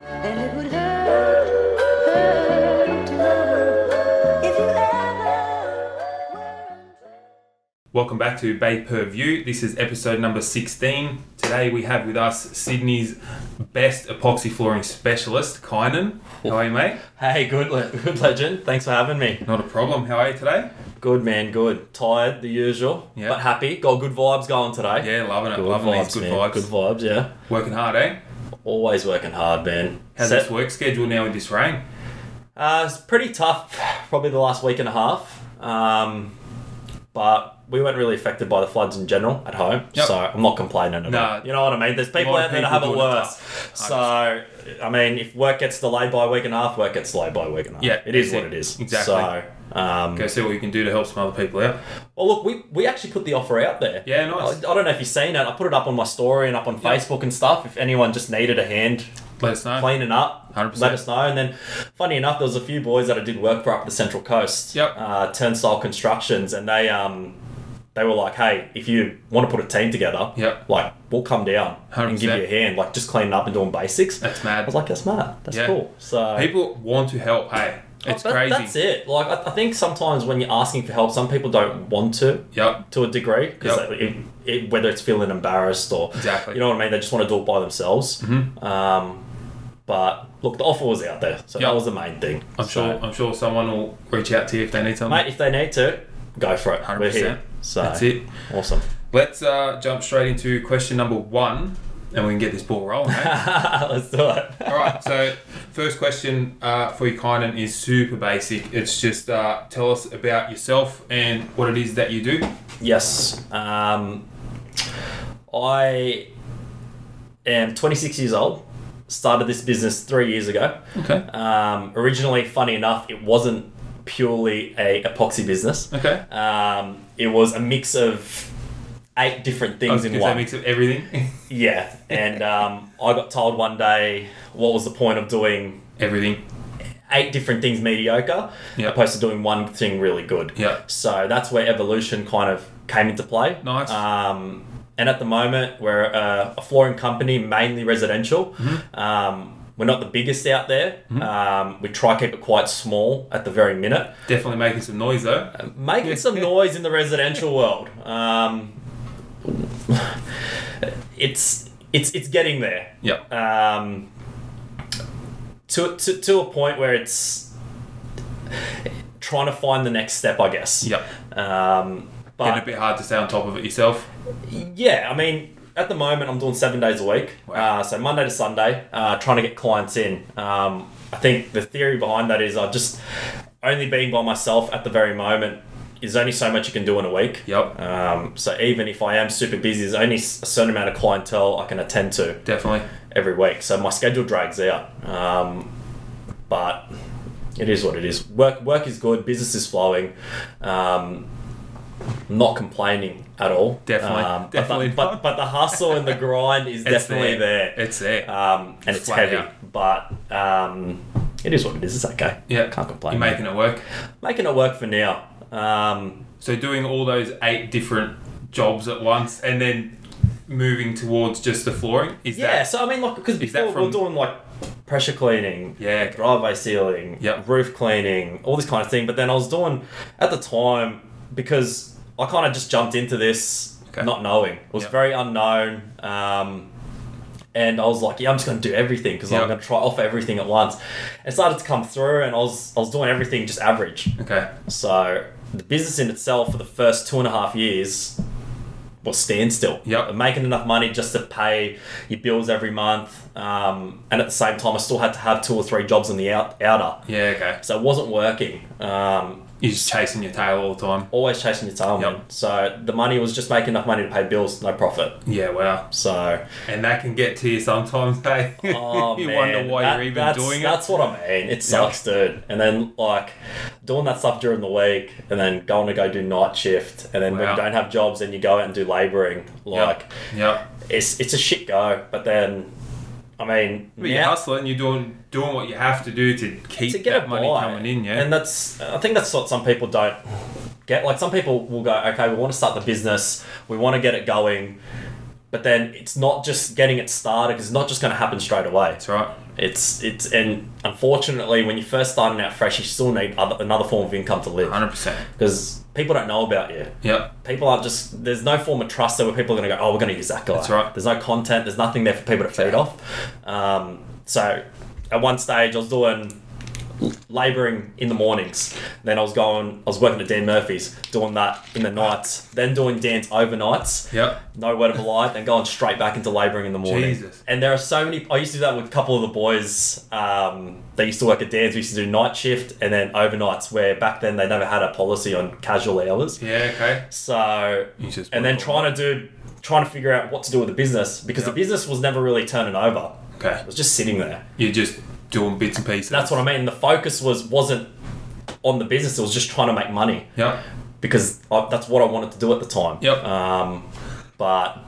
and it would hurt, hurt to love if you ever were unfair. Welcome back to Bay Per View. This is episode number 16. Today we have with us Sydney's best epoxy flooring specialist, Kynan. How are you, mate? Hey, good, le- good legend. Thanks for having me. Not a problem. How are you today? Good man, good. Tired, the usual, Yeah. but happy. Got good vibes going today. Yeah, loving it. good loving vibes, these good man. vibes. Good vibes, yeah. Working hard, eh? Always working hard, man. How's Set- this work schedule now with this rain? Uh, it's pretty tough, probably the last week and a half. Um, but we weren't really affected by the floods in general at home, Yep. so I'm not complaining at Nah. all. You know what I mean? There's people lot of out there that have people it doing it worse. So, I mean, if work gets delayed by a week and a half, work gets delayed by a week and a half. Yeah, it is that's what it it. is. Exactly. So, um, Go see what you can do to help some other people out. Well, look, we, we actually put the offer out there. Yeah, nice. I, I don't know if you've seen it. I put it up on my story and up on Yeah. Facebook and stuff. If anyone just needed a hand Let us know. cleaning up, 100%. let us know. And then, funny enough, there was a few boys that I did work for up the Central Coast. Yep. Uh, Turnstile Constructions, and they um, they were like, "Hey, if you want to put a team together, Yep. like we'll come down and give 100%. you a hand, like just cleaning up and doing basics." That's I mad. was like, "That's mad. That's Yeah. cool." So People want to help, hey? It's Oh, that- crazy. That's it. Like I, I think sometimes when you're asking for help, some people don't want to Yep. to a degree because Yep. it, it, whether it's feeling embarrassed or Exactly. Mm-hmm. you know what I mean, they just want to do it by themselves. Um, but look, the offer was out there, so Yep. that was the main thing. I'm So, sure I'm sure someone will reach out to you if they need something. mate. If they need to, go for it. we are 100%. here. So That's it. Awesome. Let's uh, jump straight into question number one and we can get this ball rolling, eh? Let's do it. All right. So, first question uh, for you, Kynan, is super basic. It's just uh, tell us about yourself and what it is that you do. Yes. Um, I am 26 years old. Started this business three years ago. Okay. Um, originally, funny enough, it wasn't purely a epoxy business. Okay. Um, it was a mix of eight different I was things Oh, gonna in say one. mix of everything. yeah, and um, I got told one day, what was the point of doing everything. eight different things mediocre Yeah. opposed to doing one thing really good. Yeah. So that's where evolution kind of came into play. Nice. Um, and at the moment, we're a, a flooring company, mainly residential. Mm-hmm. Um, we're not the biggest out there. Um, we try keep it quite small at the very minute Definitely making some noise though. making some noise in the residential world. Um, it's it's it's getting there. Yeah. Um, to, to to a point where it's trying to find the next step, I guess. Yeah. Um, Getting a but bit hard to stay on top of it yourself. yeah, I mean, at the moment I'm doing seven days a week, Wow. uh, so Monday to Sunday, uh, trying to get clients in. Um, I think the theory behind that is I just only being by myself at the very moment. There's only so much you can do in a week. Yep. Um, so even if I am super busy, there's only s- a certain amount of clientele I can attend to Definitely. every week. So my schedule drags out. Um, but it is what it is. Work work is good. Business is flowing. Um, I'm not complaining at all. Definitely. Um, Definitely But, the- but, not. but the hustle and the grind is It's definitely there. It's there. um, and it's Flat heavy. But um, it is what it is. It's okay. yeah. Can't complain. You're making it work. Making it work for now. Um, So doing all those eight different jobs at once and then moving towards just the flooring is Yeah, that so I mean, like, because Is that before from- we're doing like pressure cleaning, Yeah, okay. driveway sealing, Yep. roof cleaning, all this kind of thing. But then I was doing at the time because I kind of just jumped into this Okay. not knowing. It was Yep. very unknown, um, and I was like, yeah, I'm just gonna do everything because Yep. I'm gonna try off everything at once. It started to come through, and I was I was doing everything just average. okay. So the business in itself for the first two and a half years was standstill. Yep. Making enough money just to pay your bills every month. Um, and at the same time, I still had to have two or three jobs in the out- outer. Yeah, okay. So it wasn't working. Um, You're just chasing your tail all the time. always chasing your tail, man. Yep. So the money was just making enough money to pay bills, no profit. Yeah, wow. So, And that can get to you sometimes, hey. oh, you man, wonder why that- you're even that's- doing it. That's what I mean. It sucks, dude. And then, like, doing that stuff during the week and then going to go do night shift. And then when Wow. you don't have jobs, then you go out and do labouring. Like, Yep. it's it's a shit go. But then, I mean, But you're hustling, you're doing doing what you have to do to keep to get that a money buy, coming in, yeah. and that's I think that's what some people don't get. Like some people will go, okay, we want to start the business, we want to get it going. But then it's not just getting it started 'cause it's not just going to happen straight away. That's right. It's it's and unfortunately, when you're first starting out fresh, you still need other, another form of income to live 100%. because people don't know about you. Yep. People aren't just there's no form of trust there where people are going to go, oh, we're going to use that guy. That's right. There's no content. There's nothing there for people to feed off. Um, so at one stage, I was doing laboring in the mornings. Then I was going, I was working at Dan Murphy's, doing that in the nights, then doing Dan's overnights. Yep. No word of a lie, then going straight back into labouring in the morning. Jesus. And there are so many. I used to do that with a couple of the boys um, that used to work at Dan's. We used to do night shift and then overnights, where back then they never had a policy on casual hours. Yeah, okay. So, You just and then work trying to do, trying to figure out what to do with the business because Yep. the business was never really turning over. Okay. It was just sitting there. You're just doing bits and pieces. That's what I mean. The focus was wasn't on the business. It was just trying to make money Yep. because I, that's what I wanted to do at the time. Yep. Um, but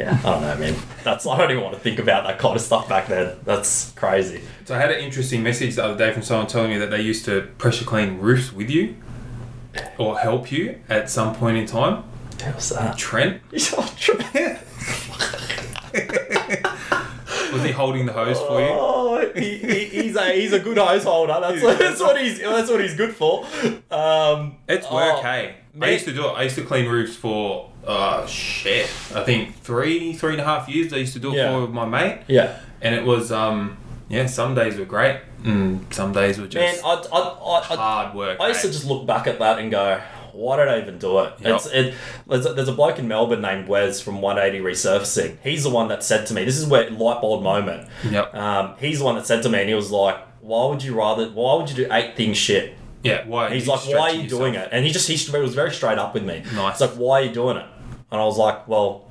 yeah, I don't know, man. That's I don't even want to think about that kind of stuff back then. That's crazy. So I had an interesting message the other day from someone telling me that they used to pressure clean roofs with you or help you at some point in time. How's that? Trent, was he holding the hose for you? Oh, he, he, he's a he's a good hose holder. That's, that's what he's that's what he's good for. Um, It's oh, work, hey. I mate. used to do it. I used to clean roofs for uh shit. I think three, three and a half years. I used to do it Yeah. for with my mate, Yeah. and it was um yeah. Some days were great, and some days were Man, just I, I, I, I, hard work. I used to mate. just look back at that and go, why did I even do it? Yep. It's it. There's a, there's a bloke in Melbourne named Wes from 180 Resurfacing. He's the one that said to me, this is where light bulb moment. Yep. Um, he's the one that said to me, and he was like, why would you rather? Why would you do eight things shit? yeah. Why? And he's like, why are you doing it? And he just he was very straight up with me. Nice. It's like, why are you doing it? And I was like, well,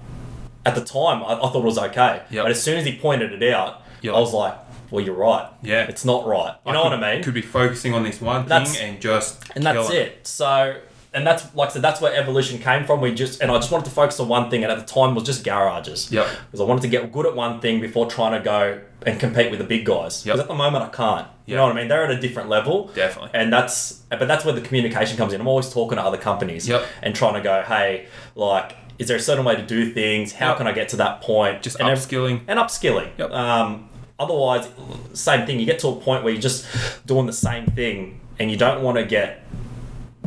at the time I, I thought it was okay, Yep. but as soon as he pointed it out, You're I like- was like, well, you're right. Yeah. It's not right. You know could, what I mean? Could be focusing on this one That's- thing and just and that's kill it. So, and that's like I said, that's where evolution came from. We just and I just wanted to focus on one thing, and at the time was just garages. Yep. Because I wanted to get good at one thing before trying to go and compete with the big guys. Because Yep. at the moment I can't. You Yep. know what I mean? They're at a different level. Definitely. And that's but that's where the communication comes in. I'm always talking to other companies. Yep. And trying to go, hey, like, is there a certain way to do things? How Yep. can I get to that point? Just And ev- upskilling. and upskilling. Yep. Um, otherwise, same thing. You get to a point where you're just doing the same thing, and you don't want to get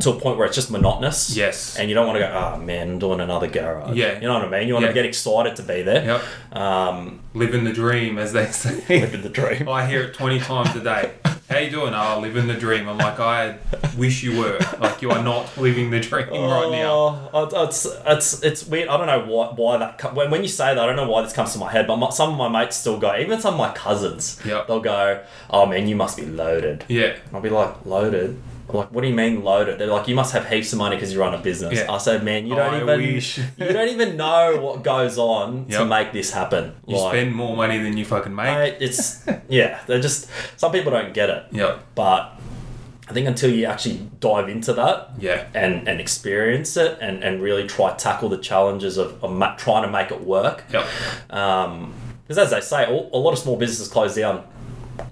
to a point where it's just monotonous. Yes. And you don't want to go, oh man, I'm doing another garage. Yeah. You know what I mean? You want Yeah. to get excited to be there. Yep. Um, Living the dream, as they say. living the dream. I hear it 20 times a day. How you doing? Oh, living the dream. I'm like, I wish you were. Like, you are not living the dream right now. Oh, it's it's it's weird. I don't know why why that co- when when you say that I don't know why this comes to my head. But my, some of my mates still go. Even some of my cousins, Yep. they'll go. Oh man, you must be loaded. Yeah. And I'll be like, loaded? I'm like, what do you mean loaded? They're like, you must have heaps of money because you run a business. Yeah. I said, man, you don't I even wish." you don't even know what goes on to Yep. make this happen. You like, spend more money than you fucking make. I- it's yeah, they're just some people don't get it. Yep. But I think until you actually dive into that Yeah. and and experience it and and really try tackle the challenges of, of ma- trying to make it work. Yep. Um, because as they say, all, a lot of small businesses close down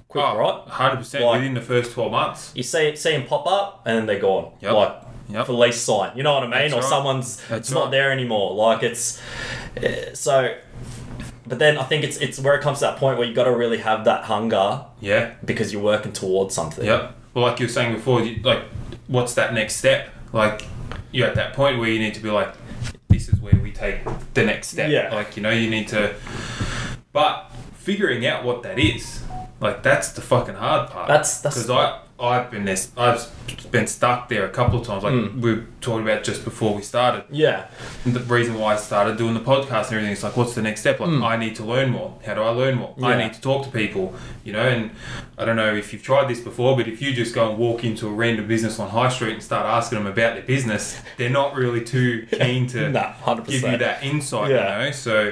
quick, Oh. right? 100% Like- within the first 12 months. you see see them pop up and then they're gone. Yep. Like Yep. for lease sign, you know what I mean? That's or right. someone's That's it's not right. there anymore. Like it's eh, so. But then I think it's it's where it comes to that point where you got to really have that hunger Yeah. because you're working towards something. Yep. Well, like you were saying before, you, like, what's that next step? Like, you're at that point where you need to be like, this is where we take the next step. Yeah. Like, you know, you need to. But figuring out what that is, like, that's the fucking hard part. That's- that's- because I I've been this I've been stuck there a couple of times. Like Hmm. we were talking about just before we started Yeah. the reason why I started doing the podcast and everything. It's like, what's the next step? Like, I need to learn more. How do I learn more? I Hmm. Yeah. need to talk to people, you know. And I don't know if you've tried this before, but if you just go and walk into a random business on High Street and start asking them about their business, they're not really too keen to Nah, 100%. give you that insight, Yeah. you know. So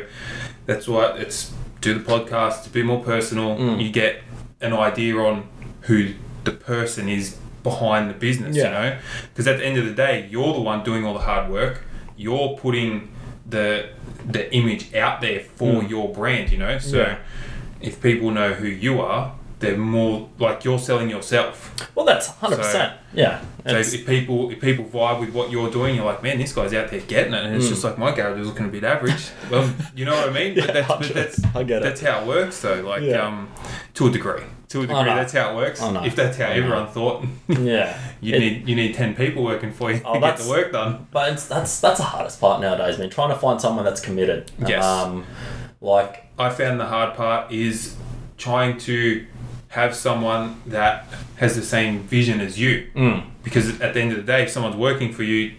that's why it's do the podcast, it's a bit more personal. Mm. You get an idea on who the person is behind the business, you Yeah. know know? Because at the end of the day, you're the one doing all the hard work. You're putting the the image out there for your brand, you know. So Mm. Yeah. if people know who you are, they're more like you're selling yourself. Well, that's hundred percent. Yeah. So It's- if people if people vibe with what you're doing, you're like, man, this guy's out there getting it, and it's just like my garage is looking a bit average. Well, you know what I mean. Hmm. Yeah, but that's, but I- that's I get it. That's how it works, though. Like Yeah. um, to a degree, to a degree, no. that's how it works. Oh, no. If that's how Oh, no. everyone thought, yeah. you It- need you need ten people working for you Oh, to get that's- the work done. But it's, that's that's the hardest part nowadays, man. Trying to find someone that's committed. Yes. Um, like I found the hard part is trying to have someone that has the same vision as you, Mm. because at the end of the day, if someone's working for you,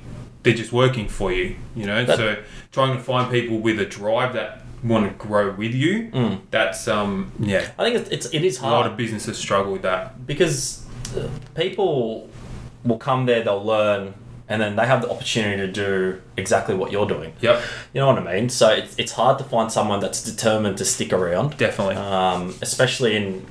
they're just working for you. You know, That- so trying to find people with a drive that want to grow with you. Mm. That's um yeah, I think it's, it's it is a lot hard of businesses struggle with that. because uh, people will come there, they'll learn, and then they have the opportunity to do exactly what you're doing. Yep, You know what I mean? So it's, it's hard to find someone that's determined to stick around. definitely. um, especially in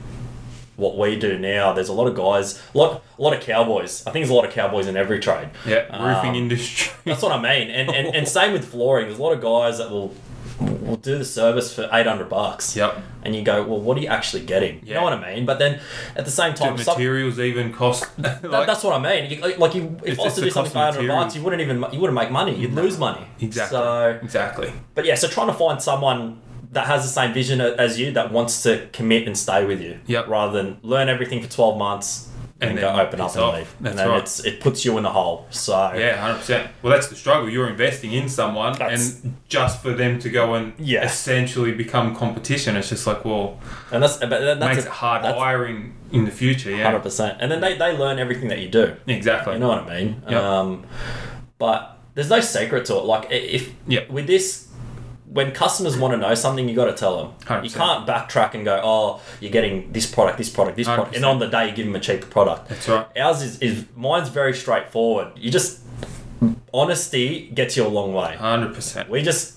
what we do now. There's a lot of guys, a lot, a lot of cowboys. I think there's a lot of cowboys in every trade. yeah, roofing um, industry. That's what I mean. And, and and same with flooring. There's a lot of guys that will will do the service for eight hundred bucks. Yep. And you go, well, what are you actually getting? You know Yeah. what I mean? But then at the same Do time, some- materials even cost? like, that- that's what I mean. You, like- like you, if It's- I was it's to the do something cost for of eight hundred materials. bucks, you wouldn't even you wouldn't make money. You'd lose money. exactly. So exactly. but yeah, so trying to find someone that has the same vision a- as you that wants to commit and stay with you, Yep. rather than learn everything for twelve months and, And go then open up piss and off. leave. That's and then right. it's it puts you in the hole. So Yeah, hundred percent. Well, that's the struggle. You're investing in someone, That's- and just for them to go and Yeah. essentially become competition, it's just like, well, and that's but then that's makes it hard That's hiring in the future. hundred Yeah, percent. And then they, they learn everything that you do. exactly. You know what I mean? Yep. Um, but there's no secret to it. Like i- if Yep. with this. When customers want to know something, you got to tell them. You 100%. can't backtrack and go, "Oh, you're getting this product, this product, this product," and 100%. on the day you give them a cheaper product. That's right. Ours is, is mine's very straightforward. You just honesty gets you a long way. Hundred percent. We just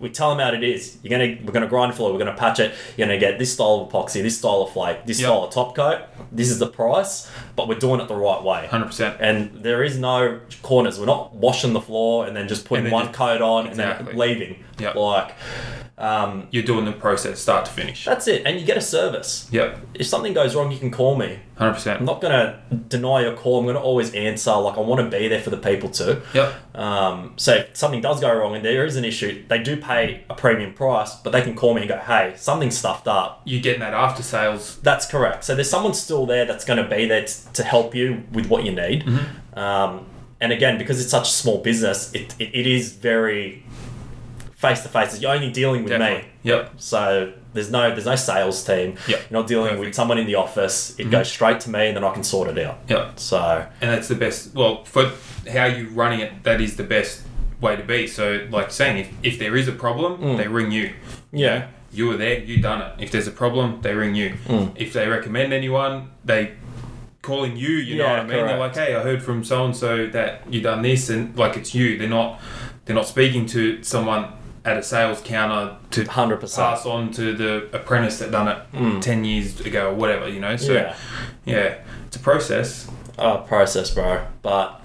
we tell them how it is. You're gonna we're gonna grind floor. We're gonna patch it. You're gonna get this style of epoxy, this style of flake, this Yep. style of top coat. This is the price, but we're doing it the right way. Hundred percent. And there is no corners. We're not washing the floor and then just And putting then one just- coat on and Exactly. then leaving. Yep. Like um, You're doing the process start to finish. that's it. And you get a service. Yep, If something goes wrong, you can call me. hundred I'm percent. not gonna deny your call. I'm gonna always answer. Like I want to be there for the people too. Yep, Um, so if something does go wrong and there is an issue, they do pay a premium price, but they can call me and go, "Hey, something's stuffed up." you're getting that after sales. That's correct. So there's someone still there that's gonna be there t- to help you with what you need. Mm-hmm. Um, and again, because it's such a small business, it, it, it is very face to face. You're only dealing with Definitely. me. Yep, So there's no there's no sales team. Yep. You're not dealing with Perfect. Mm-hmm. someone in the office. It goes straight to me, and then I can sort it out. yep. So And that's the best. Well, for how you running it, that is the best way to be. So, like saying, if, if there is a problem, Mm. they ring you. yeah, you were there, you done it. If there's a problem, they ring you. If they recommend anyone, they calling you. You know Yeah, what I mean? They're like, correct. hey, I heard from so and so that you done this, and like it's you. They're not they're not speaking to someone at a sales counter to hundred percent. pass on to the apprentice that done it ten years ago or whatever. You know, so Yeah. yeah, it's a process. Oh, process, bro. But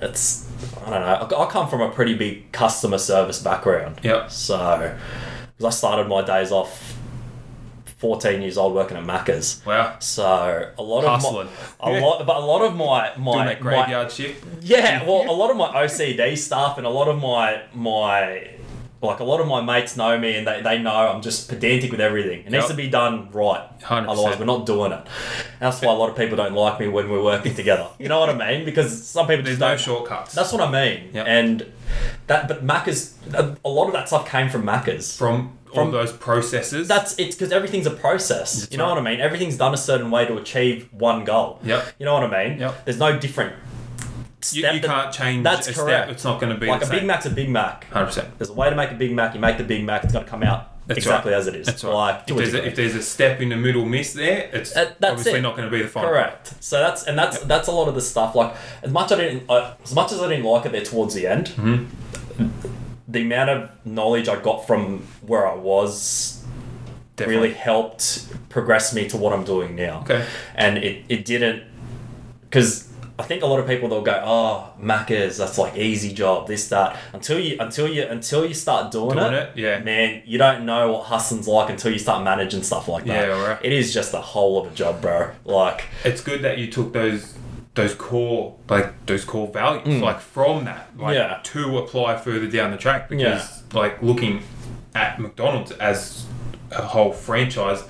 it's I don't know. I, I come from a pretty big customer service background, Yep. so because I started my days off. 14 years old working at Macca's. Wow. So a lot Hustling. of my, a lot, but a lot of my Doing my, that my graveyard shift. yeah, well, a lot of my OCD stuff and a lot of my my like a lot of my mates know me and they, they know I'm just pedantic with everything. It needs Yep. to be done right. 100%. Otherwise, we're not doing it. That's why a lot of people don't like me when we're working together. You know what I mean? Because some people There's just no don't. shortcuts. That's what I mean. Yep. And that, but Macca's, a a lot of that stuff came from Macca's. from, all From- those processes. That's it's because everything's a process. you know right. what I mean? Everything's done a certain way to achieve one goal. Yep. You know what I mean? Yep. There's no different. you, step you that- can't change that's a correct. step. It's not going to be like the a same. Big Mac's a Big Mac. 100%. There's a way to make a Big Mac. You make the Big Mac. It's got to come out That's exactly right. as it is. That's right. Like if, to a there's a, degree. if there's a step in the middle miss there, it's Uh, that's obviously it. not going to be the final. correct. So that's and that's that's a lot of the stuff. Like as much I didn't I, as much as I didn't like it there towards the end. Mm-hmm. The amount of knowledge I got from where I was Definitely. really helped progress me to what I'm doing now. Okay. And it, it didn't, because I think a lot of people they'll go, oh, Macca's, that's like easy job, this that. Until you until you until you start doing, Doing it, it, yeah. man, you don't know what hustling's like until you start managing stuff like that. Yeah, right. It is just a whole of a job, bro. Like, it's good that you took those those core like those core values like from that like Mm. Yeah. to apply further down the track because like looking at McDonald's as a whole franchise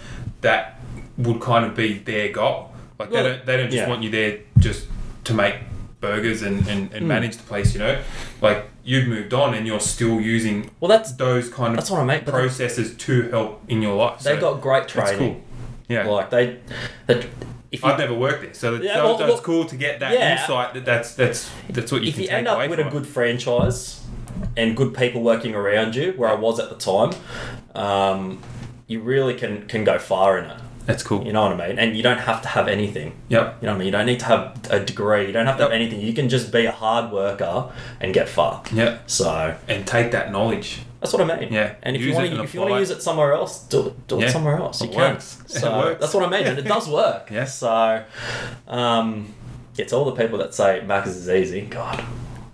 that would kind of be their goal like Well, they don't they don't just yeah. want you there just to make burgers and, and, Mm. and manage the place you know like you've moved on and you're still using well, that's those kind of That's what I mean, but they- processes to help in your life they So got great it's training. cool yeah Like they, that if you I've never worked there, so, Yeah, so, well, so well, it's cool to get that yeah. insight that that's that's that's what you if can you take end away up with from a it. good franchise and good people working around you, where I was at the time, um, you really can can go far in it. That's cool. You know what I mean? And you don't have to have anything. Yep. You know what I mean? You don't need to have a degree. You don't have to have Yep. anything. You can just be a hard worker and get far. Yep. So And take that knowledge. that's what I mean. Yeah. And if Use you want it to, and if you want to apply. use it somewhere else, do it, do it Yeah. somewhere else. It you can. works. It So works. that's what I mean, and it does work. Yeah. So, um, it's all the people that say Macca's is easy. God.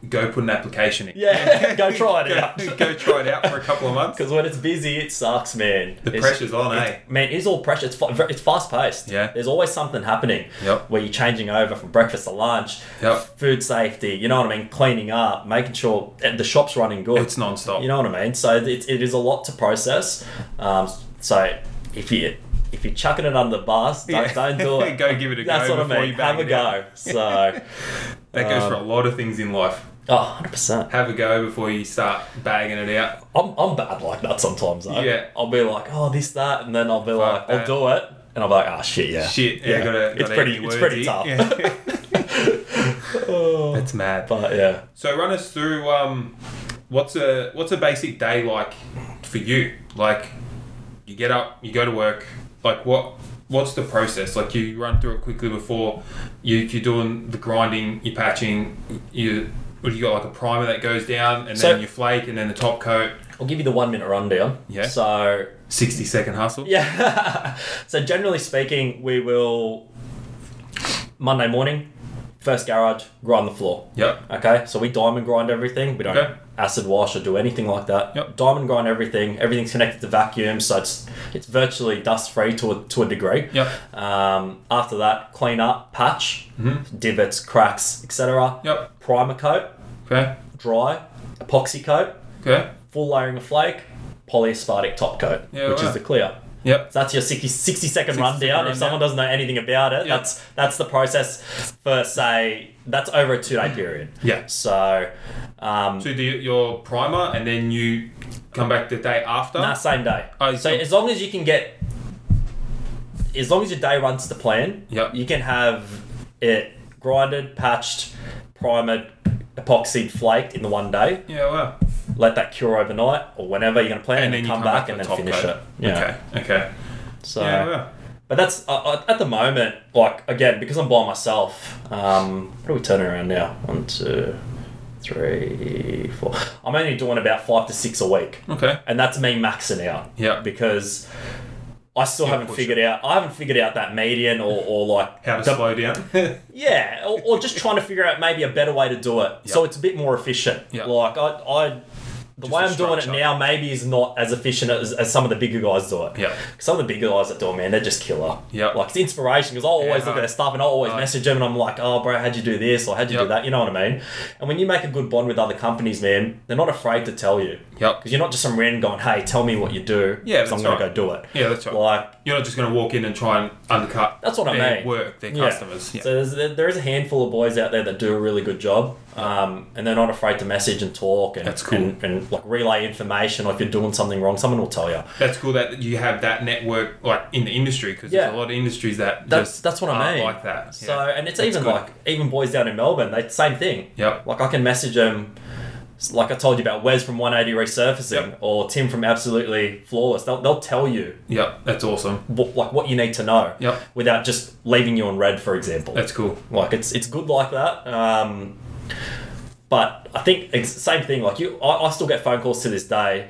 Go put an application in. Yeah, go try it Go- out. go try it out for a couple of months. Because when it's busy, it sucks, man. The It's- pressure's on, eh? Man, it's all pressure. It's, fa- ver- it's fast paced. Yeah. There's always something happening. Yep. Where you're changing over from breakfast to lunch. Yep. Food safety. You know what I mean? Cleaning up, making sure that the shop's running good. It's non-stop. You know what I mean? So it, it is a lot to process. Um, so if you if you're chucking it under the bus, don't, Yeah. don't do it. Go give it a go That's what I before mean. you bang Have a it go. Um, out. So, that goes for a lot of things in life. oh, 100 percent. Have a go before you start bagging it out. I'm, I'm bad like that sometimes though. Yeah. I'll be like, oh, this, that, and then I'll be like, I'll that. do it. And I'll be like, ah, shit, yeah. Shit, yeah, gotta, gotta it's pretty, eat your it's words pretty here. tough. Yeah. That's mad. But yeah. So run us through um, what's a what's a basic day like for you? Like you get up, you go to work. Like what what's the process? Like you run through it quickly before you if you're doing the grinding, you're patching, you what do you got like a primer that goes down and So- then you flake and then the top coat, I'll give you the one minute rundown. Yeah. So, sixty second hustle. yeah. so, generally speaking, we will Monday morning, first garage, grind the floor. Yep. Okay, so we diamond grind everything. We don't Okay. acid wash or do anything like that. Yep. Diamond grind everything. Everything's connected to vacuum, so it's it's virtually dust free to a, to a degree. Yep. Um, after that, clean up, patch, divots, cracks, etc. Mm-hmm. Yep. Primer coat, Okay. dry, epoxy coat, Okay. full layering of flake, polyaspartic top coat, Yeah, which is right. the clear. Yep. So that's your 60, 60 second 60 rundown. second If rundown. someone doesn't know anything about it, Yeah. that's that's the process for say that's over a two day period. Yeah. So, um, So you do your primer and then you come back the day after. nah, same day. Oh, so so- as long as you can get, as long as your day runs to plan, Yep. you can have it grinded, patched, primed, epoxied, flaked in the one day. Yeah. Wow. Let that cure overnight or whenever you're gonna plan, and, then come, back, for and the then top finish coat. it. Yeah. Okay. Okay. So. yeah. Wow. But that's uh, uh, at the moment, like again, because I'm by myself. Um, what are we turning around now? One, two, three, four. I'm only doing about five to six a week, Okay. and that's me maxing out. Yeah. because I still haven't push figured out. I haven't figured out that median or, or like How to the- slow down. yeah, or, or just trying to figure out maybe a better way to do it, so Yeah. it's a bit more efficient. Yeah. Like I, I the Just way the I'm doing it structure. now maybe is not as efficient as, as some of the bigger guys do it. Yeah. some of the bigger guys that do it, man, they're just killer. Yeah. like it's inspiration because I always look at no. their stuff and I always No. message them and I'm like, oh bro, how'd you do this or how'd you Yeah. do that? You know what I mean? And when you make a good bond with other companies, man, they're not afraid to tell you. Yep. Because you're not just some random going, hey, tell me what you do. Yeah, 'cause I'm that's gonna right. go do it. Yeah, that's right. Like You're not just going to walk in and try and undercut. That's what I their mean. Work their Yeah. customers. Yeah. So there's, there- there is a handful of boys out there that do a really good job, um, and they're not afraid to message and talk and That's cool. and, and like relay information. Or if you're doing something wrong, someone will tell you. that's cool that you have that network like in the industry because Yeah. there's a lot of industries that That's just that's what I aren't mean. like that. So Yeah. and it's That's even good. like even boys down in Melbourne, they same thing. Yep. Like I can message them. Like I told you about Wes from 180 Resurfacing Yep. or Tim from Absolutely Flawless, they'll, they'll tell you yep, that's awesome. what, like what you need to know Yep. without just leaving you on red, for example. That's cool. Like it's it's good like that. Um, but I think it's the same thing. Like you, I, I still get phone calls to this day,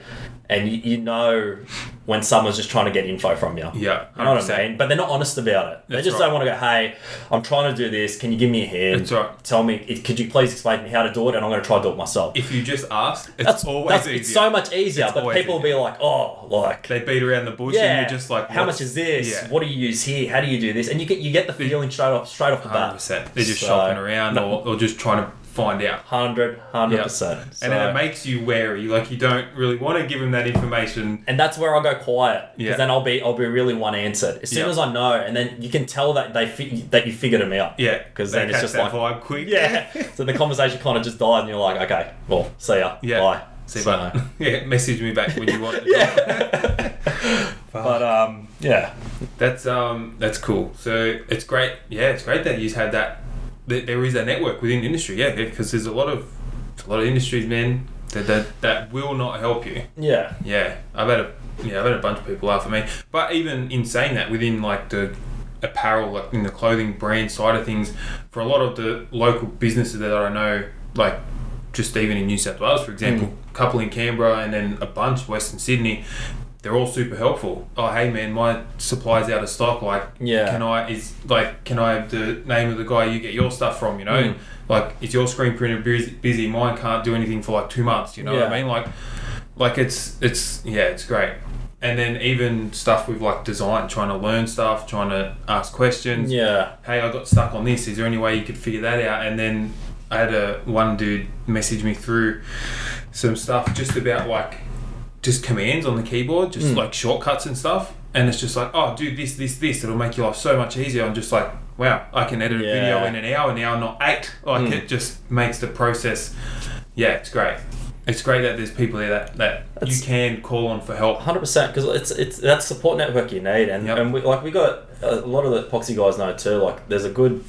and you, you know when someone's just trying to get info from you. Yeah, You know what 100%. I mean? But they're not honest about it. They That's just right. don't want to go, hey, I'm trying to do this. Can you give me a hand? That's right. Tell me, it- could you please explain to me how to do it? And I'm going to try to do it myself. If you just ask, it's that's always that's, easier. It's so much easier, It's but always people will be like, oh, like, they beat around the bush, yeah, and you're just like, how what's- much is this? Yeah. What do you use here? How do you do this? And you get you get the feeling straight off straight off the Hundred bat. percent. They're just So- shopping around or, or just trying to find out. 100 Yeah. 100%. So- and then it makes you wary. Like you don't really want to give them that information. and that's where I'll go quiet because Yeah. then I'll be I'll be really one answered as soon Yeah. as I know, and then you can tell that they fi- that you figured them out. Yeah, 'Cause they then it's catch just that like- vibe quick. yeah. so the conversation kind of just died, and you're like, okay, well, see ya, yeah. bye, See, So- but yeah, message me back when you want. yeah. but um, yeah, That's um, that's cool. So it's great. Yeah, it's great that you've had that. that There is a network within the industry. Yeah, because there's a lot of a lot of industries, men that that, that will not help you. yeah, Yeah, I've had a yeah, I've had a bunch of people after me. But even in saying that, within like the apparel, like in the clothing brand side of things, for a lot of the local businesses that I know, like just even in New South Wales, for example, Hmm. a couple in Canberra and then a bunch Western Sydney. They're all super helpful. Oh, hey man, my supply's out of stock. Like, Yeah. can I is like, can I have the name of the guy you get your stuff from? You know, Mm. like, is your screen printer busy, busy? Mine can't do anything for like two months. You know what Yeah. I mean? Like, like it's it's yeah it's great and then even stuff with like design trying to learn stuff trying to ask questions yeah, hey i got stuck on this is there any way you could figure that out and then i had a one dude message me through some stuff just about like just commands on the keyboard Hmm. just like shortcuts and stuff and it's just like oh do this this this it'll make your life so much easier i'm just like wow i can edit a Yeah. video in an hour now not eight like Mm. it just makes the process yeah it's great it's great that there's people there that, that That's- you can call on for help hundred percent. Because it's it's that's support network you need, and Yep. and we, like we got a lot of the poxy guys know too. Like there's a good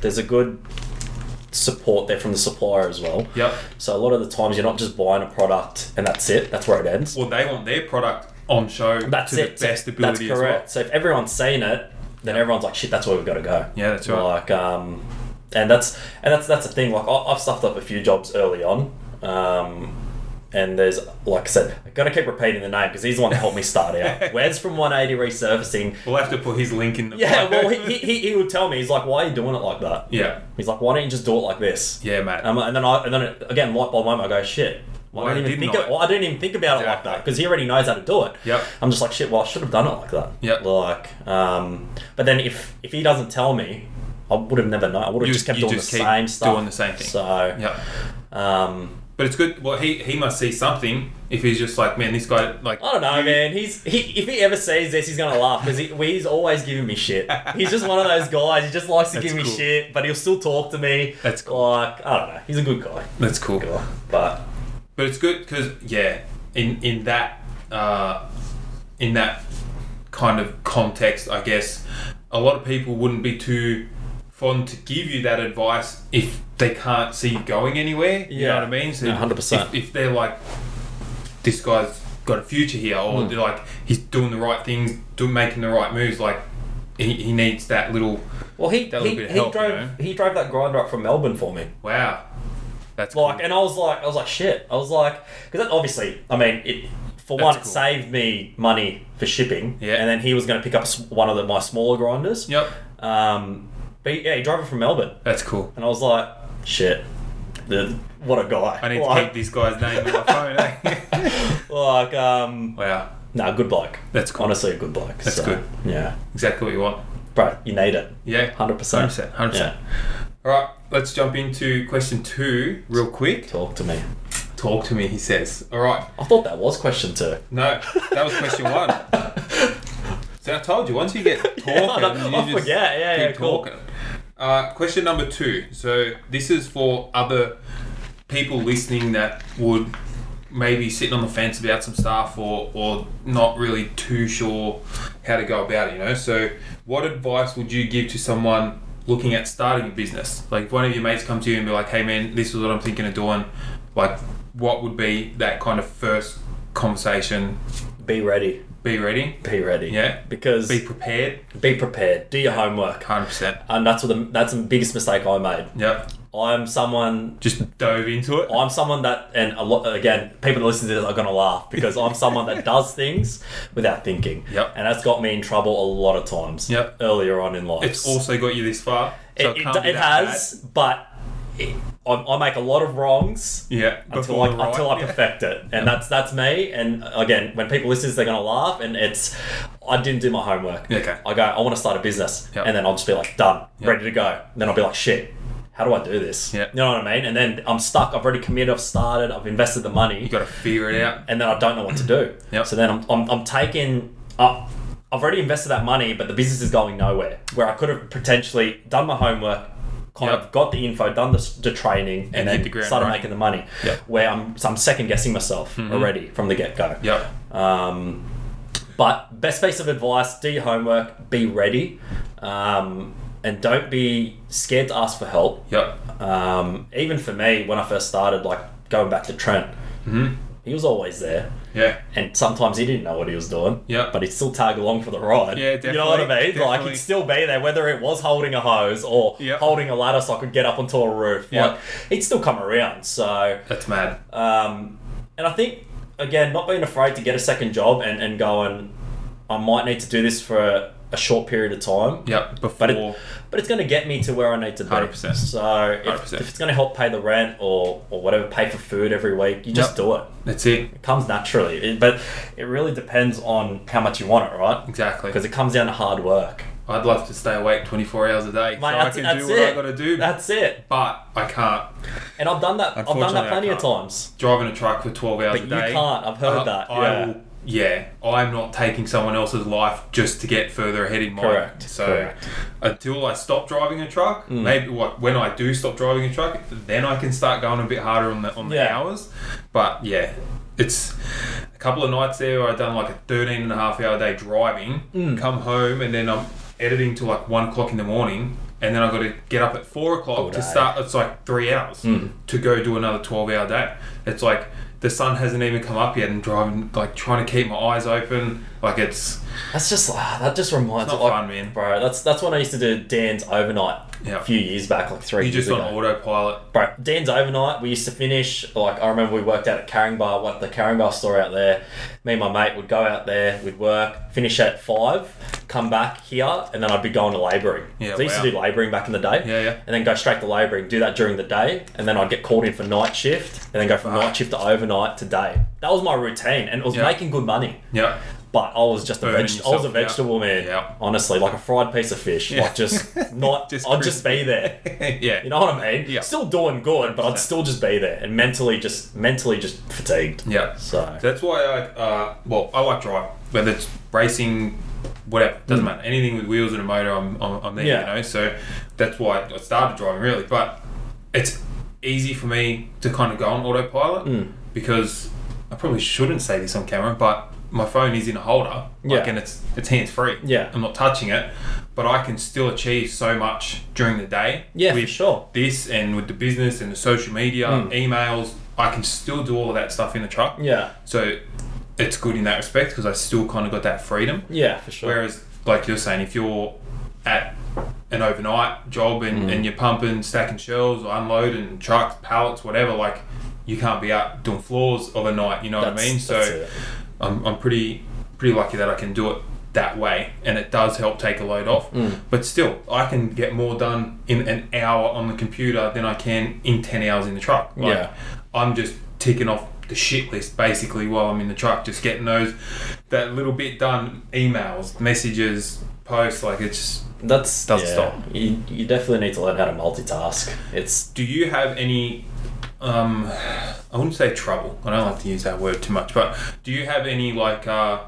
there's a good support there from the supplier as well. yep So a lot of the times you're not just buying a product and that's it. That's where it ends. well they want their product on show that's to it. the best So ability That's as well correct. So if everyone's seen it, then everyone's like, "Shit, that's where we've got to go." Yeah, that's right. Like, um, and that's and that's that's the thing. Like, I, I've stuffed up a few jobs early on, um, and there's like I said, I'm gonna keep repeating the name because he's the one that helped me start out. Where's from 180 resurfacing? We'll have to put his link in the Yeah, well, he, he, he, he would tell me. He's like, "Why are you doing it like that?" yeah, He's like, "Why don't you just do it like this?" yeah, mate. Um, and then I, and then it, again, light bulb moment, I go, shit. Why Why I didn't even didn't think. I? It, well, I didn't even think about it like that Exactly. because he already knows how to do it. Yep. I'm just like, shit. Well, I should have done it like that. Yep. Like, um, but then if if he doesn't tell me, I would have never known. I would have You- just kept you doing just the keep same stuff, doing the same thing. So, yeah, um, but it's good. Well, he he must see something if he's just like, man, this guy like. I don't know, man. He's he if he ever sees this, he's gonna laugh because he, he's always giving me shit. He's just one of those guys. He just likes to That's give me cool. shit, but he'll still talk to me. That's cool. Like, I don't know. He's a good guy. That's cool. Good guy. But But it's good because yeah, in in that uh, in that kind of context, I guess a lot of people wouldn't be too fond to give you that advice if they can't see you going anywhere. You know Yeah. what I mean? So No, 100%. If, if they're like, this guy's got a future here, Hmm. or they're like, he's doing the right things, doing making the right moves, like. He, he needs that little Well, he That little he, bit of he help, you drove know? he drove that grinder up from Melbourne for me. wow. That's Like, cool. and I was like, I was like, shit. I was like, because obviously, I mean, it for That's one, it cool. saved me money for shipping. Yeah. And then he was going to pick up s- one of the, my smaller grinders. Yep. Um, but yeah, he drove it from Melbourne, That's cool. and I was like, shit, the, what a guy. I need to like, keep this guy's name on my phone. Eh? Like, um, wow. no, good bloke. That's cool. Honestly, a good bloke. That's So, good. Yeah, Exactly what you want. bro, you need it. Yeah. Hundred percent. 100%, 100%. Yeah. All right, let's jump into question two real quick. Talk to me. Talk to me, he says. All right. I thought that was question two. No, that was question one. So I told you, once you get talking, I- you I just forget. Yeah, yeah, keep cool. talking. Uh, question number two. So this is for other people listening that would maybe sitting on the fence about some stuff or, or not really too sure how to go about it, you know? So what advice would you give to someone looking at starting a business? Like if one of your mates come to you and be like, hey man, this is what I'm thinking of doing, like what would be that kind of first conversation? Be ready. Be ready, Be ready. Yeah. Because be be, prepared, prepared. Do your homework. 100%. And that's what the, that's the biggest mistake I made. Yep. I'm someone Just dove into it. I'm someone that, and a lot again, people that listen to this are gonna laugh because I'm someone that does things without thinking. Yep. And that's got me in trouble a lot of times. Yep. Earlier on in life. It's also got you this far. it, So it, it, can't be it that has, but it, I, I make a lot of wrongs. bad. Yeah. Until before I, the right. until I Yeah. perfect it, and that's that's me. And again, when people listen, to this, they're gonna laugh, and it's I didn't do my homework. Okay. I go, I want to start a business, Yep. and then I'll just be like, done, Yep. ready to go. then I'll be like, shit, how do I do this? Yep. You know what I mean? And then I'm stuck. I've already committed. I've started. I've invested the money, You got to figure it out. and then I don't know what to do. Yep. So then I'm I'm, I'm taking. Uh, I've already invested that money, but the business is going nowhere. Where I could have potentially done my homework, kind Yep. of got the info, done the, s- the training, and, And hit then the ground started running. making the money. Yep. Mm-hmm. Where I'm so I'm second guessing myself already from the get go. Yep. Um, but best piece of advice: do your homework, be ready, um, and don't be scared to ask for help. Yep. Um, even for me, when I first started, like going back to Trent, Mhm. he was always there, Yeah. and sometimes he didn't know what he was doing. Yeah. but he'd still tag along for the ride. Yeah, You know what I mean? definitely, Like definitely. he'd still be there, whether it was holding a hose or Yeah. holding a ladder so I could get up onto a roof. Yeah. Like he'd still come around. So That's mad. um, and I think, again, not being afraid to get a second job and, and going, I might need to do this for a, a short period of time. Yep. Before. But, it, but it's going to get me to where I need to be. 100%. So if, 100%. if it's going to help pay the rent or, or whatever, pay for food every week, you just Yep. do it. that's it. It comes naturally. It- but it really depends on how much you want it, right? Exactly. Because it comes down to hard work. I'd love to stay awake 24 hours a day Mate, so I that's, can that's do what it. I got to do. That's it. but I can't. And I've done that. I've done Unfortunately, that I plenty of can't. times. Driving a truck for 12 hours But a you day. can't. I've heard I- that. I Yeah. will, yeah. I'm not taking someone else's life just to get further ahead in mine. Correct, So correct. Mm. until I stop driving a truck, maybe what when I do stop driving a truck, then I can start going a bit harder on the on the Yeah. hours. But yeah, it's a couple of nights there where I've done like a 13 and a half hour day driving, Mm. come home, and then I'm editing till like one o'clock in the morning. And then I've got to get up at four All o'clock day. Mm. to start. It's like three hours to go do another 12 hour day. It's like the sun hasn't even come up yet and driving, like trying to keep my eyes open. Like it's, That's just ah, that just It's reminds me, not like, fun, man. bro. That's that's when I used to do Dan's overnight Yeah. a few years back, like three. you're years just on ago. autopilot. Bro, Dan's overnight. We used to finish like I remember we worked out at Carring Bar, what the Carring Bar store out there. Me and my mate would go out there, we'd work, finish at five, come back here, and then I'd be going to labouring. Yeah, So I used wow. to do labouring back in the day. Yeah, yeah. And then go straight to labouring, do that during the day, and then I'd get called in for night shift, and then go from Fuck. night shift to overnight to day. That was my routine, and it was Yeah. making good money. Yeah. But I was just a Burning veg- I yourself, was a yeah. vegetable man. Yeah. Honestly, like a fried piece of fish. Yeah. Like just not Just I'd just be there. yeah. You know what I mean? Yeah. Still doing good, but I'd 100%. still just be there and mentally just mentally just fatigued. Yeah. So So that's why I uh, well I like drive whether it's racing, whatever doesn't matter anything with wheels and a motor I'm I'm, I'm there Hmm. Yeah. you know so that's why I started driving really but it's easy for me to kind of go on autopilot Hmm. because I probably shouldn't say this on camera but my phone is in a holder like Yeah. and it's it's hands free Yeah. I'm not touching it but I can still achieve so much during the day Yeah, for with sure. Hmm. this and with the business and the social media emails I can still do all of that stuff in the truck yeah. so it's good in that respect because I still kind of got that freedom. Yeah, for sure. Whereas, like you're saying, if you're at an overnight job and, Mm. and you're pumping, stacking shells or unloading trucks, pallets, whatever, like you can't be out doing floors of a night. You know what That's- I mean? that's So it. I'm, I'm pretty pretty lucky that I can do it that way and it does help take a load off but still i can get more done in an hour on the computer than i can in 10 hours in the truck Like, Yeah. I'm just ticking off the shit list basically while I'm in the truck, just getting those that little bit done. Emails, messages, posts, like it's. That's Doesn't yeah. stop. You, you definitely need to learn how to multitask. It's Do you have any? Um, I wouldn't say trouble. I don't like to use that word too much, but do you have any like uh,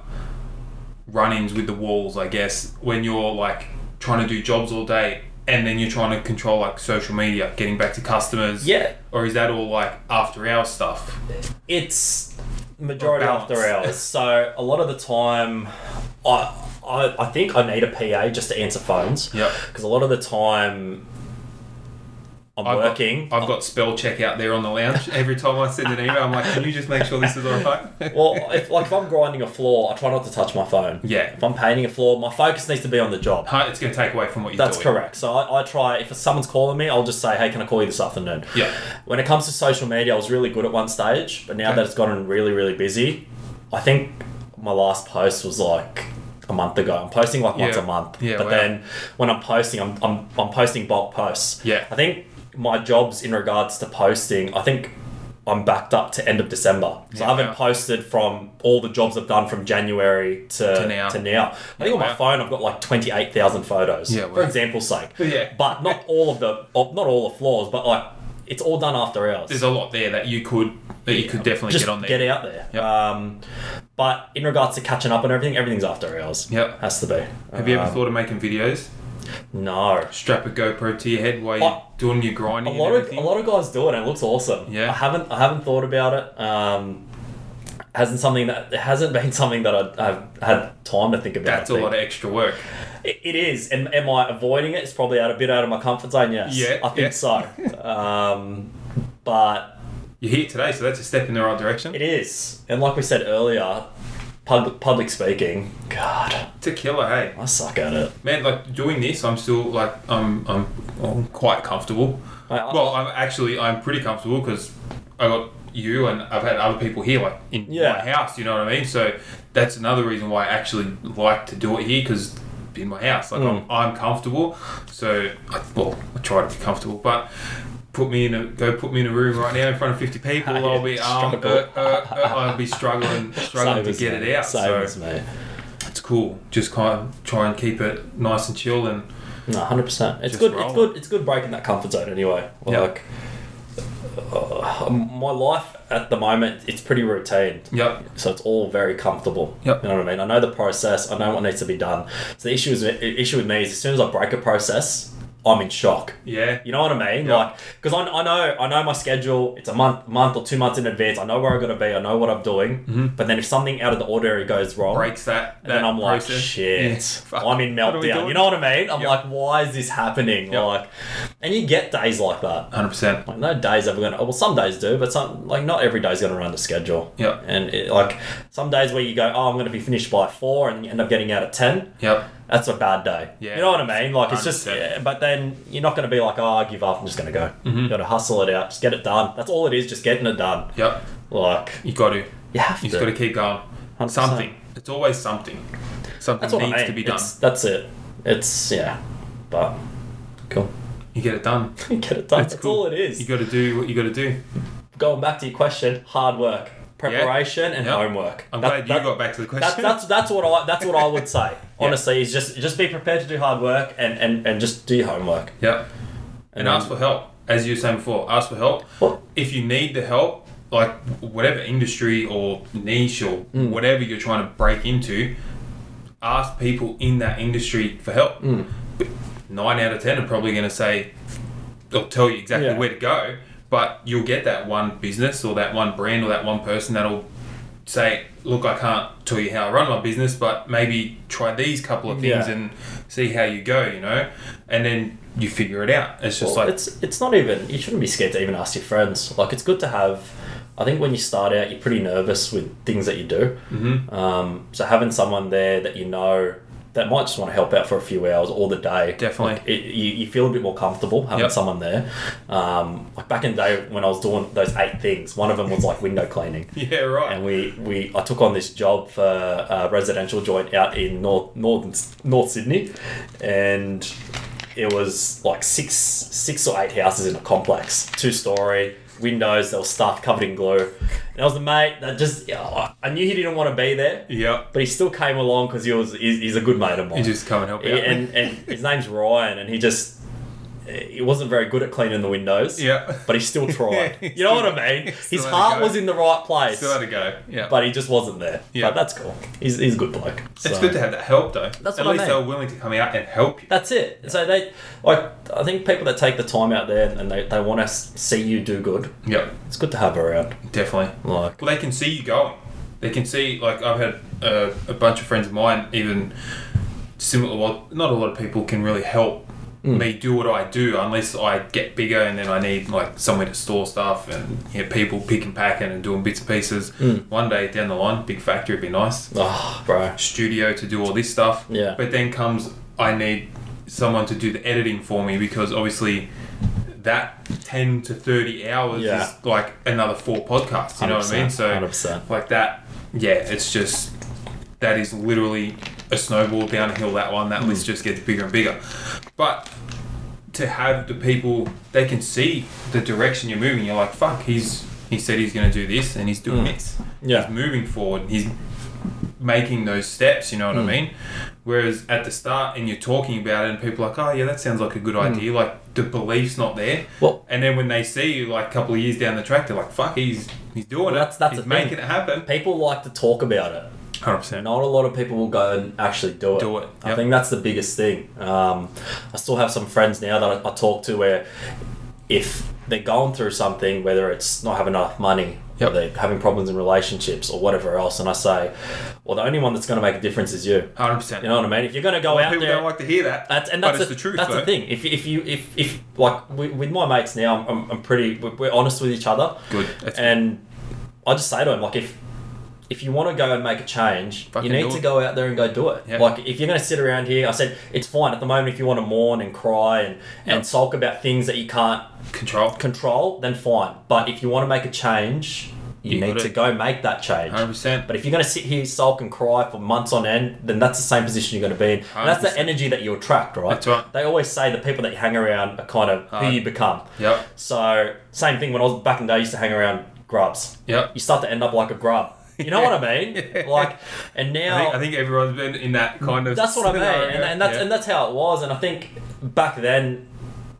run-ins with the walls? I guess when you're like trying to do jobs all day. And then you're trying to control like social media, getting back to customers. Yeah. Or is that all like after hour stuff? it's majority Or balance. after hours. So a lot of the time I I, I think I need a PA just to answer phones. Yep. Because a lot of the time I'm I've working. Got, I've got spell check out there on the lounge. Every time I send an email, I'm like, can you just make sure this is all right? well, if, like if I'm grinding a floor, I try not to touch my phone. Yeah. If I'm painting a floor, my focus needs to be on the job. Huh, it's going to take away from what you're That's doing. correct. So I, I try, if someone's calling me, I'll just say, hey, can I call you this afternoon? Yeah. When it comes to social media, I was really good at one stage, but now Okay. that it's gotten really, really busy, I think my last post was like a month ago. I'm posting like once Yeah. a month. Yeah, but wow. then when I'm posting, I'm, I'm, I'm posting bulk posts. Yeah. I think my jobs in regards to posting, I think I'm backed up to end of December. So Yeah, I haven't wow. posted from all the jobs I've done from January to, To now. I think on my wow. phone, I've got like 28,000 photos. Yeah, For wow. example's sake. Yeah. But not all of the, of- not all the floors, but like, it's all done after hours. There's a lot there that you could that you could definitely Just get on there. out there. Yep. Um, but in regards to catching up and everything, everything's after hours. Yep. Has to be. Have you ever Um, thought of making videos? No. Strap a GoPro to your head while I- you're doing your A grinding. lot and of everything? a lot of guys do it and it looks awesome. Yeah. I haven't I haven't thought about it. Um, hasn't something that it hasn't been something that I, I've had time to think about. That's a lot of extra work. It it is, and am I avoiding it? It's probably out a bit out of my comfort zone. Yes, Yeah, I think yeah. so. Um, but You're here today, so that's a step in the right direction. it is, and like we said earlier, pub- public speaking. God, It's a killer, hey. I suck at it. Man, like doing this, I'm still like I'm I'm, I'm quite comfortable. I- I- well, I'm actually I'm pretty comfortable because I got you and I've had other people here like in Yeah. my house. You know what I mean? So that's another reason why I actually like to do it here because in my house, like Hmm. I'm, I'm comfortable. So I, well, I try to be comfortable, but. Put me in a go. Put me in a room right now in front of fifty people. I'll be um, uh, Struggle. uh, uh, I'll be struggling, struggling Same to as get me. it out. Same so as me. it's cool. Just kind of try and keep it nice and chill and No, hundred percent. It's Just good. roll. It's good. It's good breaking that comfort zone anyway. Yeah. Like uh, my life at the moment, it's pretty routine. yep. So it's all very comfortable. Yep. You know what I mean? I know the process. I know what needs to be done. So the issue is the issue with me is as soon as I break a process, I'm in shock. Yeah. You know what I mean? Yeah. Like, because I, I know I know my schedule. It's a month, month or two months in advance. I know where I'm gonna be. I know what I'm doing. But then if something out of the ordinary goes wrong, breaks that. and Mm-hmm. then that I'm like, process. shit, Yeah, fuck. I'm in What are we meltdown. doing? You know what I mean? I'm Yep. like, why is this happening? Yep. Like, and you get days like that. 100%. Like, no days ever gonna. Well, some days do, but some like not every day's gonna run to schedule. Yep. And it, like some days where you go, oh, I'm gonna be finished by four, and you end up getting out at ten. Yep. That's a bad day. Yeah. You know what I mean? Like it's just. 100%. yeah, but then you're not gonna be like, oh, I give up. I'm just gonna go. Mm-hmm. You gotta hustle it out. Just get it done. That's all it is. Just getting it done. Yep. Like You got to. You you have to. just got to keep going. 100%. Something. It's always something. Something That's what needs I mean. to be done. It's- that's it. It's yeah, but cool. You get it done. Get it done. That's, all it You is. got to do what you got to do. Going back to your question, hard work, preparation, and Yep. homework. I'm That- glad that- you got back to the That, question. that's that's what I that's what I would say. Honestly, is just just be prepared to do hard work and and, and just do your homework. yep. And then- ask for help. As you were saying before, ask for help. Well- If you need the help, like whatever industry or niche or Mm. whatever you're trying to break into, ask people in that industry for help. Mm. Nine out of ten are probably going to say, they'll tell you exactly Yeah. where to go, but you'll get that one business or that one brand or that one person that'll say, look, I can't tell you how I run my business, but maybe try these couple of things Yeah. and see how you go, you know? And then you figure it out. It's just Well, like, it's it's not even you shouldn't be scared to even ask your friends. Like it's good to have. I think when you start out, you're pretty nervous with things that you do. Mm-hmm. Um, so having someone there that you know that might just want to help out for a few hours or the day, Definitely. like, it, you, you feel a bit more comfortable having Yep. someone there. Um, like back in the day when I was doing those eight things, one of them was like window cleaning yeah, right. and we, we I took on this job for a residential joint out in north northern North Sydney, and it was like six six or eight houses in a complex, two story windows. They were stuffed, covered in glue. And I was the mate that just I I knew he didn't want to be there, yep. but he still came along because he was he's, he's a good mate of mine. You just come and help out. Yeah, and, and his name's Ryan, and he just he wasn't very good at cleaning the windows. Yeah. but he still tried. He you know still- what I mean? he still His had a heart go. was in the right place, Still had to go. Yeah. but he just wasn't there. Yeah. but that's cool. He's, he's a good bloke. it's So- good to have that help, though. uh, That's At what I least mean. they were willing to come out and help you. That's it. So they, like, I think people that take the time out there and they, they want to s- see you do good. Yep. It's good to have around. Definitely. Like, Well, they can see you going. They can see, like, I've had uh, a bunch of friends of mine, even similar, well, not a lot of people can really help me do what I do unless I get bigger and then I need like somewhere to store stuff and you know, people picking, packing, and doing bits and pieces. One day down the line, big factory would be nice Oh, bro. studio to do all this stuff. Yeah. But then comes I need someone to do the editing for me because obviously that ten to thirty hours Yeah. is like another four podcasts. You know what I mean? 100%, So 100%. like that. Yeah, it's just that is literally a snowball down a hill. That one. Hmm. That list just gets bigger and bigger. But to have the people they can see the direction you're moving. You're like fuck. He's he said he's going to do this and he's doing this. Hmm. Yeah. He's moving forward. He's making those steps, you know Hmm. what I mean? Whereas at the start, and you're talking about it, and people are like, oh, yeah, that sounds like a good idea. Like, the belief's not there. Hmm. Well- and then when they see you, like, a couple of years down the track, they're like, fuck, he's he's doing Well, it. that's- that's he's the making thing. it happen. People like to talk about it. 100%. Not a lot of people will go and actually do it. Do it, I yep. think that's the biggest thing. Um, I still have some friends now that I, I talk to where if they're going through something, whether it's not having enough money, Yep. or they're having problems in relationships or whatever else, and I say, well, the only one that's going to make a difference is you. 100%. You know what I mean? If you're going to go out people there, don't like to hear that. That's and but that's it's the, the truth, That's the though. thing. If, if you if if like with, with my mates now, I'm- I'm, I'm pretty we're, we're honest with each other. Good, that's good. and I just say to him like if if you want to go and make a change, Fucking you do need to it. go out there and go do it. Yeah. Like if you're going to sit around here, I said it's fine at the moment. If you want to mourn and cry and Yeah. and sulk about things that you can't Control. control, then fine. But if you want to make a change, you, You need gotta- to go make that change. 100%. But if you're going to sit here, sulk and cry for months on end, then that's the same position you're going to be in. And that's the 100%. energy that you attract, right? That's right. They always say the people that you hang around are kind of who Hard. you become. Yep. So, same thing when I was back in the day, I used to hang around grubs. Yep. You start to end up like a grub. You know what I mean? Like, and now. I think, I think everyone's been in that kind of. Mm, That's what I mean, scenario. and, and that's Yeah. and that's how it was. And I think back then,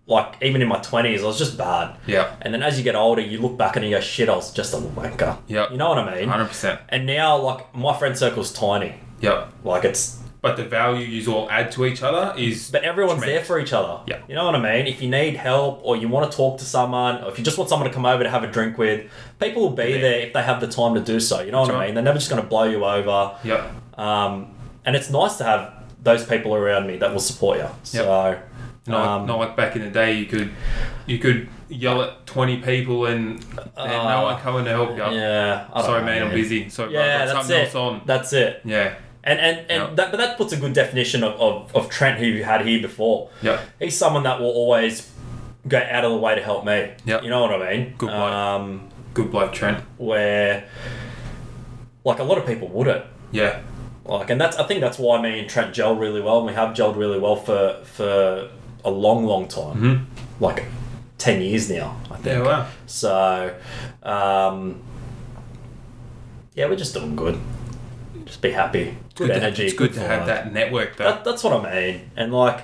like even in my twenties, I was just bad. Yeah. And then as you get older, you look back and you go, "Shit, I was just a wanker." Yeah. You know what I mean? 100%. And now, like my friend circle's tiny. Yep. Like it's, But the value you all add to each other is. but everyone's there Tremendous. for each other. Yeah. You know what I mean? If you need help or you want to talk to someone, or if you just want someone to come over to have a drink with, people will be Yeah. there if they have the time to do so. You know what That's I right. mean? They're never just going to blow you over. Yep. Um, and it's nice to have those people around me that will support you. So, Not, um, not like back in the day, you could you could yell at twenty people and, and Uh, no one coming to help you. yeah. I don't Sorry, know, man, I'm busy. Sorry, bro, Yeah, I've got that's something it. else on. That's it. yeah, And and, and Yeah. that but that puts a good definition of, of, of Trent who you had here before. Yeah. He's someone that will always go out of the way to help me. Yeah. You know what I mean? Good bloke. Um good bloke, Trent. where like a lot of people wouldn't. Yeah, Like and that's I think that's why me and Trent gelled really well and we have gelled really well for for a long, long time. Like ten years now, I think. Mm-hmm. yeah, wow. So, um, yeah, we're just doing good. Just be happy. Good, to- energy. it's good, to vibe. have that network though. That, that's what I mean. And like,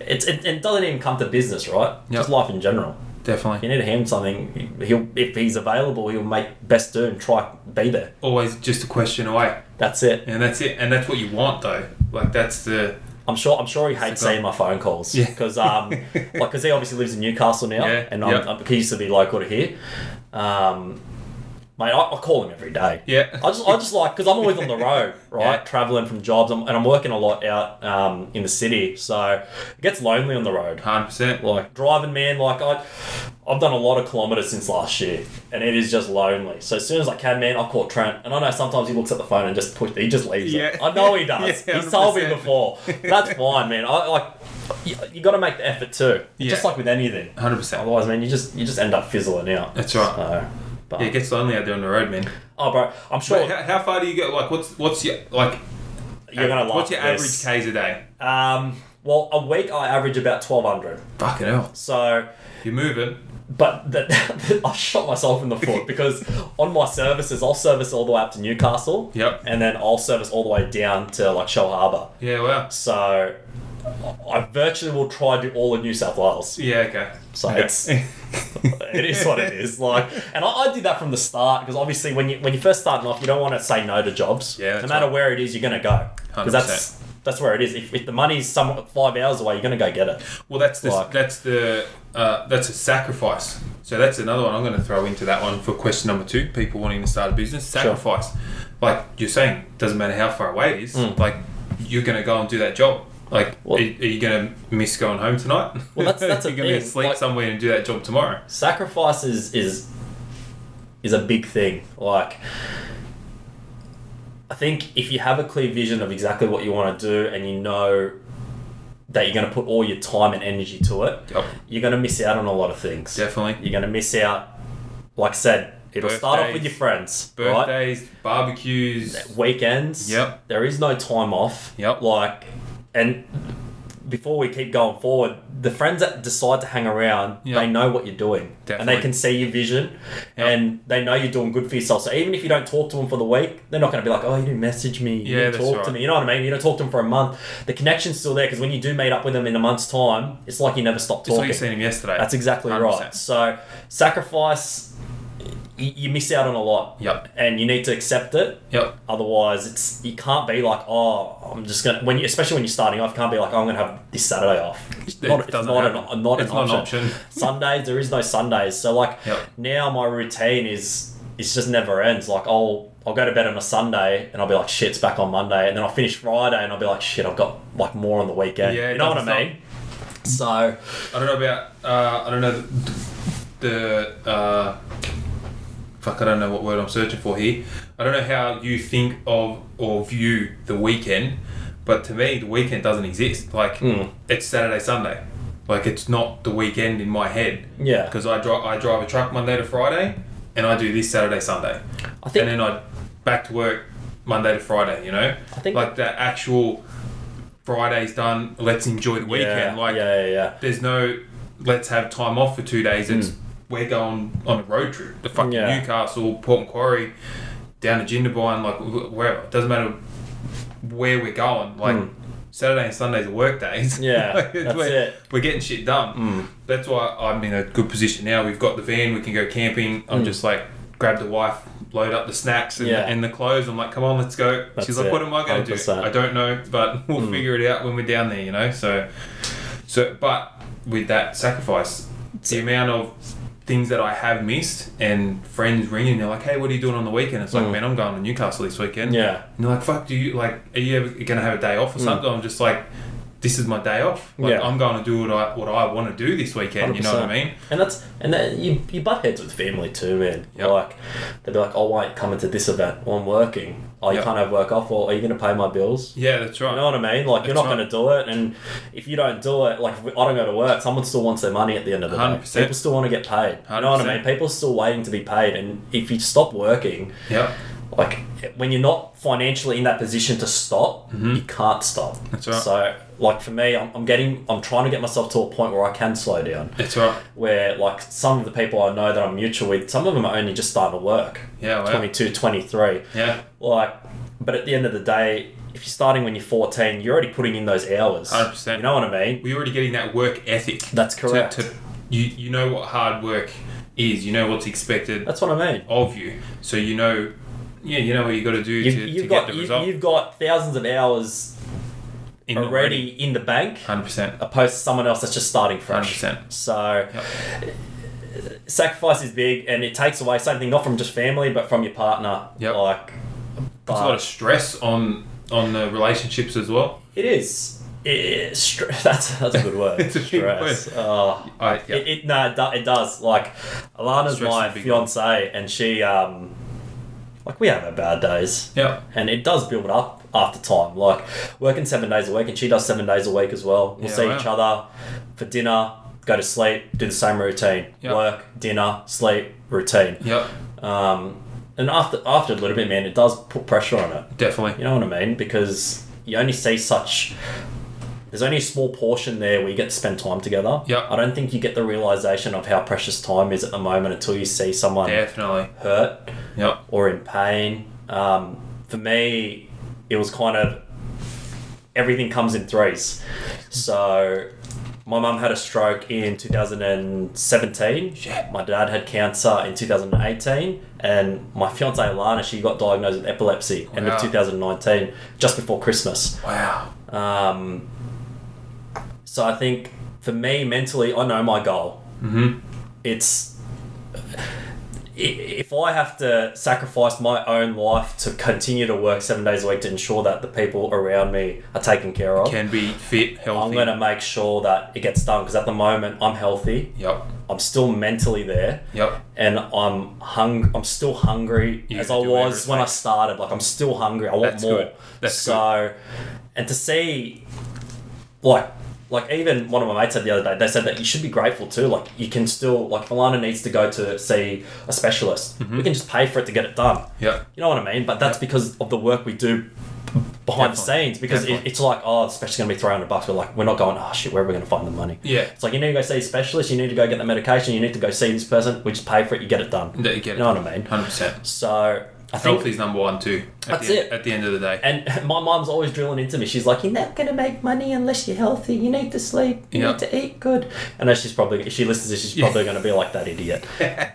it's, it, it doesn't even come to business, right? Yep. Just life in general. If you Definitely, need to hand something, he'll if he's available, he'll make best do and try be there. always just a question away, That's it. and that's it, and that's what you want though. Like that's the I'm sure. I'm sure he hates like- seeing my phone calls Yeah. because um, like 'cause he obviously lives in Newcastle now, Yeah, and yep. I'm, I'm, he used to be local to here. Um, mate, I, I call him every day. yeah. I just, I just like because I'm always on the road, right? Yeah. Traveling from jobs, I'm, and I'm working a lot out um, in the city, so it gets lonely on the road. hundred percent. Like driving, man. Like I, I've done a lot of kilometers since last year, and it is just lonely. So as soon as I can, man, I caught Trent, and I know sometimes he looks at the phone and just push, he just leaves it. Yeah. I know he does. Yeah, He's told me 100%. before. That's fine, man. I like you, you got to make the effort too, Yeah. just like with anything. Hundred percent. Otherwise, man, you just you just end up fizzling out. That's right. So, but, Yeah, it gets lonely out there on the road, man. oh, bro, I'm sure But uh, how, how far do you go? Like, what's what's your like? you're gonna like What's your this. average k's a day? Um, well, a week I average about twelve hundred. Fucking hell, So, you're moving. but that I shot myself in the foot because on my services, I'll service all the way up to Newcastle. Yep. And then I'll service all the way down to like Shell Harbour. Yeah, wow. So, I- I virtually will try to do all of New South Wales. Yeah, okay. So Okay. it's it is what it is. Like, and I, I did that from the start because obviously when you when you first starting off, you don't want to say no to jobs. Yeah, that's no matter right. where it is, you're gonna go because that's that's where it is. If, if the money's some five hours away, you're gonna go get it. Well, that's the, Like- that's the uh, that's a sacrifice. So that's another one I'm going to throw into that one for question number two. People wanting to start a business, sacrifice. Like you're saying, doesn't matter how far away it is. Like you're going to go and do that job. Like, Hmm. Well- are, are you gonna miss going home tonight? Well, that's- that's the You're gonna thing, sleep like- somewhere and do that job tomorrow. sacrifice is is is a big thing. Like I think if you have a clear vision of exactly what you want to do and you know that you're gonna put all your time and energy to it, Yep, you're gonna miss out on a lot of things. definitely. You're gonna miss out like I said, it'll start off with Birthdays. your friends. Right? Birthdays, barbecues. weekends. Yep. There is no time off. Yep. Like, and before we keep going forward, the friends that decide to hang around, Yep. they know what you're doing, and Definitely. they can see your vision, Yep. and they know you're doing good for yourself. So even if you don't talk to them for the week, they're not going to be like, "Oh, you didn't message me. You Yeah, didn't that's talk to right. me." You know what I mean? You don't talk to them for a month. The connection's still there because when you do meet up with them in a month's time, it's like you never stop Just talking. like you seen him yesterday. That's exactly right. 100%. So sacrifice, y- you miss out on a lot. Yep. And you need to accept it. Yep. Otherwise, it's you can't be like, oh, I'm just gonna when you, especially when you're starting off, you can't be like, oh, I'm gonna have this Saturday off. It's It not, it's doesn't not happen. an not It's an not an option. option. Sundays, there is no Sundays. So like Yep. now, my routine is it's just never ends. Like I'll I'll go to bed on a Sunday and I'll be like, shit, it's back on Monday, and then I'll finish Friday and I'll be like, shit, I've got like more on the weekend. Yeah, it you know what doesn't I mean. So I don't know about. Uh, I don't know the. the uh, fuck, I don't know what word I'm searching for here. I don't know how you think of or view the weekend, but to me, the weekend doesn't exist. Like, Hmm. it's Saturday, Sunday. Like, it's not the weekend in my head. yeah, Because I, dri- I drive a truck Monday to Friday, and I do this Saturday, Sunday. I think- and then I back to work Monday to Friday, you know? I think- Like, the actual Friday's done, let's enjoy the weekend. yeah, like, yeah, yeah, yeah. there's no let's have time off for two days. It's we're going on a road trip to fucking Hmm. Yeah. Newcastle, Port Macquarie, down to Jindabyne, like wh- wherever. It doesn't matter where we're going. Like Saturday and Sundays are work days. Hmm. Yeah, Like, it's that's we're, it. Hmm. We're getting shit done. That's why I'm in a good position now. We've got the van. We can go camping. I'm just like grab the wife. Load up the snacks and, Hmm. Yeah. and the clothes. I'm like, come on, let's go. That's She's like, it, Hmm. what am I going to do? 100%. I don't know, but we'll figure it out when we're down there, you know? So so, but with that sacrifice, the amount of things that I have missed and friends ringing, they're like, "Hey, what are you doing on the weekend?" It's like, "Man, I'm going to Newcastle this weekend." Mm. Yeah. Mm. and they're like, "Fuck, do you like? Are you ever gonna have a day off or something?" I'm just like, "This is my day off. Like, Yeah. I'm going to do what I what I want to do this weekend." You know what I 100%. mean? And that's and then you you butt heads with family too, man. Yep. Like they'd be like, "Oh, why aren't you coming to this event? Well, I'm working. Oh, you Yep. can't have work off. Or are you going to pay my bills? Yeah, that's right. You know what I mean? Like you're That's not right. going to do it, and if you don't do it, like if I don't go to work, someone still wants their money at the end of the day. 100%. People still want to get paid. You know what I 100%. mean? People are still waiting to be paid, and if you stop working, Yep, like when you're not financially in that position to stop you can't stop Mm-hmm. That's right. so like for me I'm, I'm getting i'm trying to get myself to a point where i can slow down that's right. where like some of the people i know that i'm mutual with some of them are only just starting to work Yeah, wow. 22 23 Yeah, like but at the end of the day if you're starting when you're 14 you're already putting in those hours 100%. you know what i mean we're already getting that work ethic. that's correct To, to, you you know what hard work is. You know what's expected. that's what i mean of you, so you know, yeah, you know what you got to do you've, to, you've to got get the you, result. have got thousands of hours in the already in the bank hundred percent. opposed to someone else that's just starting fresh. 100%. So sacrifice is big, and it takes away same thing not from just family, but from your partner. Yep. Like It's a lot of stress on on the relationships as well. it is. It, it- str- that's that's a good word. It's a big stress. Oh, I yeah, It, it no, it, do, it does. Like Alana's Stress my is a big one. fiance, and she um, like we have our bad days. yeah, and it does build up after time. Like working seven days a week, and she does seven days a week as well. We'll Yeah, see wow. each other for dinner, go to sleep, do the same routine: Yep. work, dinner, sleep, routine. yeah, Um, and after after a little bit, man, it does put pressure on it. definitely. You know what I mean? Because you only see such. There's only a small portion there where you get to spend time together. Yep. I don't think you get the realization of how precious time is at the moment until you see someone Definitely. hurt Yep. or in pain. Um, for me, it was kind of everything comes in threes. So my mum had a stroke in 2017. My dad had cancer in 2018, and my fiance Alana she got diagnosed with epilepsy end Wow. of 2019, just before Christmas. Wow. Um, so I think for me mentally, I know my goal. Mm-hmm. It's i- if I have to sacrifice my own life to continue to work seven days a week to ensure that the people around me are taken care of, Can be fit, I'm healthy. going to make sure that it gets done. Because at the moment, I'm healthy. Yep. I'm still mentally there. Yep. And I'm hung. I'm still hungry You as I can do was everything. when I started. Like I'm still hungry. I want That's more. good. That's so, and to see, like, like even one of my mates said the other day. They said that you should be grateful too. Like you can still like if Alana needs to go to see a specialist. We can just pay for it to get it done. Mm-hmm. Yep. You know what I mean? But that's because of the work we do behind the Definitely. scenes. Because it, Definitely. it's like, oh, the specialist's gonna be three hundred bucks. We're like, we're not going. Oh shit, where are we gonna find the money? Yeah. It's like you need to go see a specialist. You need to go get the medication. You need to go see this person. We just pay for it. You get it done. That you get it. You know what I mean? Hundred percent. So I think. Health is number one too. At That's the, it. At the end of the day. And my mom's always drilling into me. She's like, "You're not gonna make money unless you're healthy. You need to sleep. You Yeah. need to eat good." I know she's probably if she listens to this, she's Yeah. probably gonna be like that idiot.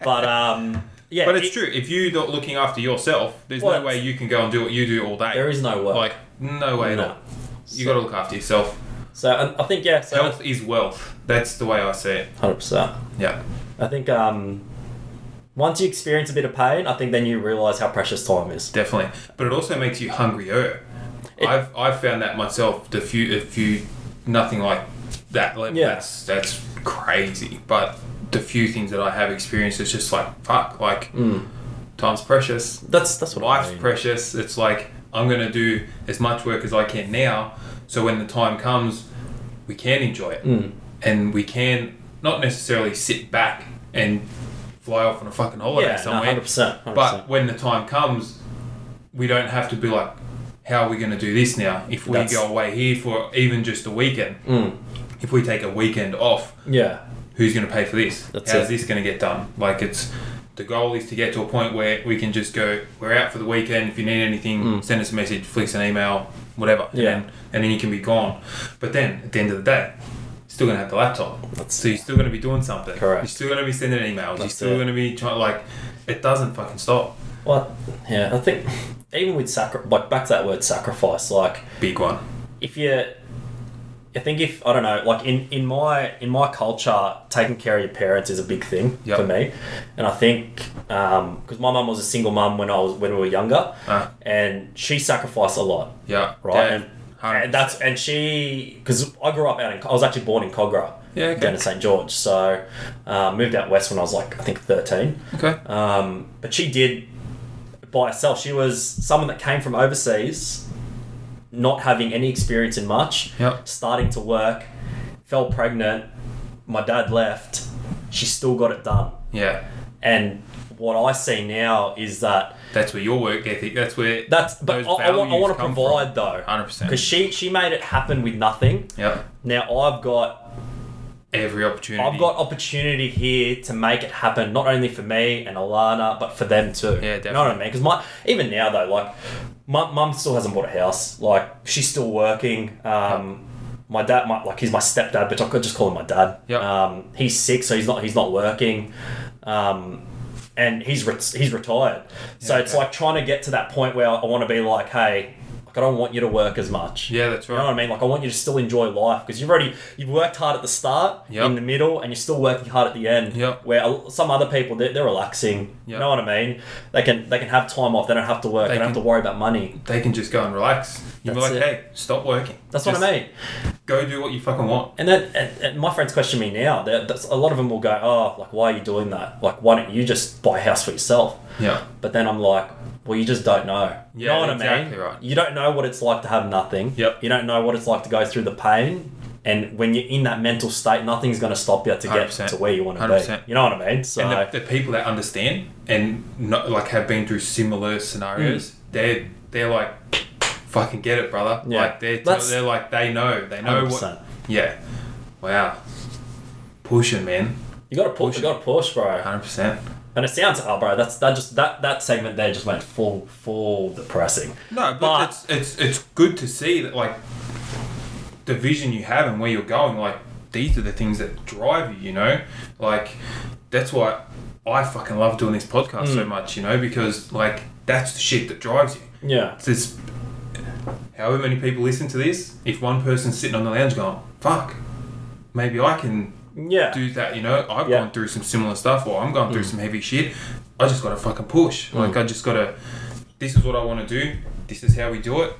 but um, yeah. but it's it- true. If you're not looking after yourself, there's Well, no way you can go and do what you do all day. There is no work. Like no way at No. all. You got to look after yourself. So I- I think yeah. So Health is wealth. That's the way I see it. hundred percent. Yeah. I think um, once you experience a bit of pain, I think then you realize how precious time is. Definitely, but it also makes you hungrier. It- I've I've found that myself. The few a few nothing like that level. Yeah. That's that's crazy. But the few things that I have experienced, it's just like fuck. Like Mm. time's precious. That's that's what I Life's mean. precious. It's like I'm gonna do as much work as I can now, so when the time comes, we can enjoy it, Mm. and we can not necessarily sit back and fly off on a fucking holiday yeah, no, somewhere. hundred percent. But when the time comes, we don't have to be like, how are we going to do this now? If we That's- Mm. go away here for even just a weekend, if we take a weekend off, yeah, who's going to pay for this? That's How's it. this going to get done? Like, it's the goal is to get to a point where we can just go, we're out for the weekend. If you need anything, send us a message, flicks an email, whatever. Hmm. Yeah. And then, and then you can be gone. But then at the end of the day, Still gonna have the laptop, so you're still gonna be doing something. Correct. You're still gonna be sending emails. you're That's still it. gonna be trying. Like, it doesn't fucking stop. well, yeah, I think even with sacri- like back to that word sacrifice, like Big one. if you I think if I don't know, like in, in my in my culture, taking care of your parents is a big thing Yep. for me, and I think because my mum was a single mum when I was when we were younger, Ah. and she sacrificed a lot, Yeah. right? Yeah. And, Hundred and that's and she because I grew up out in I was actually born in Cogra, Yeah, okay. down in St George, so um, moved out west when I was like I think thirteen, percent. Okay. um, but she did by herself. She was someone that came from overseas, not having any experience in much, Yep. starting to work, fell pregnant. My dad left. She still got it done. yeah. And what I see now is that That's where your work ethic. That's where. that's. But Those I, I, wa- I values want to come provide from. though, 100%. because she she made it happen with nothing. Yep. Now I've got Every opportunity. I've got opportunity here to make it happen, not only for me and Alana, but for them too. Yeah, You know what I mean? Because my even now though, like my mum still hasn't bought a house. Like she's still working. Um, my dad, my, like he's my stepdad, but I could just call him my dad. Yep. Um, he's sick, so he's not he's not working. Um, and he's re- he's retired, so Yeah, it's okay. like trying to get to that point where I want to be like, hey, like I don't want you to work as much. Yeah, that's You know what right. I mean? Like I want you to still enjoy life because you've already you've worked hard at the start, Yep. in the middle, and you're still working hard at the end. Yep. Where a- some other people they're, they're relaxing. You Yep. know what I mean? They can they can have time off. They don't have to work. They, They don't can- have to worry about money. They can just go and relax. You're That's like, it. hey, stop working. That's Just what I mean. Go do what you fucking want. And then and, and my friends question me now. They're- That's, a lot of them will go, oh, like why are you doing that? Like why don't you just buy a house for yourself? Yeah. But then I'm like, well, you just don't know. you Yeah, know what I exactly mean? right. You don't know what it's like to have nothing. Yep. You don't know what it's like to go through the pain. And when you're in that mental state, nothing's going to stop you to get 100%. to where you want to be. 100%. You know what I mean? So, And the, the people that understand and not, like have been through similar scenarios, Mm. they're they're like, fucking get it, brother. Yeah. Like they're That's- they're like they know they know what. 100%. Yeah. Wow. Pushing man, you got to push. You got to push, bro. hundred percent. And it sounds, oh, bro, that's that just that that segment there just went full full depressing. No, but, But- it's it's it's good to see that like the vision you have and where you're going. Like these are the things that drive you. You know, like that's why I fucking love doing this podcast so much. You know, because like that's the shit that drives you. Yeah. It's this. However many people listen to this, if one person's sitting on the lounge going, "Fuck, maybe I can Yeah. do that, you know. I've Yeah. Mm. gone through some similar stuff or I'm going through some heavy shit. I just gotta fucking push. Like I just gotta this is what I wanna do, this is how we do it,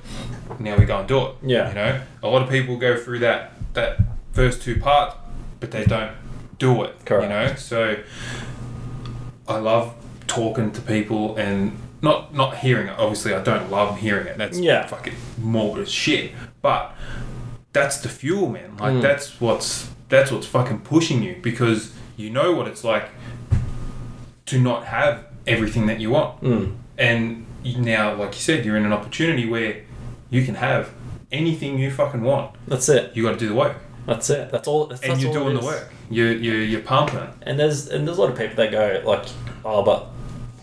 now we go and do it. Yeah. You know? A lot of people go through that that first two parts, but they don't do it. Correct. You know? So I love talking to people and not not hearing it. Obviously I don't love hearing it. That's Yeah. fucking morbid as shit. But that's the fuel, man. Mm. Like that's what's that's what's fucking pushing you because you know what it's like to not have everything that you want. Mm. And you- now, like you said, you're in an opportunity where you can have anything you fucking want. That's it. You got to do the work, That's it. That's all. That's, and that's you're all it doing the is. work. You're you're, you're pumping. it. And there's and there's a lot of people that go like, oh, but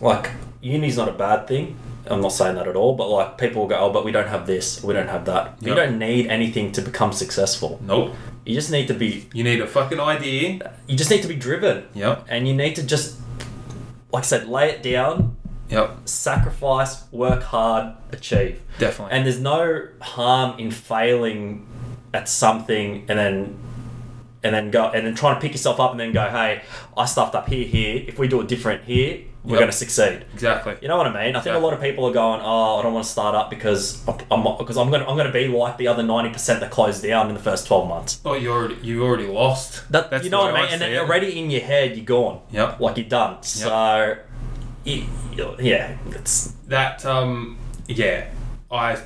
like uni's not a bad thing. I'm not saying that at all, but like people go, oh, but we don't have this, we don't have that. You Yep. don't need anything to become successful. Nope. You just need to be. You need a fucking idea. You just need to be driven, Yep. and you need to just, like I said, lay it down, Yep. sacrifice, work hard, achieve. Definitely. And there's no harm in failing at something and then and then go and then trying to pick yourself up and then go, hey, I stuffed up here, here. If we do it different here, we're Yep. going to succeed. exactly. You know what I mean? I think a lot of people are going, oh, I don't want to start up because I'm because I'm gonna I'm gonna be like the other ninety percent that closed down in the first twelve months. Oh, you already you already lost. That That's you the know what way I mean? and see then it. already in your head, you're gone. Yep. Like you're done. So, it, yeah, it's that um yeah i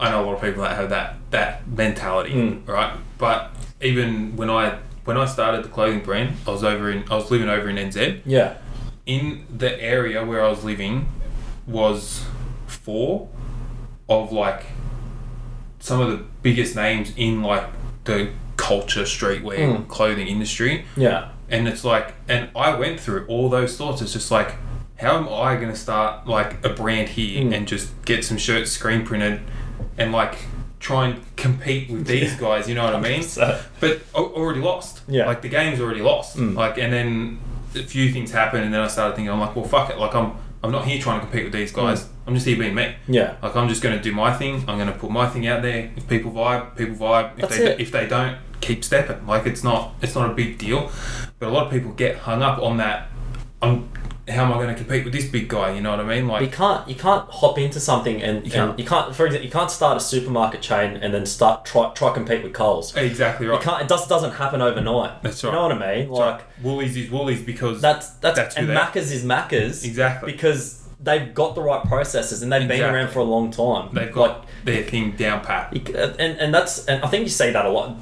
i know a lot of people that have that that mentality right but even when i when i started the clothing brand i was over in i was living over in nz yeah, in the area where i was living was four of like some of the biggest names in like the culture streetwear clothing industry yeah, and it's like and i went through all those thoughts it's just like how am i going to start like a brand here Hmm. and just get some shirts screen printed and like try and compete with these guys you know what i mean 100%. but al- already lost Yeah. Hmm. like the game's already lost like and then a few things happened and then i started thinking i'm like well fuck it like i'm i'm not here trying to compete with these guys i'm just here being me Hmm. yeah. like I'm just going to do my thing. I'm going to put my thing out there. If people vibe, people vibe. If That's they it. if they don't, keep stepping. Like it's not it's not a big deal. But a lot of people get hung up on that. I'm how am I going to compete with this big guy? You know what I mean? you Like can't you can't hop into something and you can't. and you can't for example you can't start a supermarket chain and then start try try compete with Coles. You exactly right. can't it just doesn't happen overnight. That's You right. know what I mean? Like Woolies is Woolies because that's that's, That's who and they are. Macca's is Macca's Exactly. because they've got the right processes and they've been Exactly. around for a long time. they've got their thing down pat. like, you c- uh, and and that's and I think you see that a lot.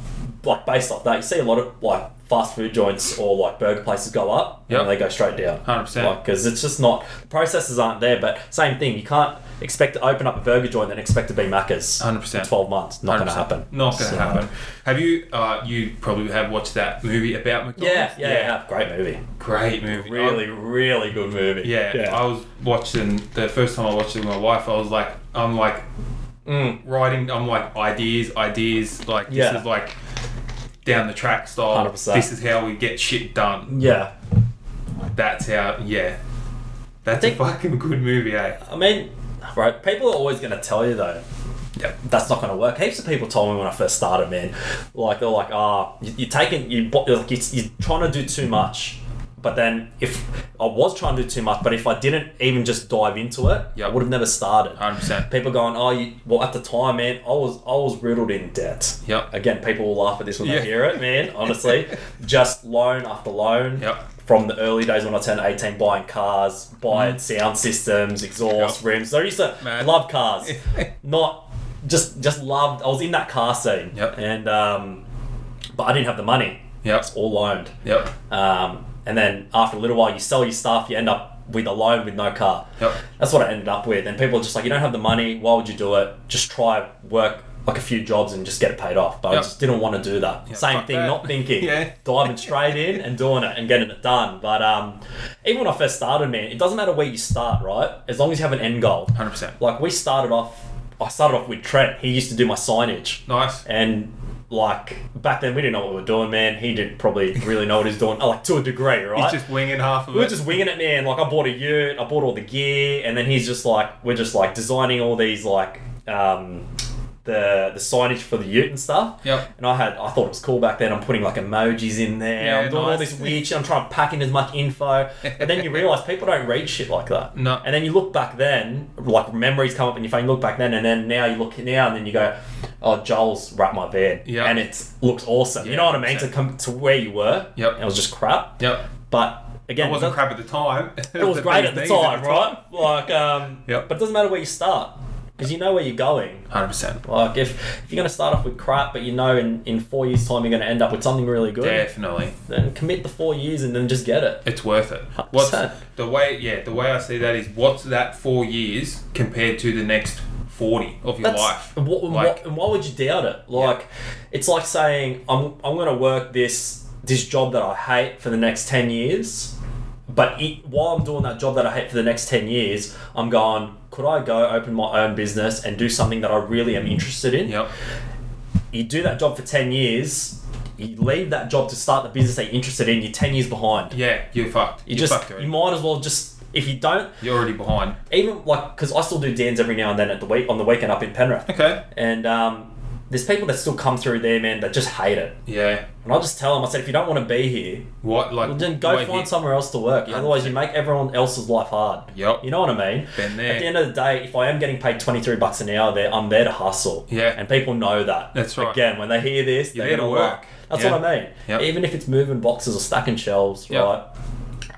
Like based off that, you see a lot of like fast food joints or like burger places go up Yep. and they go straight down. 100%. because it's just not the processes aren't there. But same thing, you can't expect to open up a burger joint and expect to be Macca's. 100%. in Twelve months, not going to happen. Not going to So- happen. Have you? Uh, you probably have watched that movie about Yeah, McDonald's. yeah, yeah, Great movie. Great movie. Really, really good movie. Yeah, I was watching the first time I watched it with my wife. I was like, I'm like Mm. writing. I'm like ideas, ideas. Like this Yeah. is like down the track style. 100%. This is how we get shit done. yeah. That's how. Yeah, that's think- a fucking good movie, eh? I mean, right? People are always going to tell you though. Yep. that's not going to work. Heaps of people told me when I first started, man. Like they're like, ah, you, you're taking, you, bo- you're, like, you're, you're trying to do too much. But then if I was trying to do too much, but if I didn't even just dive into it, Yeah. I would have never started. 100%. People going, oh, you, well, at the time, man, I was I was riddled in debt. Yep. Again, people will laugh at this when Yeah. they hear it, man. Honestly, just loan after loan. Yep. From the early days when I turned 18, buying cars, buying sound systems, exhaust, Mm. Yep. rims. I used to Mad. love cars. Not just just loved. I was in that car scene, Yep. and um, but I didn't have the money. Yep. It's all loaned. Yep. Um, and then after a little while, you sell your stuff. You end up with a loan with no car. Yep. That's what I ended up with. And people are just like, you don't have the money. Why would you do it? Just try work like a few jobs and just get it paid off. But I Yep. just didn't want to do that. Same fuck thing, that. not thinking, Yeah. diving straight in and doing it and getting it done. But um, even when I first started, man, it doesn't matter where you start, right? As long as you have an end goal. 100%. Like we started off. I started off with Trent. He used to do my signage. Nice. And like back then, we didn't know what we were doing, man. He didn't probably really know what he's doing, oh, like to a degree, right? He's just winging half of we were it. just winging it, man. Like I bought a yurt, I bought all the gear, and then he's just like, we're just like designing all these like um, the the signage for the Ute and stuff. Yep. And I had I thought it was cool back then. I'm putting like emojis in there. Yeah, I'm doing all nice. this weird shit. I'm trying to pack in as much info. But then you realize people don't read shit like that. No. And then you look back then, like memories come up in your phone. You look back then, and then now you look now, and then you go, "Oh, Joel's wrapped my van." Yeah. And it looks awesome. you know what I mean? To come to where you were. Yep. And it was just crap. Yep. But again, It wasn't that- crap at the time. it was great at the time, right? Like, um, Yep. but it doesn't matter where you start because you know where you're going. Hundred percent. Like, if, if you're going to start off with crap, but you know in, in four years' time you're going to end up with something really good, Definitely, then commit the four years and then just get it. it's worth it. 100%. What's the way? Yeah, the way I see that is what's that four years compared to the next forty of your life? and What, and Like- what, and why would you doubt it? Like, it's like saying I'm I'm going to work this this job that I hate for the next ten years, but it, while I'm doing that job that I hate for the next ten years, I'm going. Could I go open my own business and do something that I really am interested in? Yep. You do that job for ten years. You leave that job to start the business that you're interested in. You're ten years behind. Yeah, you're fucked. you are just fucked you already. might as well just if you don't you're already behind. even like because I still do dance every now and then at the week on the weekend up in Penrith. Okay. And um, there's people that still come through there, man, that just hate it. Yeah. And I just tell them, I said, if you don't want to be here, What like? well, then go wait find here. somewhere else to work. Otherwise, you make everyone else's life hard. Yep. You know what I mean? Been there. At the end of the day, if I am getting paid 23 bucks an hour there, I'm there to hustle. Yeah. And people know that. That's right. Again, when they hear this, You're they're there going to to work. work. That's Yeah. what I mean. Yep. Even if it's moving boxes or stacking shelves, Yep. right?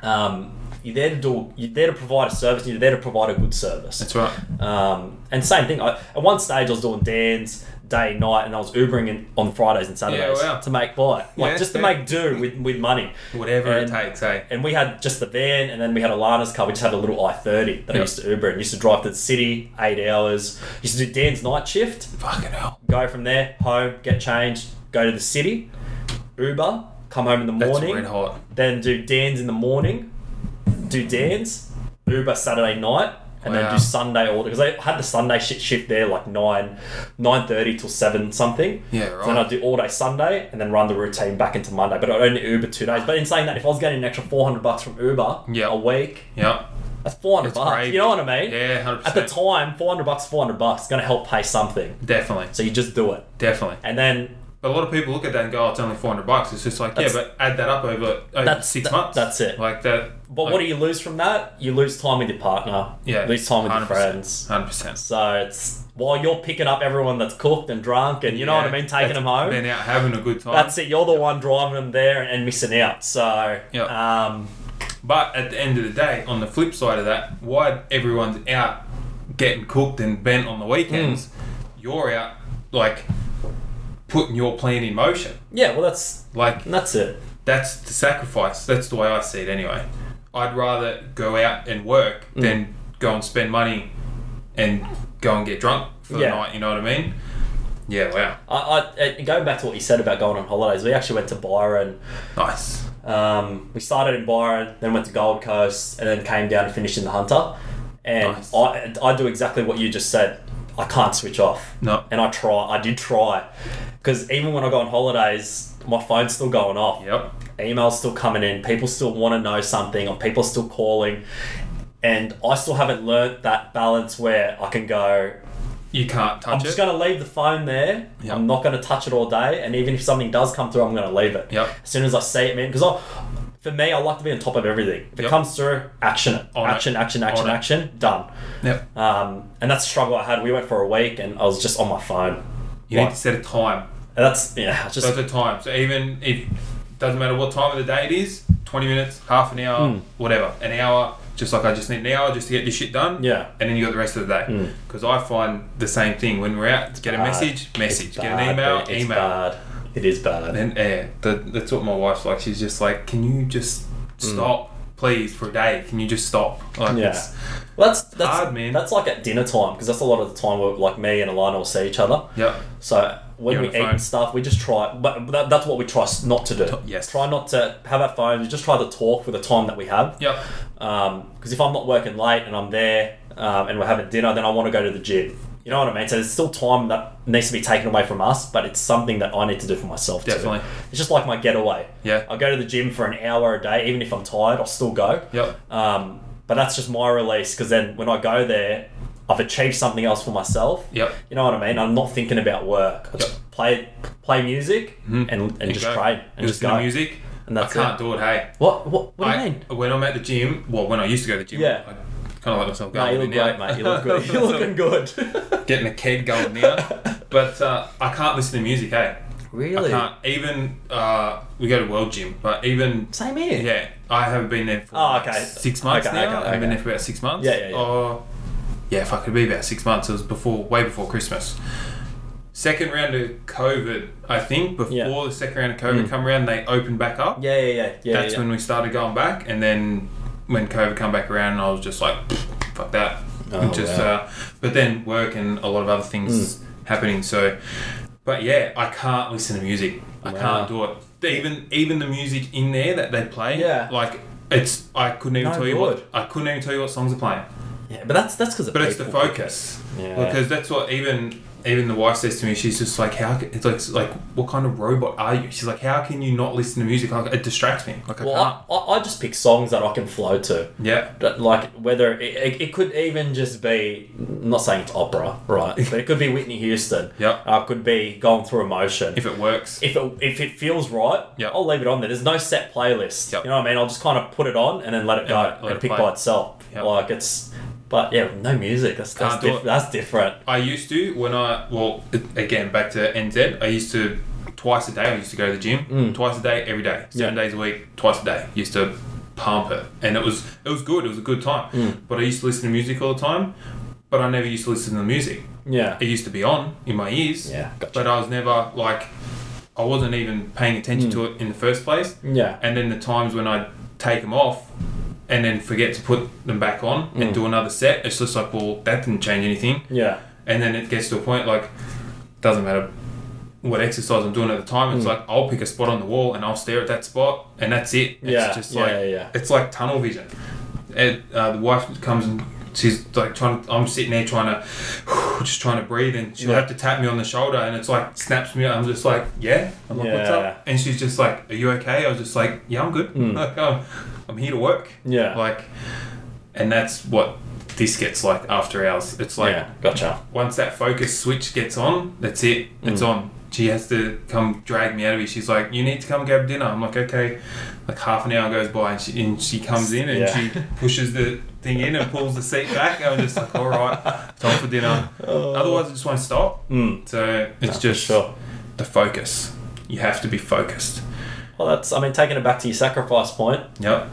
Um, you're there to do. You're there to provide a service. and You're there to provide a good service. That's right. Um, and same thing. I, at one stage, I was doing dance day, night, and I was Ubering in, on Fridays and Saturdays Yeah, wow. to make by, like Yeah, just to yeah. make do with, with money. Whatever And- it takes, eh? And we had just the van, and then we had Alana's car. We just had a little i thirty that I Yeah. used to Uber and used to drive to the city eight hours. Used to do Dan's night shift, Fucking hell. go from there home, get changed, go to the city, Uber, come home in the That's morning, red hot. then do Dan's in the morning, do Dan's, Uber Saturday night, and then Wow. do Sunday all because I had the Sunday shit shift there like nine, nine thirty till seven something. Yeah, So then right. I'd do all day Sunday and then run the routine back into Monday. But I'd only Uber two days. But in saying that, if I was getting an extra four hundred bucks from Uber Yeah. a week, Yep. that's four hundred It's bucks. great. You know what I mean? Yeah, hundred At the percent. time, four hundred bucks, four hundred bucks, gonna help pay something. Definitely, So you just do it, definitely. and then But a lot of people look at that and go, "Oh, it's only four hundred bucks." It's just like, That's- yeah, but add that up over, over That's- six that- months. that's it. Like that. But what do you lose from that? You lose time with your partner. Yeah, You lose time with your 100%, friends. Hundred percent. So it's while you're picking up everyone that's cooked and drunk and you know what I mean, taking them home. Been out having a good time. That's it. You're the one driving them there and missing out. So Yep. um, But at the end of the day, on the flip side of that, why everyone's out getting cooked and bent on the weekends, Hmm. you're out like putting your plan in motion. yeah, well that's Like that's it. that's the sacrifice. That's the way I see it anyway. I'd rather go out and work Hmm. than go and spend money and go and get drunk for Yeah. the night, you know what I mean? Yeah, wow. I, I and going back to what you said about going on holidays, we actually went to Byron. Nice. Um, we started in Byron, then went to Gold Coast, and then came down and finished in the Hunter. And Nice. I, I do exactly what you just said. I can't switch off. No. And I try. I do try, because even when I go on holidays, my phone's still going off. Yep. Emails still coming in. People still want to know something, or people still calling, and I still haven't learnt that balance where I can go. You can't touch I'm it. just going to leave the phone there. Yeah. I'm not going to touch it all day. And even if something does come through, I'm going to leave it. Yep. As soon as I see it, man, because for me, I like to be on top of everything. If it Yep. comes through, action it. On it. action, action, action, On it. action. Done. Yep. Um, and that's the struggle I had. We went for a week and I was just on my phone. You need to set a time. And that's, yeah, it's just, That's a time. So even if doesn't matter what time of the day it is, twenty minutes, half an hour, Hmm. whatever, an hour. Just like I just need an hour just to get this shit done. Yeah. And then you got the rest of the day. Because I find the same thing when we're out. Get a bad. message, message. it's Get bad, an email, dude. it's email. Bad. It is bad. And yeah, the, that's what my wife's like. She's just like, can you just stop, please, for a day? Can you just stop? Like, Hmm. Yeah. it's- Well, that's, that's, hard, man. that's like at dinner time because that's a lot of the time where like me and Alana will see each other. Yep. So when You're we on eat the phone. and stuff, we just try. But that, that's what we try s- not to do. yes. Try not to have our phones. We just try to talk for the time that we have. Yep. Because if I'm not working late and I'm there um, and we're having dinner, then I want to go to the gym. You know what I mean? So there's still time that needs to be taken away from us, but it's something that I need to do for myself. too. Definitely. It's just like my getaway. Yeah. I go to the gym for an hour a day, even if I'm tired, I'll still go. Yep. Um, but that's just my release because then when I go there, I've achieved something else for myself. Yep. You know what I mean? I'm not thinking about work. I just Yep. Mm-hmm. play play music and, and You just go. trade and just Listen go. to music. And that's I can't it. do it. Hey, What what what do I- you mean? When I'm at the gym, well, when I used to go to the gym, Yeah. I kind of let myself go. No, you look now. great, mate. You look good. You're looking good. Getting a keg going now, but uh, I can't listen to music. Hey, really? I can't even. Uh, we go to World Gym, but even Same here. yeah, I haven't been there for Oh, like okay. six months Okay, now. okay, I haven't been okay. there for about six months. Yeah, yeah, yeah. Or yeah, if I could be about six months, it was before, way before Christmas. Second round of COVID, I think. Before Yeah. Mm. the second round of COVID come around, they opened back up. Yeah, yeah, yeah. yeah That's yeah. when we started going back, and then when COVID come back around, I was just like, fuck that. Oh, just, wow. Hmm. uh, but then work and a lot of other things happening. So, but yeah, I can't listen to music. I Wow. can't do it. Even even the music in there that they play, Yeah. like it's I couldn't even No tell you good. what I couldn't even tell you what songs are playing. Yeah, but that's that's because But it's the focus Yeah. because that's what even even the wife says to me. She's just like, how? ca- It's like, it's like, what kind of robot are you? She's like, how can you not listen to music? Like, it distracts me. Like I Well, can't. I, I, I just pick songs that I can flow to. Yeah. But, Like whether it, it, it could even just be I'm not saying it's opera, right? But it could be Whitney Houston. Yep. Uh, it could be going through emotion. If it works. if it, if it feels right, Yep. I'll leave it on there. There's no set playlist. Yep. You know what I mean? I'll just kind of put it on and then let it go Yeah, let and it pick play. by itself. Yep. Like it's, but yeah, no music. That's that's, Can't do diff- it. that's different. I used to when I well again back to NZ. I used to twice a day. I used to go to the gym twice a day, every day, seven days a week, twice a day. Used to pump it, and it was it was good. It was a good time. But I used to listen to music all the time. But I never used to listen to the music. Yeah. It used to be on in my ears. Yeah, gotcha. But I was never like, I wasn't even paying attention to it in the first place. Yeah. And then the times when I take them off and then forget to put them back on Mm. and do another set, it's just like, well, that didn't change anything. Yeah. And then it gets to a point like, doesn't matter what exercise I'm doing at the time. Mm. It's like I'll pick a spot on the wall and I'll stare at that spot and that's it. It's Yeah, just yeah, like yeah, yeah. it's like tunnel vision. And uh, the wife comes and she's like trying. I'm sitting there trying to, just trying to breathe, and she'll Yeah. have to tap me on the shoulder, and it's like snaps me. up. I'm just like, yeah. I'm like, what's Yeah. Hmm. up? And she's just like, are you okay? I was just like, yeah, I'm good. Like, I'm, I'm here to work. Yeah. Like, and that's what this gets like after hours. It's like yeah. Gotcha. once that focus switch gets on, that's it. It's Mm. on. She has to come drag me out of it. She's like, "You need to come grab dinner." I'm like, "Okay." Like half an hour goes by, and she and she comes in and Yeah. she pushes the thing in and pulls the seat back. I'm just like, "All right, time for dinner." Otherwise, I just won't stop. Oh. Mm. So it's Nah, for just sure. the focus. You have to be focused. Well, that's I mean taking it back to your sacrifice point. Yep.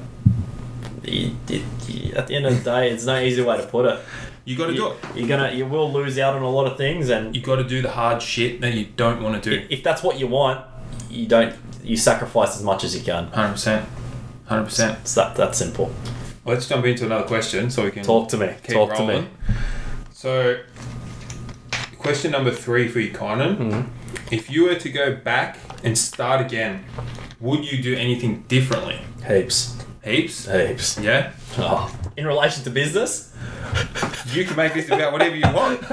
you- you- you- at the end of the day, it's no easy way to put it. You got to do You, it. you're gonna, you will lose out on a lot of things, and You got to do the hard shit that you don't want to do. if that's what you want, you don't, you sacrifice as much as you can. Hundred percent. Hundred percent. It's that that simple. Let's jump into another question so we can Talk to me. Mm. keep Talk rolling. to me. So, question number three for you, Conan. Mm-hmm. If you were to go back and start again, would you do anything differently? Heaps, Heaps? heaps. Yeah? Oh. In relation to business, You can make this about whatever you want.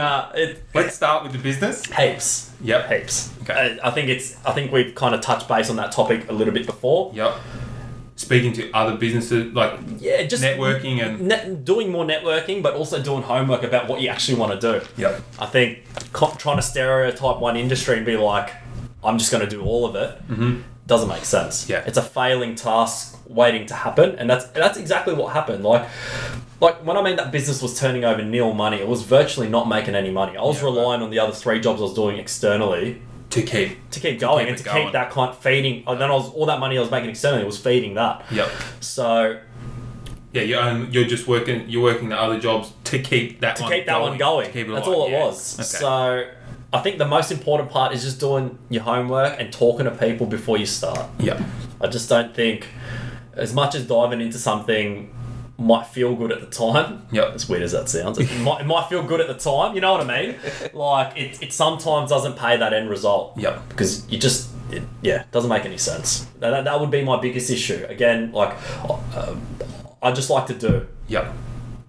Um, nah, it Let's start with the business. heaps, Yep. heaps. Okay. I, I think it's. I think we've kind of touched base on that topic a little bit before. Yep. Speaking to other businesses, like Yeah, just networking and. Net, doing more networking, but also doing homework about what you actually want to do. Yep. I think co- trying to stereotype one industry and be like, I'm just going to do all of it, doesn't make sense. Mm-hmm. Yeah. it's a failing task waiting to happen, and that's that's exactly what happened. Like, like when I mean that business was turning over nil money, it was virtually not making any money. I was Yeah. relying on the other three jobs I was doing externally To keep. to keep going keep and it to going. keep that kind of feeding. And then I was all that money I was making externally was feeding that. Yep. So Yeah, you're, um, you're just working. You're working the other jobs to keep that to one keep that one going. to keep it That's alive, all it yeah. was. Okay. So I think the most important part is just doing your homework and talking to people before you start. yeah. I just don't think, as much as diving into something might feel good at the time. Yep. As weird as that sounds, it might, it might feel good at the time. You know what I mean? Like it, it sometimes doesn't pay that end result. Yep. Because you just. It, yeah, doesn't make any sense. That, that, that would be my biggest issue. Again, like, uh, I just like to do Yep.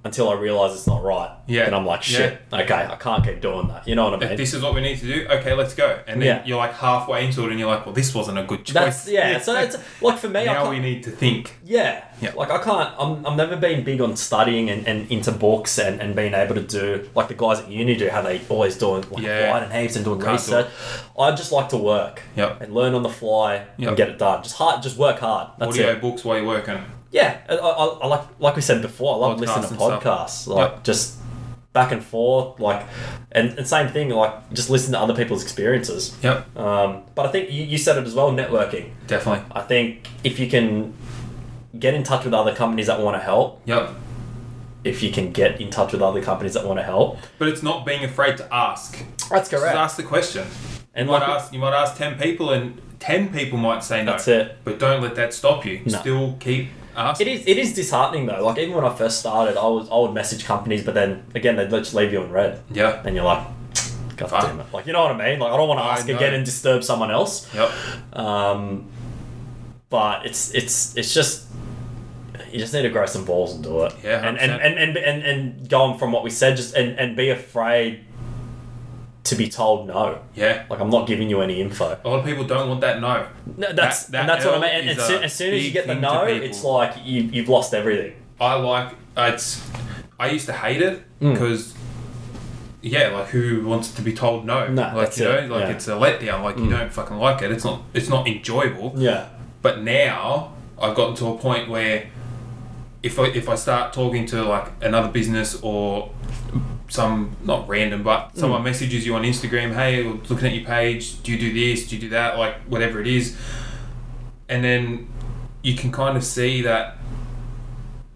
until I realize it's not right. Yeah. And I'm like, shit, okay, I can't keep doing that. You know what I mean? This is what we need to do. Okay, let's go. And then Yeah. you're like halfway into it, and you're like, well, this wasn't a good choice. That's yeah. So that's like for me, I now can't- we need to think. Yeah. Yeah. Like I can't I'm I've never been big on studying and, and into books and, and being able to do like the guys at uni do how they always doing like Yeah. writing heaps and doing Can't do research. I just like to work. Yep. And learn on the fly Yep. and get it done. Just hard just work hard. That's Audio it. books while you're working. Yeah. I, I, I like like we said before, I love Podcasts listening to and stuff. podcasts. Like Yep. just back and forth, like and, and same thing, like just listen to other people's experiences. Yep, Um, but I think you, you said it as well, networking. definitely. I think if you can get in touch with other companies that want to help, Yep. if you can get in touch with other companies that want to help, But it's not being afraid to ask. that's Just ask the question. And You might like- ask, you might ask ten people, and ten people might say no. That's it. But don't let that stop you. No. Still keep It asking. is it is disheartening though. Like even when I first started, I was I would message companies, but then again they'd just leave you in red, Yeah. and you're like, God Fuck. damn it! Like you know what I mean? Like I don't want to I ask know. again and disturb someone else. Yep. Um, but it's it's it's just you just need to grow some balls and do it. Yeah, and and 100%. and and and, and go on from what we said, just and and be afraid to be told no. Yeah. Like I'm not giving you any info. A lot of people don't want that no. No, that's That- that and that's what I L mean. And, is and soon, a as soon as you big get the thing to no, people. it's like you you've lost everything. I like it's. I used to hate it Hmm. because, yeah, like who wants to be told no? No, like that's you know, it, like yeah. Hmm. it's a letdown. Like you don't fucking like it. It's not. It's not enjoyable. Yeah. But now I've gotten to a point where if I, if I start talking to like another business or some not random but Mm. someone messages you on Instagram, hey, we're looking at your page, do you do this, do you do that, like whatever it is, and then you can kind of see that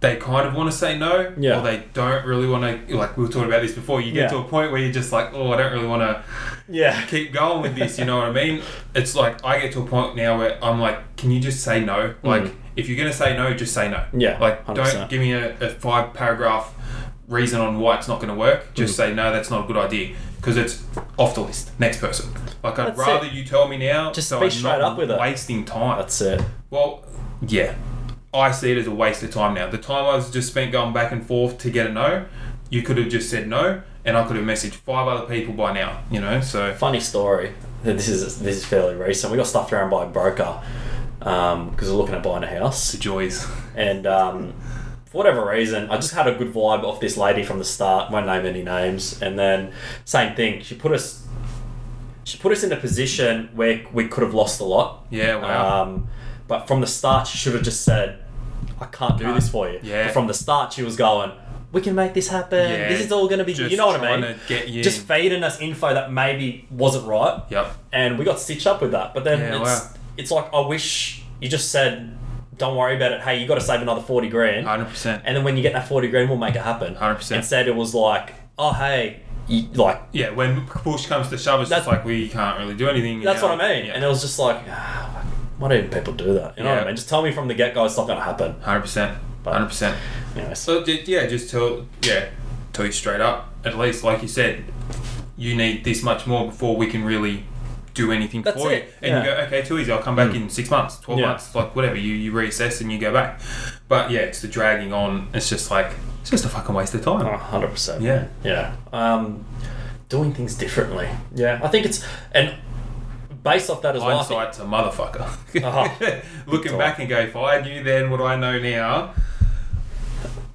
they kind of want to say no, Yeah. or they don't really want to. Like we were talking about this before, you get Yeah. to a point where you're just like, oh, I don't really want to Yeah. keep going with this, you know what I mean? It's like I get to a point now where I'm like, can you just say no? Like, if you're gonna say no, just say no. Mm. Yeah, Like, 100%. don't give me a, a five paragraph reason on why it's not gonna work. Mm. Just say no, that's not a good idea because it's off the list. Next person. Like, I'd That's rather it. you tell me now. Just so be I'm straight not up with it. Wasting time. That's it. well, yeah, I see it as a waste of time now. The time I was just spent going back and forth to get a no, you could have just said no. And I could have messaged five other people by now, you know. So Funny story. This is this is fairly recent. We got stuffed around by a broker because we're looking at buying a house. the joys. and um, for whatever reason, I just had a good vibe off this lady from the start. Won't name any names, and then same thing. She put us, she put us in a position where we could have lost a lot. Yeah, wow. Um, but from the start, she should have just said, "I can't do this for you." Yeah. But from the start, she was going. We can make this happen. Yeah, This is all going to be, just you know what I trying mean? to get you Just in. feeding us info that maybe wasn't right yep. and we got stitched up with that. But then Yeah, it's wow. it's like I wish you just said, "Don't worry about it. Hey, you got to save another forty grand." Hundred percent. And then when you get that forty grand, we'll make it happen. 100%. Instead, it was like, "Oh, hey, you, like." Yeah, when push comes to shove, it's That's- just like we can't really do anything. That's now. what I mean. Yeah. And it was just like, ah, why do people do that? You know what I Yeah. mean? Just tell me from the get go it's not going to happen. Hundred percent. Hundred percent. Anyway, so So ju- yeah, just tell yeah, tell you straight up. At least, like you said, you need this much more before we can really do anything That's for you. it, And you yeah. Mm. go, okay, too easy. I'll come back in six months, twelve Yeah. months, like whatever. You you reassess and you go back. But yeah, it's the dragging on. It's just like it's just a fucking waste of time. 100%. Yeah. oh, Yeah. Um, doing things differently. Yeah. I think it's, and based off that as well, I think- Hindsight's a motherfucker. Oh, Looking thought. back and go, if I knew then what I know now,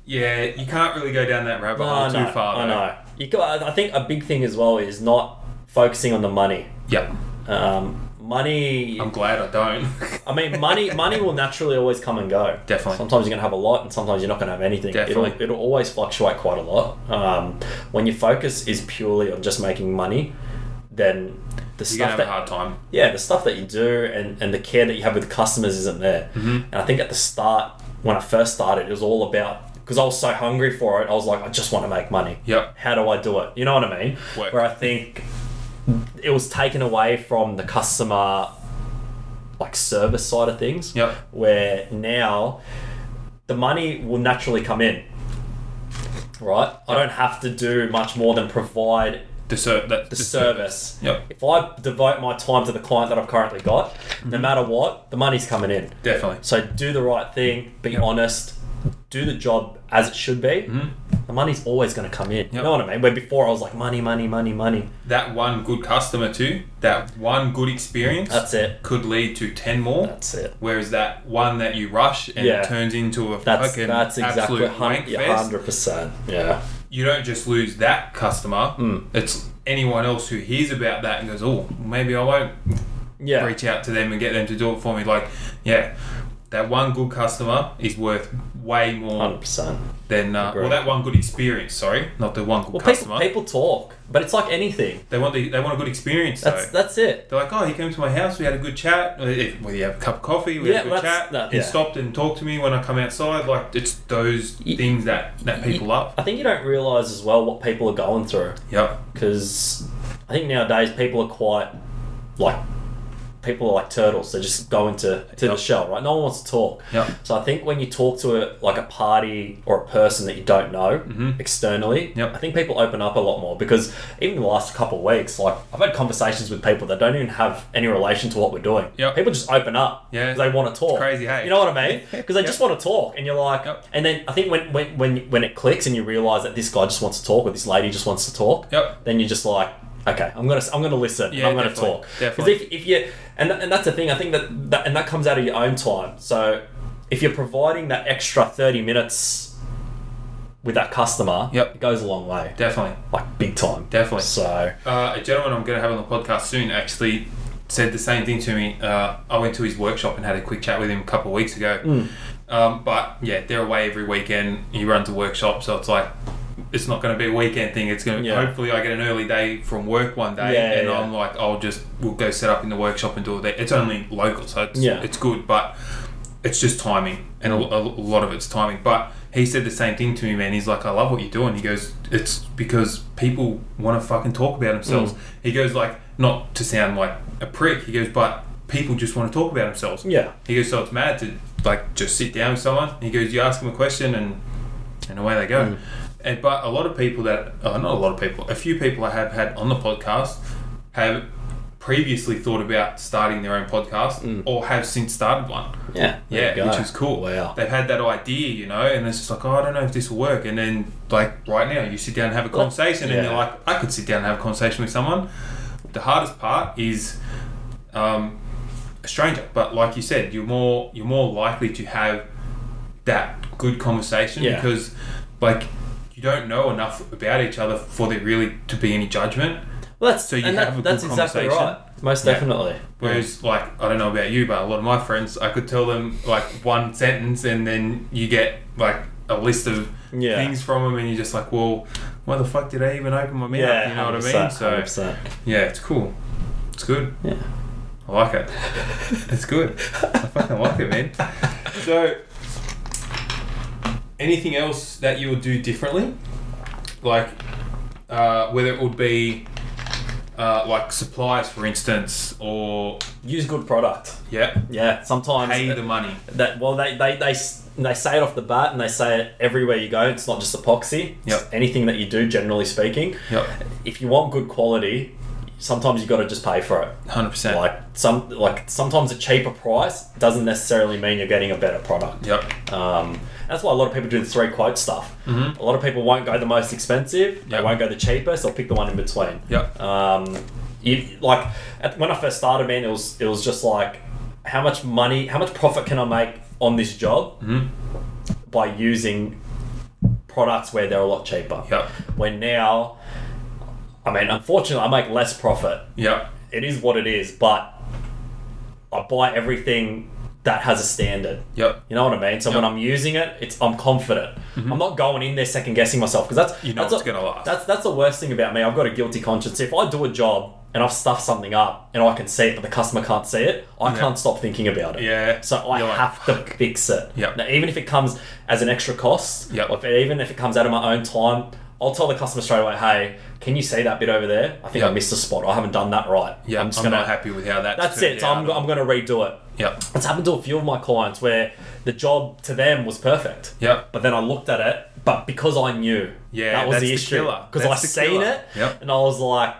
yeah, you can't really go down that rabbit hole I too know, far. I though. know. You got, I think a big thing as well is not focusing on the money. Yep. Um, money. I'm glad I don't. I mean, money. Money will naturally always come and go. Definitely. Sometimes you're gonna have a lot, and sometimes you're not gonna have anything. It'll, Definitely. it'll always fluctuate quite a lot. Um, when your focus is purely on just making money, then the You're gonna stuff have a that hard time. yeah, the stuff that you do and, and the care that you have with customers isn't there. Mm-hmm. And I think at the start, when I first started, it was all about because I was so hungry for it. I was like, I just want to make money. Yep. How do I do it? You know what I mean? Work. Where I think it was taken away from the customer like service side of things. Yep. Where now the money will naturally come in. Right? I don't have to do much more than provide The, ser- that, the service. Yep. If I devote my time to the client that I've currently got, Mm-hmm. no matter what, the money's coming in. Definitely. So do the right thing, be honest, do the job as it should be, Mm-hmm. the money's always going to come in. You know what I mean? Where before I was like, money, money, money, money. That one good customer too, that one good experience That's it. could lead to ten more. That's it. Whereas that one that you rush and Yeah. it turns into a That's fucking that's exactly absolute wank fest, hundred percent. Yeah. you don't just lose that customer. Hmm. It's anyone else who hears about that and goes, "Oh, maybe I won't Yeah. reach out to them and get them to do it for me." Like, yeah, that one good customer is worth way more Hundred percent. than uh, well Agree. that one good experience. Sorry, not the one good Well, customer. people people talk, but it's like anything. they want the, they want a good experience. That's though. that's it. They're like, oh, he came to my house. We had a good chat. Uh, if- We had a cup of coffee. We Yeah, had a good well, that's- chat. that- he yeah. stopped and talked to me when I come outside. Like it's those Y- things that that people love. I think you don't realize as well what people are going through. Yep. because I think nowadays people are quite like people are like turtles. They just go into to the Yep. shell, right? No one wants to talk. Yep. So I think when you talk to a like a party or a person that you don't know externally, Mm-hmm. Yep. I think people open up a lot more because even the last couple of weeks, like I've had conversations with people that don't even have any relation to what we're doing. Yep. People just open up. Yeah. 'cause They want to talk. crazy, hey? You know what I mean? Because they just want to talk, and you're like, Yep. and then I think when when when when it clicks and you realize that this guy just wants to talk or this lady just wants to talk Yep. then you're just like, okay, I'm gonna I'm gonna listen. and Yeah, I'm gonna definitely, talk. Because definitely. if, if you and and that's the thing, I think that, that and that comes out of your own time. So if you're providing that extra thirty minutes with that customer, Yep. it goes a long way, Definitely. like big time. Definitely. So Uh, a gentleman I'm going to have on the podcast soon actually said the same thing to me. Uh, I went to his workshop and had a quick chat with him a couple of weeks ago. Hmm. Um, but yeah, they're away every weekend. He runs a workshop, so it's like it's not going to be a weekend thing. It's going to Yeah. hopefully I get an early day from work one day, Yeah, and yeah. I'm like I'll just we'll go set up in the workshop and do all that. It's only local, so it's Yeah. it's good, but it's just timing, and a, a lot of it's timing. But he said the same thing to me, man. He's like, I love what you're doing. He goes, it's because people want to fucking talk about themselves. He goes, like, not to sound like a prick. He goes, but people just want to talk about themselves. yeah, He goes, so it's mad to like just sit down with someone. He goes, you ask them a question, and and away they go. And but a lot of people that, uh, not a lot of people, a few people I have had on the podcast have previously thought about starting their own podcast or have since started one. yeah, there you Yeah, go. which is cool. Wow. They've had that idea, you know, and it's just like, oh, I don't know if this will work. And then, like, right now, you sit down and have a conversation, yeah. and you're like, I could sit down and have a conversation with someone. The hardest part is um, a stranger. But like you said, you're more you're more likely to have that good conversation Yeah. because, like, you don't know enough about each other for there really to be any judgment. Well, that's So you and that- have a good that's exactly conversation. right. Most Yeah. definitely. Whereas, like, I don't know about you, but a lot of my friends, I could tell them like one sentence, and then you get like a list of Yeah. things from them, and you're just like, well, why the fuck did I even open my mouth? Yeah, you know what I mean? 100%, So 100%. yeah, it's cool. It's good. Yeah. I like it. It's good. I fucking like it, man. So, anything else that you would do differently? Like, uh, whether it would be uh, like supplies, for instance, or Use good product. yeah. Yeah, sometimes pay the money. That well, they they, they s- they say it off the bat, and they say it everywhere you go. It's not just epoxy. It's Yep. Anything that you do, generally speaking, Yep, if you want good quality, sometimes you got to just pay for it. hundred percent. Like some like sometimes a cheaper price doesn't necessarily mean you're getting a better product. Yep. Um, that's why a lot of people do the three quote stuff. A lot of people won't go the most expensive. They Mm-hmm. Yep. won't go the cheapest. They'll pick the one in between. Yep. Um, you, like at, when I first started, man, it was it was just like how much money, how much profit can I make on this job Hmm? by using products where they're a lot cheaper. Yep. When now, I mean, unfortunately, I make less profit. Yep. It is what it is, but I buy everything that has a standard. Yep. You know what I mean? So when Yep. Mm-hmm. I'm using it, it's I'm confident. I'm not going in there second guessing myself because that's You know that's it's gonna last. That's that's the worst thing about me. I've got a guilty conscience. If I do a job and I've stuffed something up and I can see it, but the customer can't see it, I Yeah. can't stop thinking about it. Yeah. So I You're like, have to fix it. Yep. Now, even if it comes as an extra cost, Yep. or if it, even if it comes out of my own time, I'll tell the customer straight away, hey, can you see that bit over there? I think I Yep. missed a spot. I haven't done that right. Yeah, I'm, just not happy with how that. That's it. So I'm, I'm going to redo it. Yep. It's happened to a few of my clients where the job to them was perfect. Yep. But then I looked at it, but because I knew Yeah, that was that's the the issue. killer. Because I That's the seen killer. it Yep. and I was like,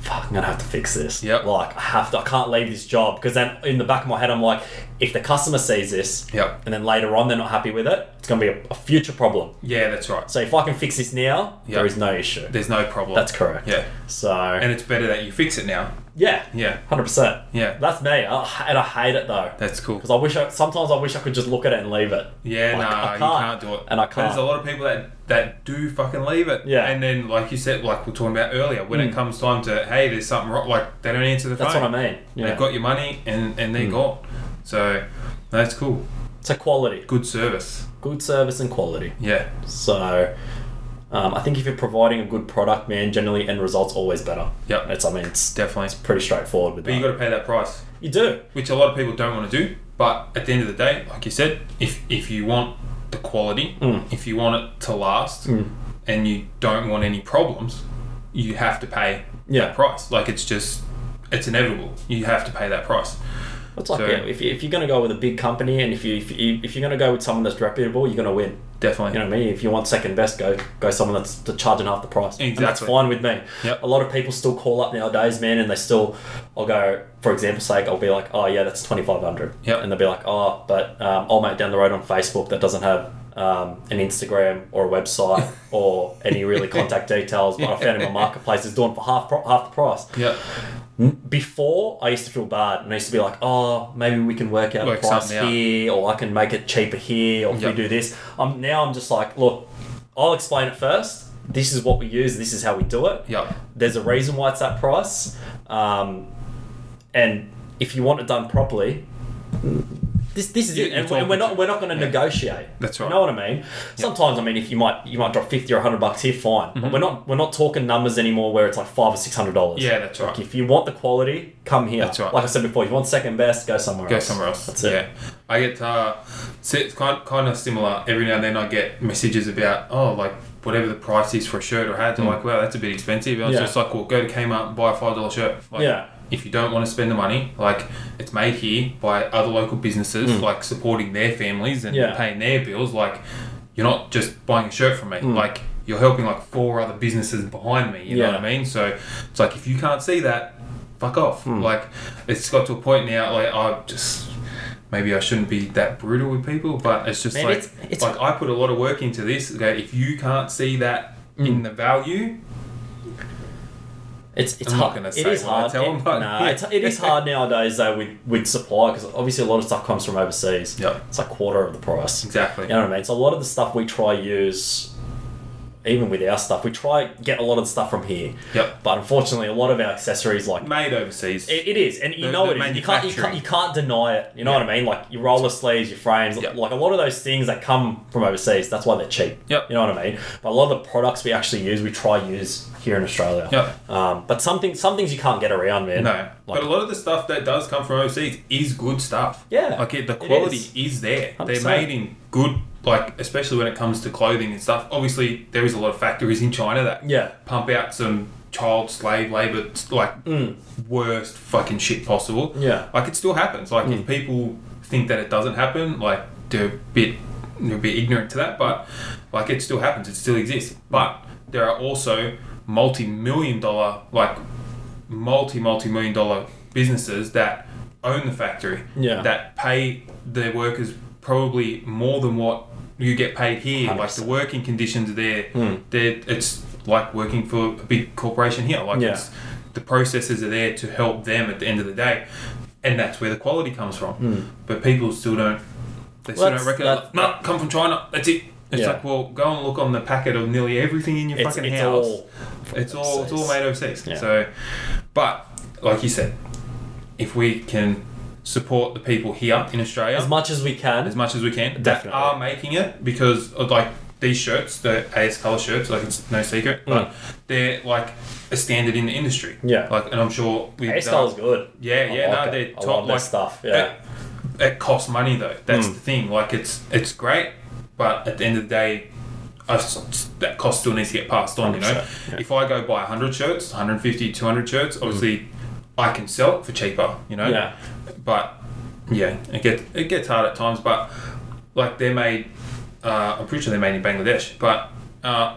fuck, I'm gonna have to fix this. Yep. Like I have to. I can't leave this job because then in the back of my head, I'm like, if the customer sees this, Yep. and then later on they're not happy with it, it's gonna be a, a future problem. Yeah, that's right. So if I can fix this now, Yep. there is no issue. There's no problem. That's correct. Yeah. So And it's better that you fix it now. yeah, Yeah. hundred percent. Yeah. That's me, I, and I hate it though. That's cool. Because I wish I sometimes I wish I could just look at it and leave it. Yeah, nah, Like, I you can't do it. and I But There's can't. a lot of people that that do fucking leave it. Yeah. And then, like you said, like we we're talking about earlier, when it Mm. comes time to hey, there's something wrong, like they don't answer the That's phone. what I mean. Yeah. Mm. They've got your money and and they're gone. So that's cool. so quality, Good service. good service and quality. Yeah. So um, I think if you're providing a good product, man, generally end results always better. Yep. It's I mean it's Definitely. pretty straightforward with But you that. got to pay that price, you do. which a lot of people don't want to do. But at the end of the day, like you said, if if you want the quality, Mm. if you want it to last, Mm. and you don't want any problems, you have to pay Yeah. that price. Like it's just, it's inevitable. You have to pay that price. It's like So- yeah, if, you, if you're going to go with a big company and if you if, you, if you're going to go with someone that's reputable, you're going to win. Definitely. You know what I mean? If you want second best, go go someone that's t- charging half the price. And that's Exactly. fine with me. Yep. A lot of people still call up nowadays, man, and they still, I'll go, for example's sake, I'll be like, oh, yeah, that's 2500 Yep. And they'll be like, oh, but um, I'll mate down the road on Facebook that doesn't have um, an Instagram or a website or any really contact details, but I found him on Marketplace is doing for half, pro- half the price. yeah. Before, I used to feel bad and I used to be like, oh, maybe we can work out Work a price something out. here or I can make it cheaper here or if Yep. we do this. Um, now I'm just like, look, I'll explain it first. This is what we use, this is how we do it. Yeah. There's a reason why it's that price. Um, and if you want it done properly, this, this is You- it, you're and, we're- and we're talking not to- we're not going to yeah. negotiate. That's You right. know what I mean? Sometimes I mean, if you might you might drop fifty or hundred bucks here, fine. Mm-hmm. But we're not we're not talking numbers anymore where it's like five or six hundred dollars. Yeah, that's Like, right. if you want the quality, come here. That's right. Like I said before, if you want second best, go somewhere Go else. somewhere else. That's it. Yeah. I get uh, so it's kind kind of similar. Every now and then, I get messages about oh, like whatever the price is for a shirt or hat. I'm like, wow, that's a bit expensive. And I was Hmm. Yeah. just like, well, go to Kmart and buy a five dollar shirt. Like, Yeah. If you don't want to spend the money, like it's made here by other local businesses, like supporting their families and Hmm. Yeah. paying their bills. Like, you're not just buying a shirt from me. Hmm. Like you're helping like four other businesses behind me. You know Yeah. what I mean? So it's like if you can't see that, fuck off. Hmm. Like it's got to a point now. Like I just maybe I shouldn't be that brutal with people, but it's just Man, like it's- it's- like I put a lot of work into this. Okay, if you can't see that Hmm. in the value, It's, it's I'm not hard. gonna It say is what I hard. tell 'em, It- but- nah, it's, it is hard nowadays though with with supply because obviously a lot of stuff comes from overseas. Yeah. It's like quarter of the price. exactly. You know what I mean? So a lot of the stuff we try use, even with our stuff, we try get a lot of the stuff from here. Yep. But unfortunately, a lot of our accessories like. Made overseas. It, it is, and you The- know the it is. You can't, you can't, manufacturing. you can't deny it. You know what I mean? Like your roller sleeves, your frames, Yep. like a lot of those things that come from overseas. That's why they're cheap. Yep. You know what I mean? But a lot of the products we actually use, we try use here in Australia. Yep. Um, but something, some things you can't get around, man. no, Like, but a lot of the stuff that does come from overseas is good stuff. Yeah, like it, the it quality is. is. there. They're 100%. made in good, like especially when it comes to clothing and stuff. Obviously, there is a lot of factories in China that Yeah. pump out some child slave labor like worst fucking shit possible. Mm. Yeah. Mm. like it still happens. Like if people think that it doesn't happen, like they're a bit they're a bit ignorant to that, but like it still happens. It still exists. But there are also multi-million dollar like multi multi million dollar businesses that own the factory Yeah. that pay their workers probably more than what you get paid here like the 100%. working conditions there Hmm. they're, it's like working for a big corporation here like Yeah. it's, the processes are there to help them at the end of the day and that's where the quality comes from but people still don't they still Hmm. Well, that's- don't recognize that- like, no come from china that's it it's Yeah. like well go and look on the packet of nearly everything in your It's- fucking it's house all it's all it's all overseas. made overseas. Yeah. So, but like you said, if we can support the people here in Australia as much as we can. as much as we can, that Definitely. are making it because of, like these shirts, the AS color shirts, like it's no secret, but Mm. they're like a standard in the industry. Yeah. like and I'm sure we. Hey, style's good. Yeah, I yeah, like no, it. they're I top love their like, stuff. Yeah. It, it costs money though. That's Mm. the thing. Like it's it's great, but at the end of the day, I s that cost still needs to get passed on. You know, 100%, yeah. if I go buy hundred shirts, 150, 200 shirts, obviously I can sell it for cheaper. You know, Yeah. But yeah, it gets it gets hard at times. But like they're made, uh, I'm pretty sure they're made in Bangladesh, Hmm. but. Uh,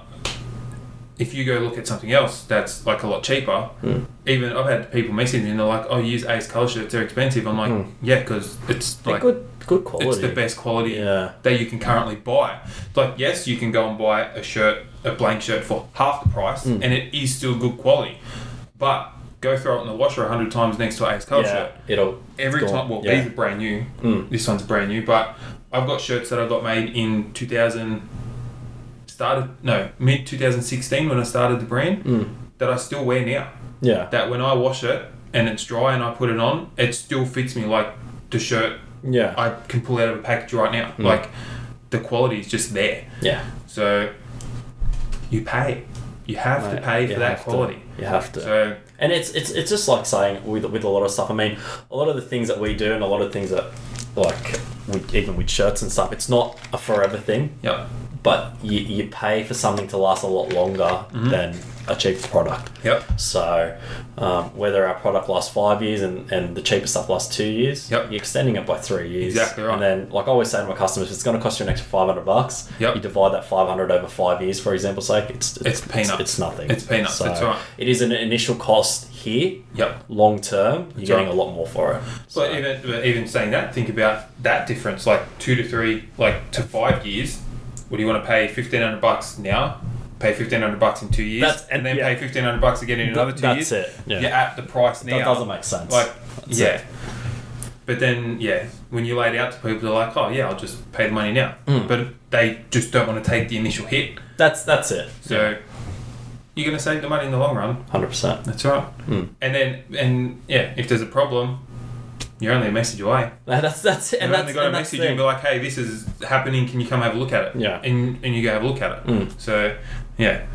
if you go look at something else that's like a lot cheaper, even I've had people message me and they're like, "Oh, use Ace Color shirts. They're expensive." I'm like, "Yeah, because it's Hmm. They're like good, good quality. it's the best quality Yeah. that you can currently buy. Like, yes, you can go and buy a shirt, a blank shirt for half the price, Hmm. and it is still good quality. But go throw it in the washer a hundred times next to an Ace Color Yeah, shirt. it'll Every gone. time, well, yeah. Hmm. these are brand new. This one's brand new, but I've got shirts that I got made in 2000, started no mid 2016 when I started the brand Hmm. that I still wear now yeah, that when I wash it and it's dry and I put it on, it still fits me like the shirt yeah, I can pull out of a package right now. Hmm. Like the quality is just there. yeah. So you pay. You have to Mate, pay for you that have to. quality. You have to. So And it's it's it's just like saying with with a lot of stuff. I mean, a lot of the things that we do and a lot of things that like with, even with shirts and stuff, it's not a forever thing. yep. But you, you pay for something to last a lot longer Mm-hmm. than a cheap product. Yep. So um, whether our product lasts five years and, and the cheaper stuff lasts two years, Yep. you're extending it by three years. Exactly right. And then, like I always say to my customers, if it's going to cost you an extra 500 bucks, Yep. you divide that 500 over five years, for example's sake, it's, It's peanuts. It's, nothing. It's peanuts, So that's right. It is an initial cost here. Yep. Long term, you're That's getting right. a lot more for it. So even but even saying that, think about that difference, like two to three, like to five years. Would you want to pay fifteen hundred bucks now? Pay fifteen hundred bucks in two years, That's- and then yeah. pay fifteen hundred bucks again in another two years. that's it, yeah. You're at the price now. that doesn't make sense. Like, That's yeah. it. But then, yeah, when you lay it out to people, they're like, oh, yeah, I'll just pay the money now. Mm. But they just don't want to take the initial hit. That's that's it. So you're going to save the money in the long run. 100%. That's right. And then, and yeah, if there's a problem, you're only a message away. That's that's it. And And then that's they got a and that's message the- and be like, hey, this is happening. Can you come have a look at it? Yeah. And, and you go have a look at it. So, yeah,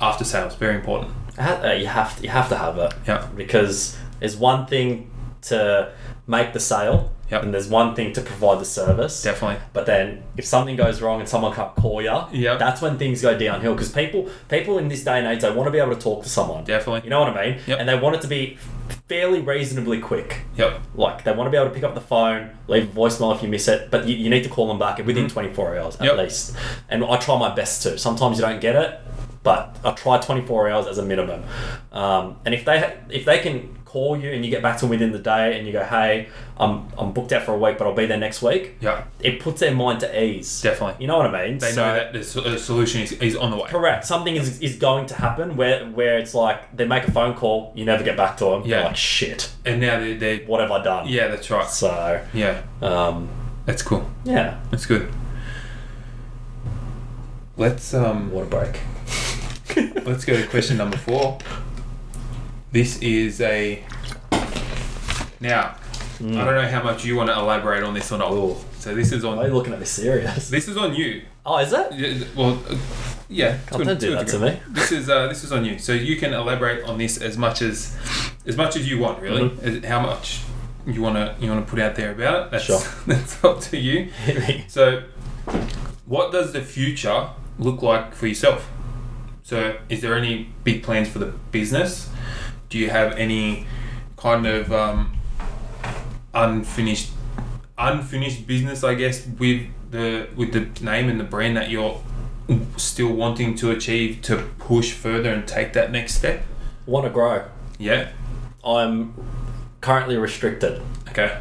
after sales, very important. Ha- uh, you have to, you have to have it. Yeah. Because there's one thing to make the sale, Yep. and there's one thing to provide the service. Definitely. But then, if something goes wrong and someone can't call you, Yep. that's when things go downhill. Because people, people in this day and age, they want to be able to talk to someone. Definitely. You know what I mean? Yep. And they want it to be fairly reasonably quick. Yep. Like they want to be able to pick up the phone, leave a voicemail if you miss it, but you, you need to call them back within 24 hours at Mm-hmm. Yep. least. And I try my best to. Sometimes you don't get it, but I try 24 hours as a minimum. Um, and if they ha- if they can call you and you get back to them within the day and you go, hey, I'm I'm booked out for a week, but I'll be there next week. Yep. It puts their mind at ease. Definitely. You know what I mean? They know that the so- the solution is, is on the way. Correct. Something is, is going to happen where where it's like they make a phone call, you never get back to them. Yeah. Like shit. And now they're, they're What have I done? Yeah, that's right. So, Yeah, um, that's cool. yeah. That's good. Let's um, Water break. let's go to question number four. This is a now. I don't know how much you want to elaborate on this or not. Ooh. So this is Why are you on looking at me serious? this is on you. Oh, is it? Yeah, Well, uh, yeah. it's God, good- don't it's do good that to go. me. This is uh, this is on you. So you can elaborate on this as much as as much as you want, really. As- Mm-hmm. How much you want to you want to put out there about it? That's Sure. that's up to you. Hit me. So, what does the future look like for yourself? So, is there any big plans for the business? Do you have any kind of um, unfinished unfinished business, I guess, with the with the name and the brand that you're still wanting to achieve to push further and take that next step? Want to grow. Yeah. I'm currently restricted Okay.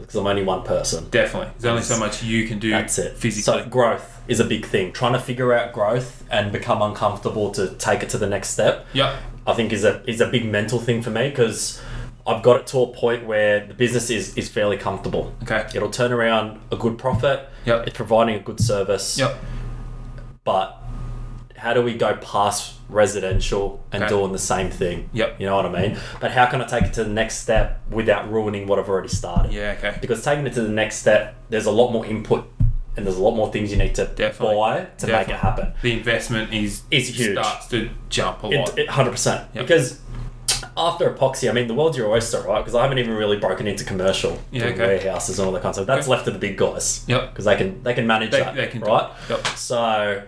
because I'm only one person. Definitely. There's only so much you can do That's it. physically. So growth is a big thing. Trying to figure out growth and become uncomfortable to take it to the next step. yeah. I think is a is a big mental thing for me because I've got it to a point where the business is is fairly comfortable. Okay. It'll turn around a good profit. Yep. It's providing a good service. Yep. But how do we go past residential and Okay. doing the same thing? Yep. You know what I mean? But how can I take it to the next step without ruining what I've already started? Yeah. Okay. Because taking it to the next step, there's a lot more input and there's a lot more things you need to Definitely. buy to make Definitely. it happen. the investment is It's huge. starts to jump a lot. It, it, 100%. Yep. Because after epoxy, I mean, the world's your oyster, right? Because I haven't even really broken into commercial Yeah, doing okay. warehouses and all that kind of stuff. That's Okay. left to the big guys. Yep. Because they can they can manage They- that, they can do right? it. Yep. So,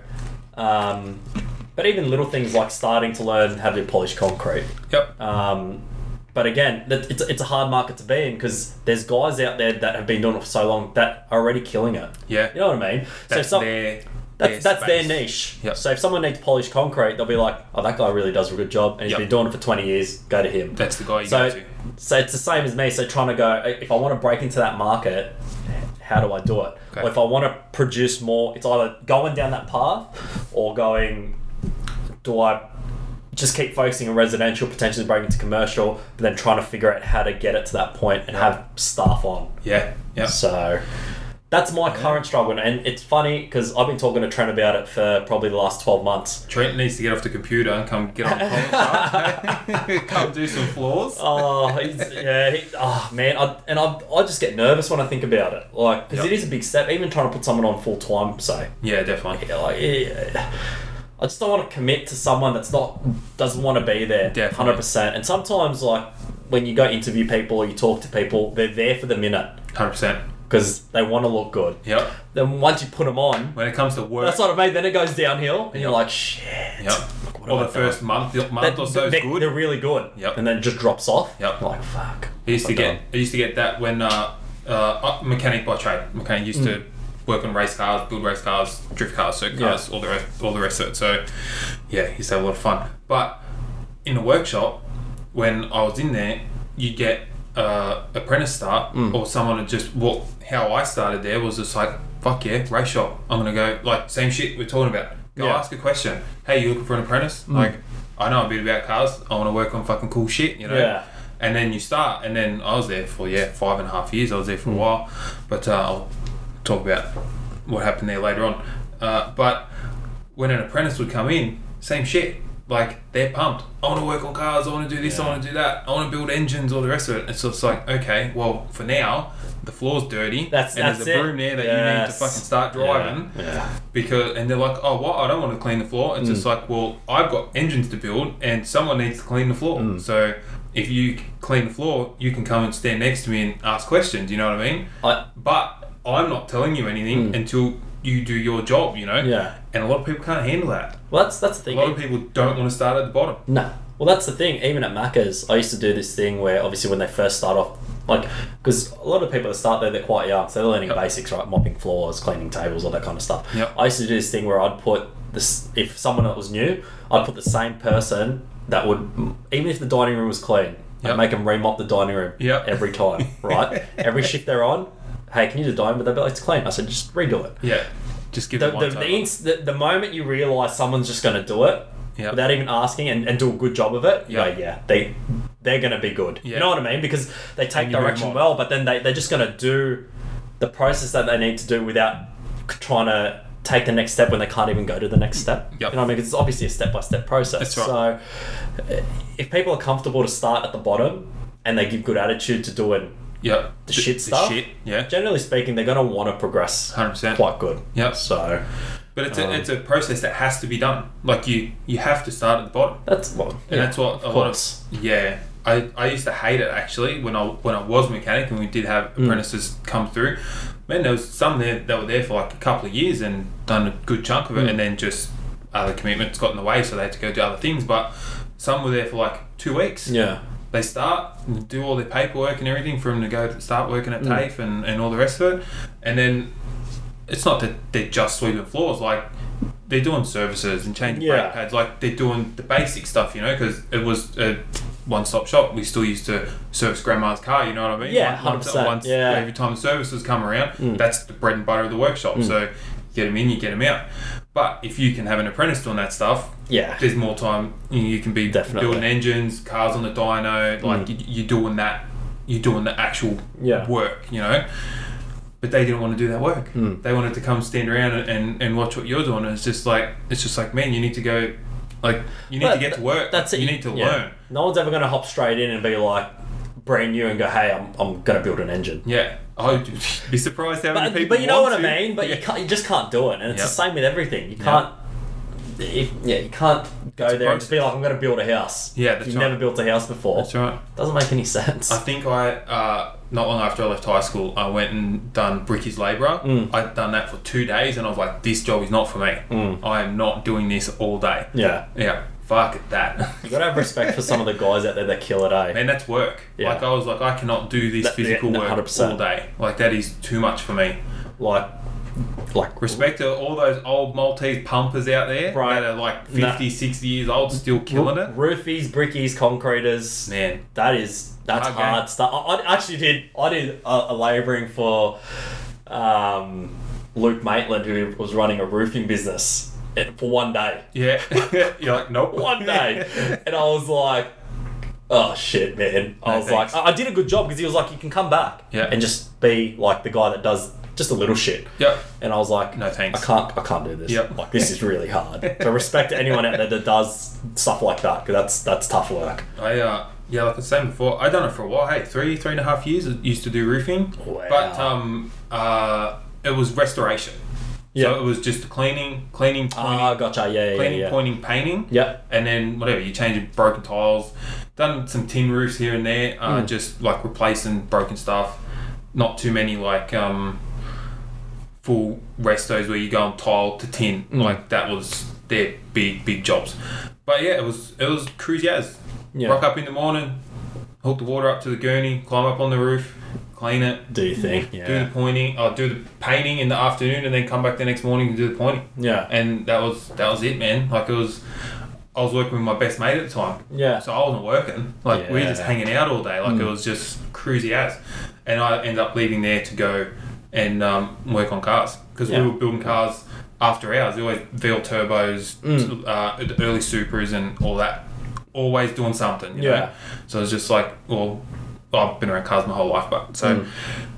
um, but even little things like starting to learn how to polish concrete. yep. Um, but again, that, it's, it's a hard market to be in because there's guys out there that have been doing it for so long that are already killing it. yeah. You know what I mean? That's so some, their That's, their that's their space. niche. Yep. So if someone needs polished concrete, they'll be like, "Oh, that guy really does a good job, and he's Yep. been doing it for twenty years. Go to him." That's the guy Oh, you so, go to. so it's the same as me. So trying to go, if I want to break into that market, how do I do it? Okay. Or if I want to produce more, it's either going down that path or going, do I just keep focusing on residential, potentially breaking into commercial, but then trying to figure out how to get it to that point and have staff on. Yeah, yeah. So that's my current struggle. And it's funny because I've been talking to Trent about it for probably the last 12 months. Trent needs to get off the computer and come get on the comic shop. come do some floors. Oh, he's, yeah. He, oh, man. I, and I, I just get nervous when I think about it. Like, because Yep. it is a big step. Even trying to put someone on full time, say. Yeah, definitely. Yeah, like, yeah. I just don't want to commit to someone that's not doesn't want to be there. Definitely. Hundred percent. And sometimes, like when you go interview people or you talk to people, they're there for the minute Hundred percent. because they want to look good. Yep. Then once you put them on, When it comes to work, that's what I mean. Then it goes downhill, and you're like, shit. yep. What Or the have I done? first month, the month That- or so is they, good. They're really good. Yep. And then it just drops off. Yep. Like fuck. I used to I've get done. I used to get that when uh, uh, uh, mechanic by trade. Mechanic used to work on race cars, build race cars, drift cars, circuit Mm. Yeah. cars, all the rest, all the rest of it. So yeah, he used to have a lot of fun. But in the workshop, when I was in there, you get uh, apprentice start Mm. or someone who just well, how I started there was just like fuck yeah, race shop. I'm gonna go like same shit we're talking about. Go Yeah. Mm. ask a question. Hey, you looking for an apprentice? Like I know a bit about cars. I want to work on fucking cool shit. You know know? Yeah. And then you start, and then I was there for yeah five and a half years. I was there Hmm. for a while, but uh, I'll talk about what happened there later on. Uh, but when an apprentice would come in, same shit. Like they're pumped. I want to work on cars. I want to do this. I want to do that. I want to build engines. All the rest of it. And so it's like okay, well for now the floor's dirty. That's- and that's there's a it. broom there that you need to Yes. fucking start Yeah. driving Yeah. because and they're like, oh, what? I don't want to clean the floor. It's Mm. just like, well, I've got engines to build, and someone needs to clean the floor. Mm. So if you clean the floor, you can come and stand next to me and ask questions. You know what I mean? I, Mm. But I'm not telling you anything until you do your job. You know? Yeah. And a lot of people can't handle that. well, that's that's the A thing. lot of people don't want to start at the bottom. No. Well, that's the thing. Even at Macca's, I used to do this thing where obviously when they first start off, like, because a lot of people that start there, they're quite young, so they're learning basics, right? Mopping floors, cleaning tables, all that kind of stuff. Yep. I used to do this thing where I'd put this, if someone that was new, I'd put the same person that would, even if the dining room was clean, Yep. I'd make them remop the dining room Yep. every time, right? every shift they're on, hey, can you do the dining room? But they'd be like, it's clean. I said, just redo it Yeah. Just give the, it one the, the, time. ins- the, the moment you realize someone's just going to do it Yeah. without even asking and, and do a good job of it, Yeah. yeah, yeah, they they're going to be good. Yeah. You know what I mean? Because they take And you move direction on. well, but then they, they're just going to do the process that they need to do without c- trying to take the next step when they can't even go to the next step. Yep. You know what I mean? 'Cause it's obviously a step by step process. That's right. So uh, if people are comfortable to start at the bottom and they give good attitude to doing Yep. the shit stuff, shit. Yeah. generally speaking, they're going to want to progress 100%. quite good. Yep. So. But it's a, um, it's a process that has to be done. Like you you have to start at the bottom. That's well, And that's what a course. lot of yeah. I, I used to hate it actually when I when I was a mechanic and we did have apprentices come through. Man, there was some there that were there for like a couple of years and done a good chunk of it, and then just other commitments got in the way, so they had to go do other things. But some were there for like two weeks. yeah, They start and do all their paperwork and everything for them to go start working Mm. at TAFE and, and all the rest of it, and then it's not that they're just sweeping floors like they're doing services and changing Yeah. brake pads like they're doing the basic stuff you know because it was a one-stop shop we still used to service grandma's car you know what i mean Yeah, Once- 100%, once yeah. Mm. every time the services come around that's the bread and butter of the workshop so you get them in you get them out but if you can have an apprentice doing that stuff yeah, there's more time you, you can be Definitely. building engines cars on the dyno like you, you're doing that you're doing the actual Mm. Yeah. work you know but they didn't want to do that work Mm. they wanted to come stand around and, and, and watch what you're doing and it's just like it's just like man you need to go like you need Well, to get to work That's it. you need to yeah. learn No one's ever going to hop straight in and be like brand new and go, "Hey, I'm, I'm going to build an engine." yeah I'd be surprised how many But, people but you know what want I to. mean. But Yeah. you can't, you just can't do it, and it's Yeah. the same with everything. You can't. If, yeah, you can't go It's a there and just be like, "I'm going to build a house." Yeah, if that's you've right. never built a house before, that's right doesn't make any sense. I think I uh, not long after I left high school, I went and done bricky's labourer. Mm. I'd done that for two days, and I was like, "This job is not for me. Mm. I am not doing this all day." yeah, Yeah, fuck that. you got to have respect for some of the guys out there that kill it. Eh? Man, that's work. Yeah. Like I was like, I cannot do this That- yeah, physical no, work 100%. all day. Like that is too much for me. like like Respect to all those old Maltese pumpers out there Right. that are like 50, Nah. 60 years old, still killing it. roofies, brickies, concreters. Man, That is that's Hard game. hard stuff. I, I actually did I did a, a labouring for um, Luke Maitland who was running a roofing business eh, for one day. yeah. You're like, nope. One day, and I was like, oh shit, man. I No was thanks. like, I, I did a good job because he was like, you can come back Yeah. and just be like the guy that does just a little shit. Yep. And I was like, No, thanks. I can't. I can't do this. Yep. Like this is really hard. So respect to anyone out there that does stuff like that because that's that's tough work. I uh yeah, like I was saying before, I done it for a while. Hey, three three and a half years. I used to do roofing, Wow. but um uh it was restoration. Yeah. So it was just cleaning, cleaning, pointing, Ah, gotcha. Yeah, yeah, yeah. cleaning, yeah. pointing, painting. Yep. And then whatever you change broken tiles, done some tin roofs here and there, uh, just like replacing broken stuff. Not too many like um full restos where you go on tile to tin. Like that was their big big jobs. But yeah, it was it was cruise as. Yeah. Rock up in the morning, hook the water up to the gurney, climb up on the roof, clean it, Do you think? do Yeah. the pointing, uh, do the painting in the afternoon, and then come back the next morning and do the pointing. Yeah. And that was that was it, man. Like it was, I was working with my best mate at the time. Yeah. So I wasn't working. Like we were just Yeah. Mm. hanging out all day. Like it was just cruisy as. And I ended up leaving there to go and um, work on cars because Yeah. we were building cars after hours. We always VL turbos, Mm. uh, the early Supras, and all that. Always doing something. You Yeah. Know? So it's just like, well, I've been around cars my whole life, but Mm. so.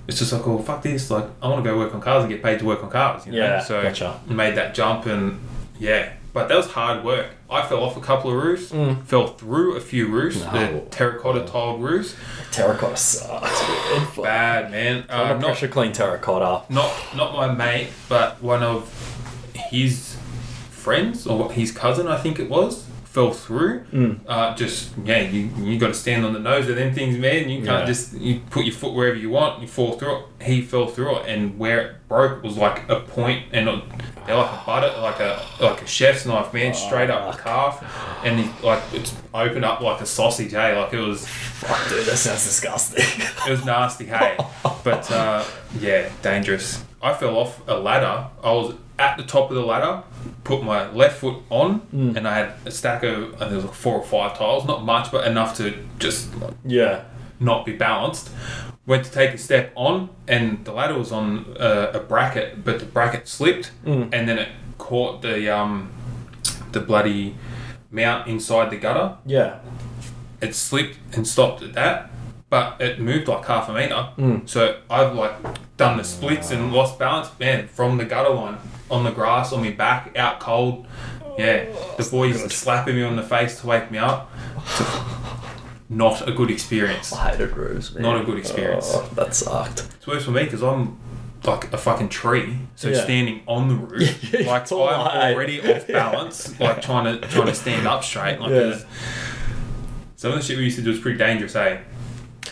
It's just like, well, fuck this. Like, I want to go work on cars and get paid to work on cars. You know? Yeah, So gotcha. made that jump and yeah, but that was hard work. I fell off a couple of roofs, fell through a few roofs, the Mm. No. terracotta tiled roofs. Terracotta sucks. man. Bad man. Uh, I'm not not pressure clean terracotta. not not my mate, but one of his friends or his cousin, I think it was, fell through. Uh, just yeah, you you got to stand on the nose of them things, man. You can't Yeah. just you put your foot wherever you want. You fall through it. He fell through it, and where it broke was like a point, and it, they're like a butter, like a like a chef's knife, man, straight up the calf, and he, like it's opened up like a sausage, hey, like it was Fuck, dude, that sounds disgusting. it was nasty, hey. But uh, yeah, dangerous. I fell off a ladder. I was at the top of the ladder, put my left foot on, and I had a stack of and there was like four or five tiles, not much, but enough to just like, yeah. not be balanced. Went to take a step on, and the ladder was on uh, a bracket, but the bracket slipped, and then it caught the um, the bloody mount inside the gutter, Yeah. it slipped and stopped at that, but it moved like half a meter. So I've like done the splits and lost balance, man, from the gutter line on the grass on my back, out cold. Yeah, the boys are slapping me on the face to wake me up. Not a good experience. I hated roofs, man. Not a good experience. Oh, that sucked. It's worse for me because I'm like a fucking tree, so Yeah. standing on the roof, Yeah, like it's I'm all right. already off balance, like trying to trying to stand up straight. Like Yeah. there's- some of the shit we used to do is pretty dangerous, eh?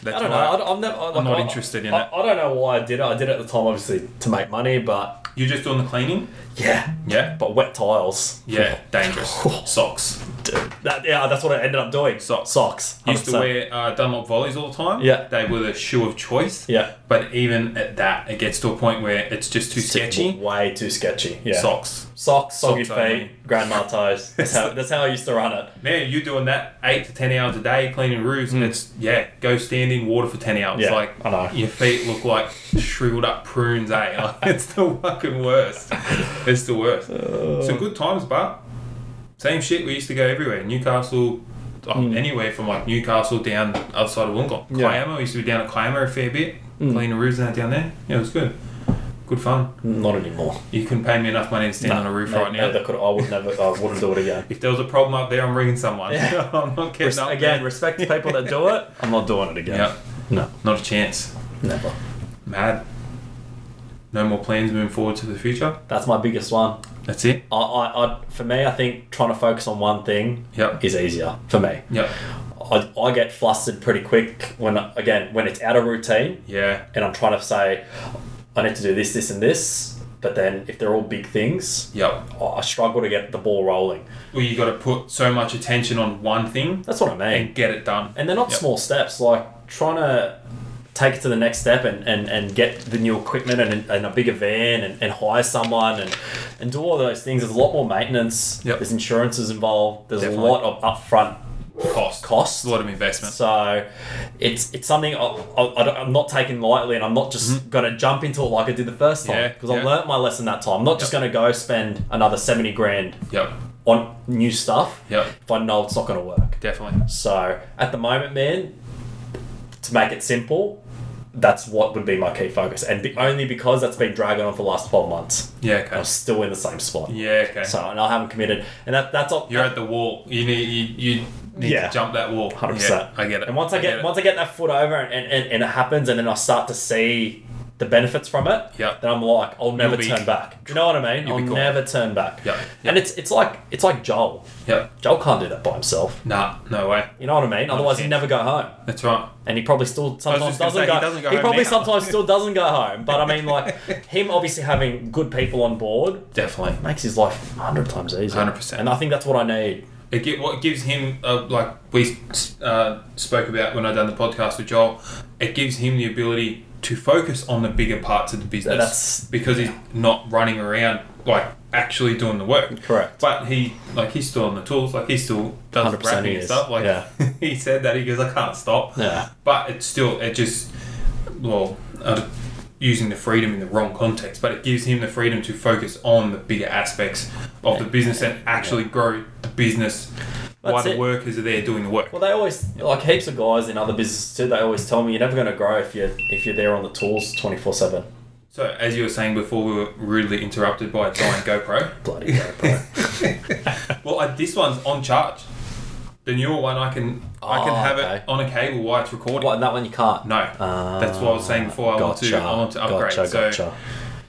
That's I don't know. why I, don't- I've never, I, like, not I- interested in I, it. I don't know why I did it. I did it at the time, obviously, to make money, but You're just doing the cleaning, yeah. yeah, But wet tiles. yeah, dangerous. Socks. Dude, that, yeah, that's what I ended up doing. Socks. Socks. Used to 100%. wear uh, Dunlop volleys all the time. Yeah. they were the shoe of choice. Yeah. but even at that, it gets to a point where it's just too sketchy. Way too sketchy. Yeah. Socks. Socks, soggy Socks only. feet, grandma toes. That's how, that's how I used to run it. Man, you're doing that eight to ten hours a day cleaning roofs, and it's yeah, go stand in water for ten hours. Mm. Yeah, like I know. your feet look like shriveled up prunes, eh? Like, it's the fucking worst. It's the worst. Uh. Some good times, but same shit. We used to go everywhere. Newcastle, oh, anywhere from like Newcastle down other side of Wollongong. Mm. Yeah. Mm. Kiama, we used to be down at Kiama a fair bit, cleaning roofs and that down there. Yeah, it was good. Good fun. Not anymore. You couldn't pay me enough money to stand on a roof right now. Neither could, I would never. I wouldn't do it again. if there was a problem up there, I'm ringing someone. I'm not getting Res- up again, there. respect the people that do it. I'm not doing it again. Yep. No, Not a chance. never. Mad. No more plans moving forward to the future. That's my biggest one. That's it. I, I, I, for me, I think trying to focus on one thing Yep. is easier for me. Yep. I, I get flustered pretty quick when, again, when it's out of routine Yeah. and I'm trying to say, I need to do this, this, and this. But then if they're all big things, Yep. I I struggle to get the ball rolling. Well, you got to put so much attention on one thing That's what I mean. and get it done. and they're not Yep. small steps like trying to take it to the next step and, and, and get the new equipment and, and a bigger van and, and hire someone and, and do all those things. There's a lot more maintenance. Yep. There's insurances involved. There's Definitely. a lot of upfront Cost. costs. It's a lot of investment. So it's it's something I, I, I don't- I'm not taking lightly, and I'm not just gonna jump into it like I did the first time Mm-hmm. Yeah, because I yeah. learnt my lesson that time. I'm not just Yep. gonna go spend another seventy grand Yep. on new stuff Yep. if I know it's not gonna work. Definitely. So at the moment, man, to make it simple, that's what would be my key focus, and be, only because that's been dragging on for the last twelve months, Yeah. I'm Okay. still in the same spot. Yeah. Okay. So and I haven't committed, and that that's all. You're at the wall. You need you, you need Yeah. to jump that wall. Hundred Yeah, percent. I get it. And once I, get, it. once I get that foot over and, and, and, and it happens, and then I start to see the benefits from it, Yeah. then I'm like, I'll never be- turn back. Do you know what I mean? You'll I'll be gone. never turn back. Yeah, yeah. And it's it's like it's like Joel. Yep. Joel can't do that by himself. Nah. No way. You know what I mean? Otherwise, he'd chance. never go home. That's right. And he probably still sometimes just gonna doesn't, say, go, he doesn't go He home probably now. sometimes still doesn't go home. But I mean, like him obviously having good people on board Definitely. makes his life hundred times easier. 100%. And I think that's what I need. It gi- what gives him uh, like we uh, spoke about when I done the podcast with Joel, it gives him the ability to focus on the bigger parts of the business That's- because he's not running around like actually doing the work. Correct. But he like he's still on the tools, like he still does the 100% he wrapping and is. stuff. Like Yeah. he said that he goes, I can't stop. Yeah. But it's still it just well. Uh, Using the freedom in the wrong context, but it gives him the freedom to focus on the bigger aspects of the business and actually grow the business why That's the it. workers are there doing the work. Well, they always like heaps of guys in other businesses too. They always tell me you're never going to grow if you if you're there on the tools twenty four seven. So, as you were saying before, we were rudely interrupted by a giant GoPro. Bloody hell, bro. Well, I, this one's on charge. The newer one, I can I can Oh, have okay. it on a cable while it's recording. what that one you can't. No, that's what I was saying before. I want to I want to upgrade. Gotcha, so, gotcha.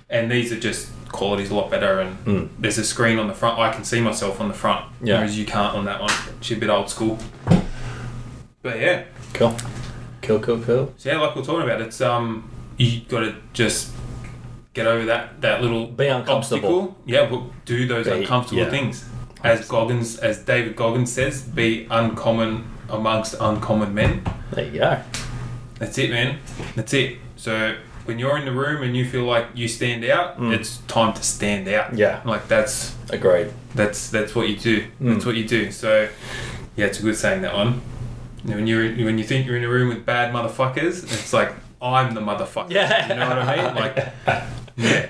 and these are just quality's a lot better. And there's a screen on the front. I can see myself on the front, Hmm. Yeah. whereas you can't on that one. She's a bit old school. But yeah, Cool, cool, cool, cool. so yeah, like we're talking about, it's um, you got to just get over that that little Be uncomfortable. obstacle. Yeah, but do those Be- uncomfortable yeah. things. As Goggins, as David Goggins says, be uncommon amongst uncommon men. There you go. That's it, man. That's it. So when you're in the room and you feel like you stand out, it's time to stand out. Mm. Yeah. like that's Agreed. that's that's what you do. Mm. That's what you do. So yeah, it's a good saying that one. When you are when you think you're in a room with bad motherfuckers, it's like I'm the motherfucker. Yeah. you know what I mean. Like yeah,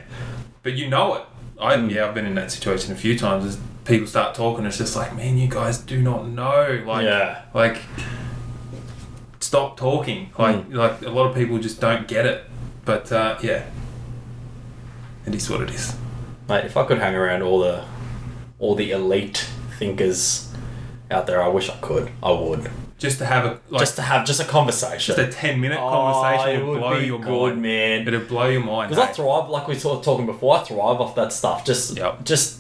but you know it. I Mm. yeah, I've been in that situation a few times. As people start talking, it's just like, man, you guys do not know. Like Yeah. like stop talking. Like Hmm. like a lot of people just don't get it. But uh, yeah, it is what it is. Mate, if I could hang around all the all the elite thinkers out there, I wish I could. I would Just to have a like just to have just a conversation. just a 10 minute Oh, conversation it will would blow be your good, mind. man. It'll blow your mind. Because I eh? thrive, like we were talking before, I thrive off that stuff. Just, Yep. just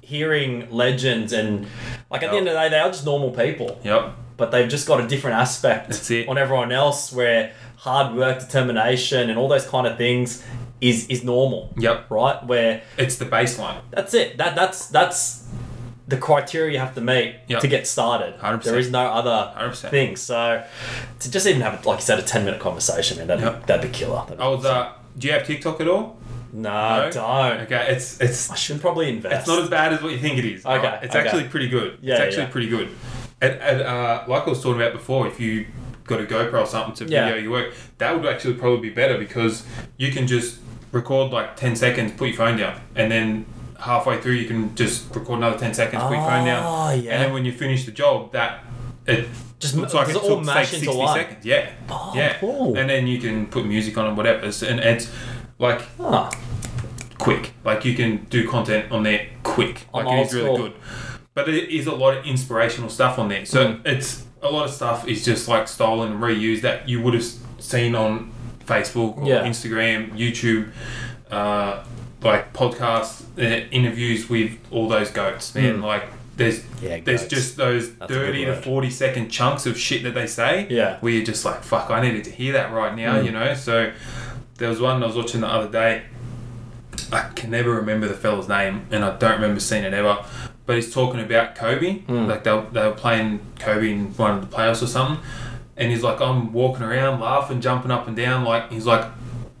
hearing legends and, like, Yep. at the end of the day, they are just normal people, Yep. but they've just got a different aspect That's it. on everyone else, where hard work, determination, and all those kind of things is is normal. Yep. Right? Where It's the baseline. that's it. That that's that's the criteria you have to meet Yep. to get started. 100%. There is no other 100%. thing. So to just even have, like you said, a ten minute conversation, man, that'd, Yep. be, that'd be killer. That'd be I was, uh, do you have TikTok at all? no, No? don't. Okay, it's it's I should probably invest. it's not as bad as what you think it is. Okay, right? It's okay. actually pretty good. Yeah, it's actually yeah. pretty good. And, and uh, like I was talking about before, if you got a GoPro or something to Yeah. video your work, that would actually probably be better because you can just record like 10 seconds, put your phone down, and then halfway through you can just record another 10 seconds, put your phone Ah, down. yeah. And then when you finish the job, that it Just looks m- like does it it all took, say, mash into 60 one? seconds. Yeah. Oh, yeah. cool. And then you can put music on and whatever. It's, and it's like Ah, quick. Like you can do content on there quick. I'm Like it is old really school. good. But it is a lot of inspirational stuff on there. So Mm. it's a lot of stuff is just like stolen and reused that you would have s- seen on Facebook or Yeah. Instagram, YouTube, uh, like podcasts, uh, interviews with all those goats. Mm. Man, like there's Yeah, there's goats. just those a good thirty to word. forty second chunks of shit that they say. Yeah. Mm. Where you're just like, fuck, I needed to hear that right now, you know? So there was one I was watching the other day. I can never remember the fella's name, and I don't remember seeing it ever. Hmm. But he's talking about Kobe, like they were, they were playing Kobe in one of the playoffs or something, and he's like, I'm walking around laughing, jumping up and down. Like he's like,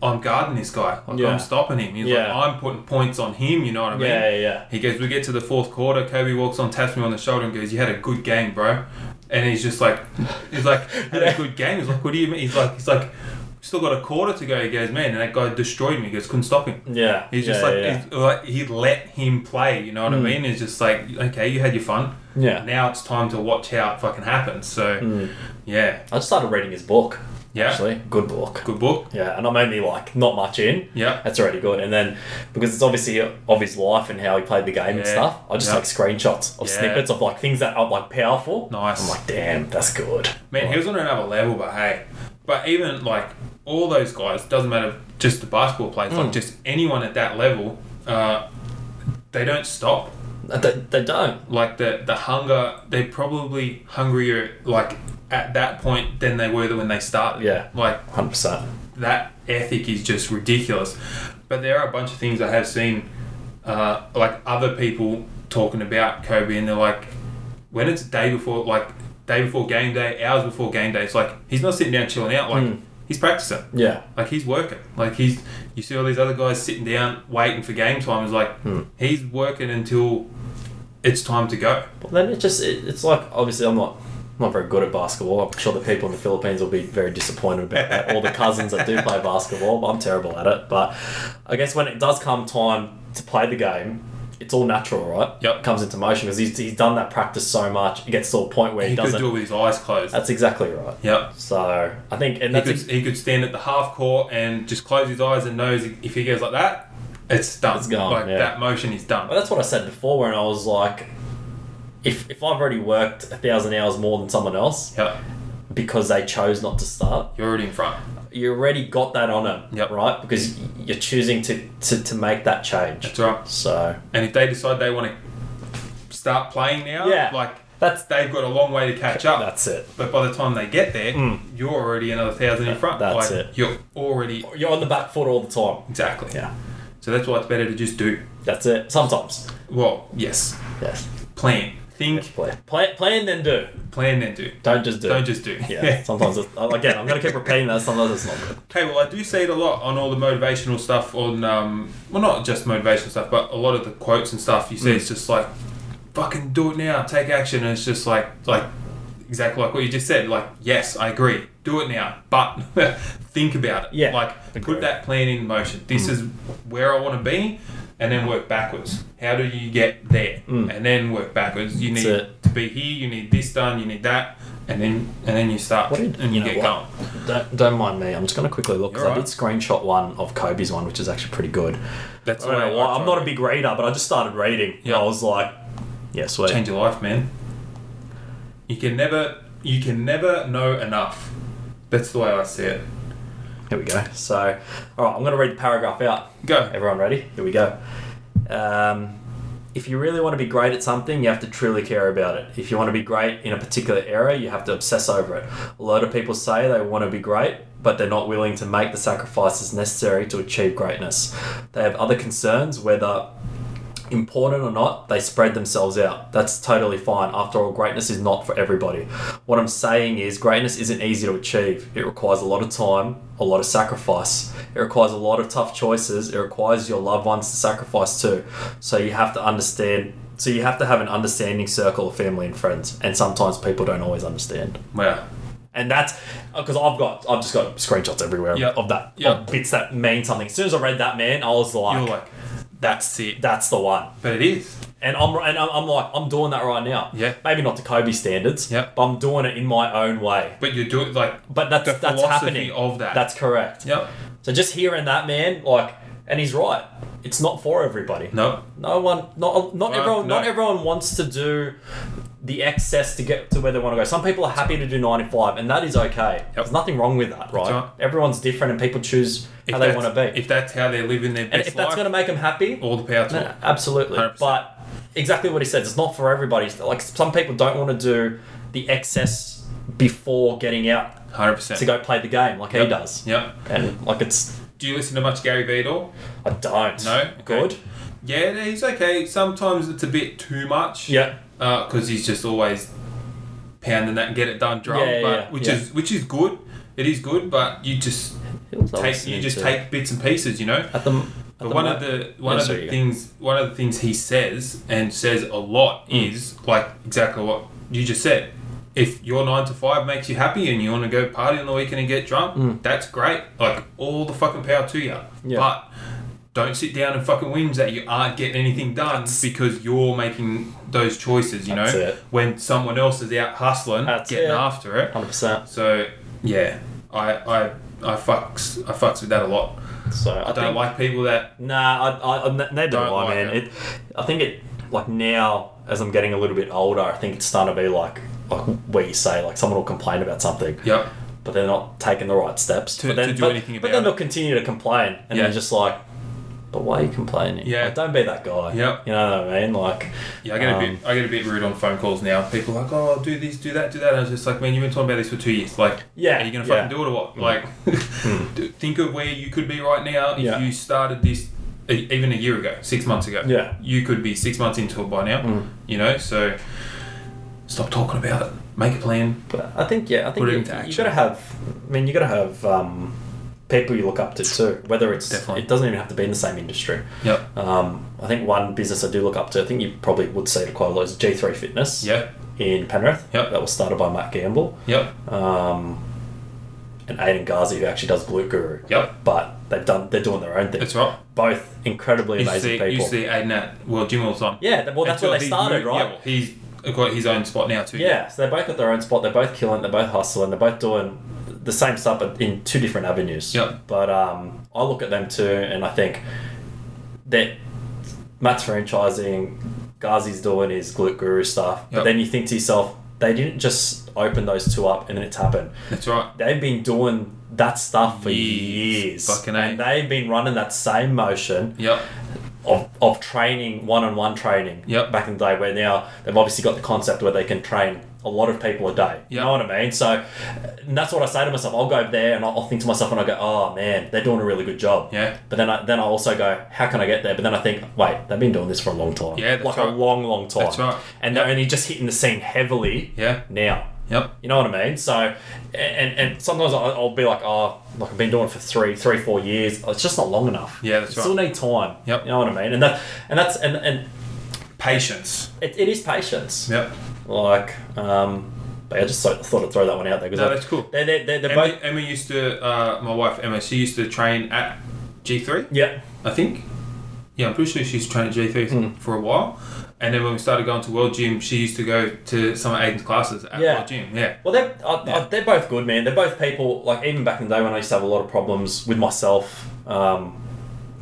I'm guarding this guy. Like Yeah. I'm stopping him. He's Yeah. like, I'm putting points on him. You know what I mean? Yeah, yeah, yeah. He goes, we get to the fourth quarter. Kobe walks on, taps me on the shoulder, and goes, "You had a good game, bro." And he's just like, he's like, had a good game. He's like, what do you mean? He's like, he's like, still got a quarter to go. He goes, man, and that guy destroyed me. He goes, couldn't stop him. Yeah. He's just yeah, like, yeah. Hmm. he's- like, he let him play. You know what I mean? It's just like, okay, you had your fun. Yeah. Hmm. Now it's time to watch how it fucking happens. So, yeah, I just started reading his book. Yeah. Actually, good book. good book. Yeah, and I'm only like not much in. Yeah. That's already good. And then because it's obviously of his life and how he played the game and Yeah. stuff, I just Yeah. take screenshots of Yeah. snippets of like things that are like powerful. Nice. I'm like, damn, that's good. Man, he was on another level, but hey, but even like all those guys, doesn't matter just the basketball players, Hmm. like just anyone at that level, uh, they don't stop. Like, they, they don't. Like the the hunger, they're probably hungrier like at that point than they were when they started. Yeah. like Hundred percent. that ethic is just ridiculous. But there are a bunch of things I have seen, uh, like other people talking about Kobe, and they're like, when it's day before, like day before game day, hours before game day, it's like he's not sitting down chilling out, like Hmm. he's practicing, Yeah. like he's working, like he's. You see all these other guys sitting down waiting for game time. It's like Hmm. he's working until it's time to go. But then it just it, it's like obviously I'm not I'm not very good at basketball. I'm sure the people in the Philippines will be very disappointed about that. All the cousins that do play basketball, but I'm terrible at it. But I guess when it does come time to play the game, it's all natural, right? Yep. It comes into motion because he's, he's done that practice so much. It gets to a point where he, He could doesn't. do it with his eyes closed. That's exactly right. yep. So I think and He that's could, ex- he could stand at the half court and just close his eyes and knows if he goes like that, it's done. It's gone, Like yeah. that motion is done. Well, that's what I said before when I was like, if if I've already worked a thousand hours more than someone else yeah, because they chose not to start, you're already in front. you already got that on them, Yep. right? Because y- you're choosing to, to, to make that change. That's right. So And if they decide they want to start playing now, Yeah. like that's they've got a long way to catch up. that's it. but by the time they get there, you're already another thousand in front. That's like, it. You're already You're on the back foot all the time. exactly. Yeah, So that's why it's better to just do. that's it. Sometimes, Well, yes, yes. plan, think, Play, play, play and then do. plan, then do. Don't just do. Don't just do. Yeah. Sometimes it's, again, I'm gonna keep repeating that. Sometimes it's not good. Okay, well, I do see it a lot on all the motivational stuff. On um, well, not just motivational stuff, but a lot of the quotes and stuff you see. Mm. It's just like, fucking do it now, take action. And it's just like, like exactly like what you just said. Like, yes, I agree, do it now, but think about it. Yeah, like agree. Mm. put that plan in motion. This is where I want to be, and then work backwards. How do you get there? And then work backwards. You Mm. That's need it. to be here. You need this done. You need that, and then and then you start What did- and you, you know get what? going. Don't, don't mind me. I'm just gonna quickly look 'cause You're I did screenshot one of Kobe's one, which is actually pretty good. That's I don't know why. I'm not a big reader, but I just started reading. Yeah. I was like, yeah, sweet. change your life, man. You can never you can never know enough. That's the way I see it. Here we go. So, all right, I'm going to read the paragraph out. Go. Everyone ready? Here we go. Um, if you really want to be great at something, you have to truly care about it. If you want to be great in a particular area, you have to obsess over it. A lot of people say they want to be great, but they're not willing to make the sacrifices necessary to achieve greatness. They have other concerns, whether important or not, they spread themselves out. That's totally fine. After all, greatness is not for everybody. What I'm saying is, greatness isn't easy to achieve. It requires a lot of time, a lot of sacrifice. It requires a lot of tough choices. It requires your loved ones to sacrifice too. So you have to understand. So you have to have an understanding circle of family and friends, and sometimes people don't always understand. Wow. And that's because I've got I've just got screenshots everywhere Yeah. of that Yeah. of bits that mean something. As soon as I read that, man, I was You're like, like, that's it. That's the one. but it is. And I'm and I'm, I'm like I'm doing that right now. Yeah. Maybe not to Kobe standards. Yeah. But I'm doing it in my own way. But you do it like. But that's The that's philosophy happening. of that. That's correct. Yep. So just hearing that man, like, and he's right. It's not for everybody. No. No one. Not not Well, everyone. Not no. everyone wants to do the excess to get to where they want to go. Some people are happy to do 95, and that is okay. There's nothing wrong with that, right? right. Everyone's different, and people choose how they that's- want to be. If that's how they're living their and best if that's life, going to make them happy, all the power to no, them. absolutely. 100%. But exactly what he says, it's not for everybody. It's Like some people don't want to do the excess before getting out Hundred percent. to go play the game, like he Yep. does. Yep. And like it's, Do you listen to much Gary Vee at all? I don't. No. Okay. Good. Yeah, Uh, he's okay. Sometimes it's a bit too much. Yeah. because he's just always pound and that get it done drum, Yeah, yeah, but yeah, which yeah. is which is good. It is good, but you just Hills I take you listening just to- take bits and pieces, you know. at the. m- at But one of mo- the one Yeah, of sorry, the you go. things one of the things he says and says a lot Hmm. is like exactly what you just said. If your nine to five makes you happy and you want to go party on the weekend and get drunk, that's great. Like all the fucking power to you. Hmm. Yeah. But don't sit down and fucking whinge that you aren't getting anything done because you're making those choices. You That's know, it. when someone else is out hustling, That's getting it. after it. 100%. So yeah, I I I fucks I fucks with that a lot. So I, I don't think- like people that Nah, I, I, I ne- neither do Don't I, like man. it. It. I think it like now as I'm getting a little bit older, I think it's starting to be like like where you say like someone will complain about something, Yep. but they're not taking the right steps To- but then, to do but, anything But about then they'll it. continue to complain, and Yeah. they're just like, "But why are you complaining? Yeah. Like, don't be that guy." Yep. you know what I mean? Like, Yeah, I get a um, bit I get a bit rude on phone calls now. People are like, oh, I'll do this, do that, do that. I was just like, man, you've been talking about this for two years. Like, Yeah, are you gonna yeah. fucking do it or Mm. what? Like, d- think of where you could be right now if Yeah. you started this e- even a year ago, six months ago. Yeah. Mm. you could be six months into it by now. You know, so stop talking about it. Make a plan. But I think yeah, I think Put it you, into you action. gotta have. I mean, you gotta have um, people you look up to too. Whether it's Definitely. it doesn't even have to be in the same industry. Yep. Um, I think one business I do look up to. I think you probably would see it quite a lot is G Three Fitness. Yep. In Penrith. Yep. That was started by Matt Gamble. Yep. Um, and Aidan Ghazi, who actually does Glute Guru. Yep. But they've done they're doing their own thing. That's right. Both incredibly You amazing see, people. you see Aiden at World Gym all the time. Yeah, well, that's Until where they he's started, moved- right? Yeah, well, he's got his own spot now too. Yeah, so they both got their own spot. They're both killing. They're both hustling. They're both doing the same stuff, but in two different avenues. Yep. But um, I look at them too, and I think that Matt's franchising, Ghazi's doing his Glute Guru stuff. But Yep. then you think to yourself, they didn't just open those two up and then it's happened. that's right. They've been doing that stuff for Years. years, Fucking A. and they've been running that same motion Yep. of, of training one on one training Yep. back in the day where now they've obviously got the concept where they can train a lot of people a day. You Yep. know what I mean? So uh, and that's what I say to myself. I'll go there and I'll, I'll think to myself and I go, oh man, they're doing a really good job. Yeah. But then I then I also go, how can I get there? But then I think, wait, they've been doing this for a long time. Yeah, that's like a right. long, long time. That's right. And they're only just hitting the scene heavily Yeah. now. Yep. You know what I mean? So, and and sometimes I'll, I'll be like, oh, like I've been doing it for three, three, four years. It's just not long enough. Yeah, that's You Still need time. Yep. You know what I mean? And that, and that's, and and Patience. it, it is patience. Yep. Like, um, but I just so, thought I'd throw that one out there because No, that's cool. They're they're, they're, they're Emma, both. Emma used to, uh, my wife Emma, she used to train at G3, Yeah. I think. Yeah, I'm pretty sure she's trained at G3 Hmm. for a while. And then when we started going to World Gym, she used to go to some of Aiden's classes at Yeah. World Gym. Yeah. Well, they're I, I, Yeah. they're both good, man. They're both people. Like even back in the day when I used to have a lot of problems with myself. Um,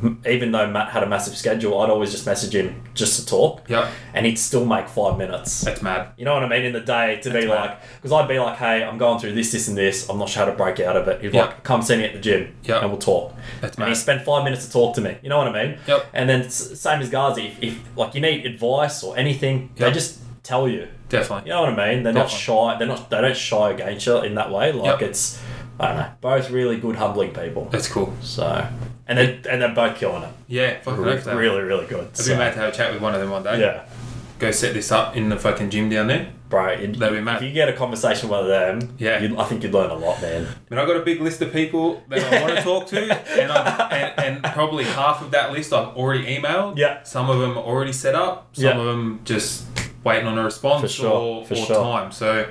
m- even though Matt had a massive schedule, I'd always just message him just to talk. Yep. And he'd still make five minutes. That's mad. You know what I mean? In the day to be That's right. like, because I'd be like, hey, I'm going through this, this, and this. I'm not sure how to break out of it. He'd be Yeah. like, come see me at the gym Yeah. and we'll talk. That's and mad. he spent five minutes to talk to me. You know what I mean? Yep. And then s- same as Ghazi, if, if like you need advice or anything, they Yep. just tell you. Definitely. You know what I mean? They're not Definitely. shy. They're not. They don't shy against you in that way. Like Yep. it's, I don't know. Both really good, humbling people. That's cool. So, and they and they're both killing it. Yeah, fucking Really, oath that. really, good. I'd be So, mad to have a chat with one of them one day. yeah. Go set this up in the fucking gym down there. Bro, it, That'd be mad. if you get a conversation with them, Yeah. you'd, I think you'd learn a lot, man. And I've got a big list of people that I want to talk to, and, I've, and, and probably half of that list I've already emailed. Yeah. Some of them are already set up. Some Yeah. of them just waiting on a response For sure, or, for or sure. time. So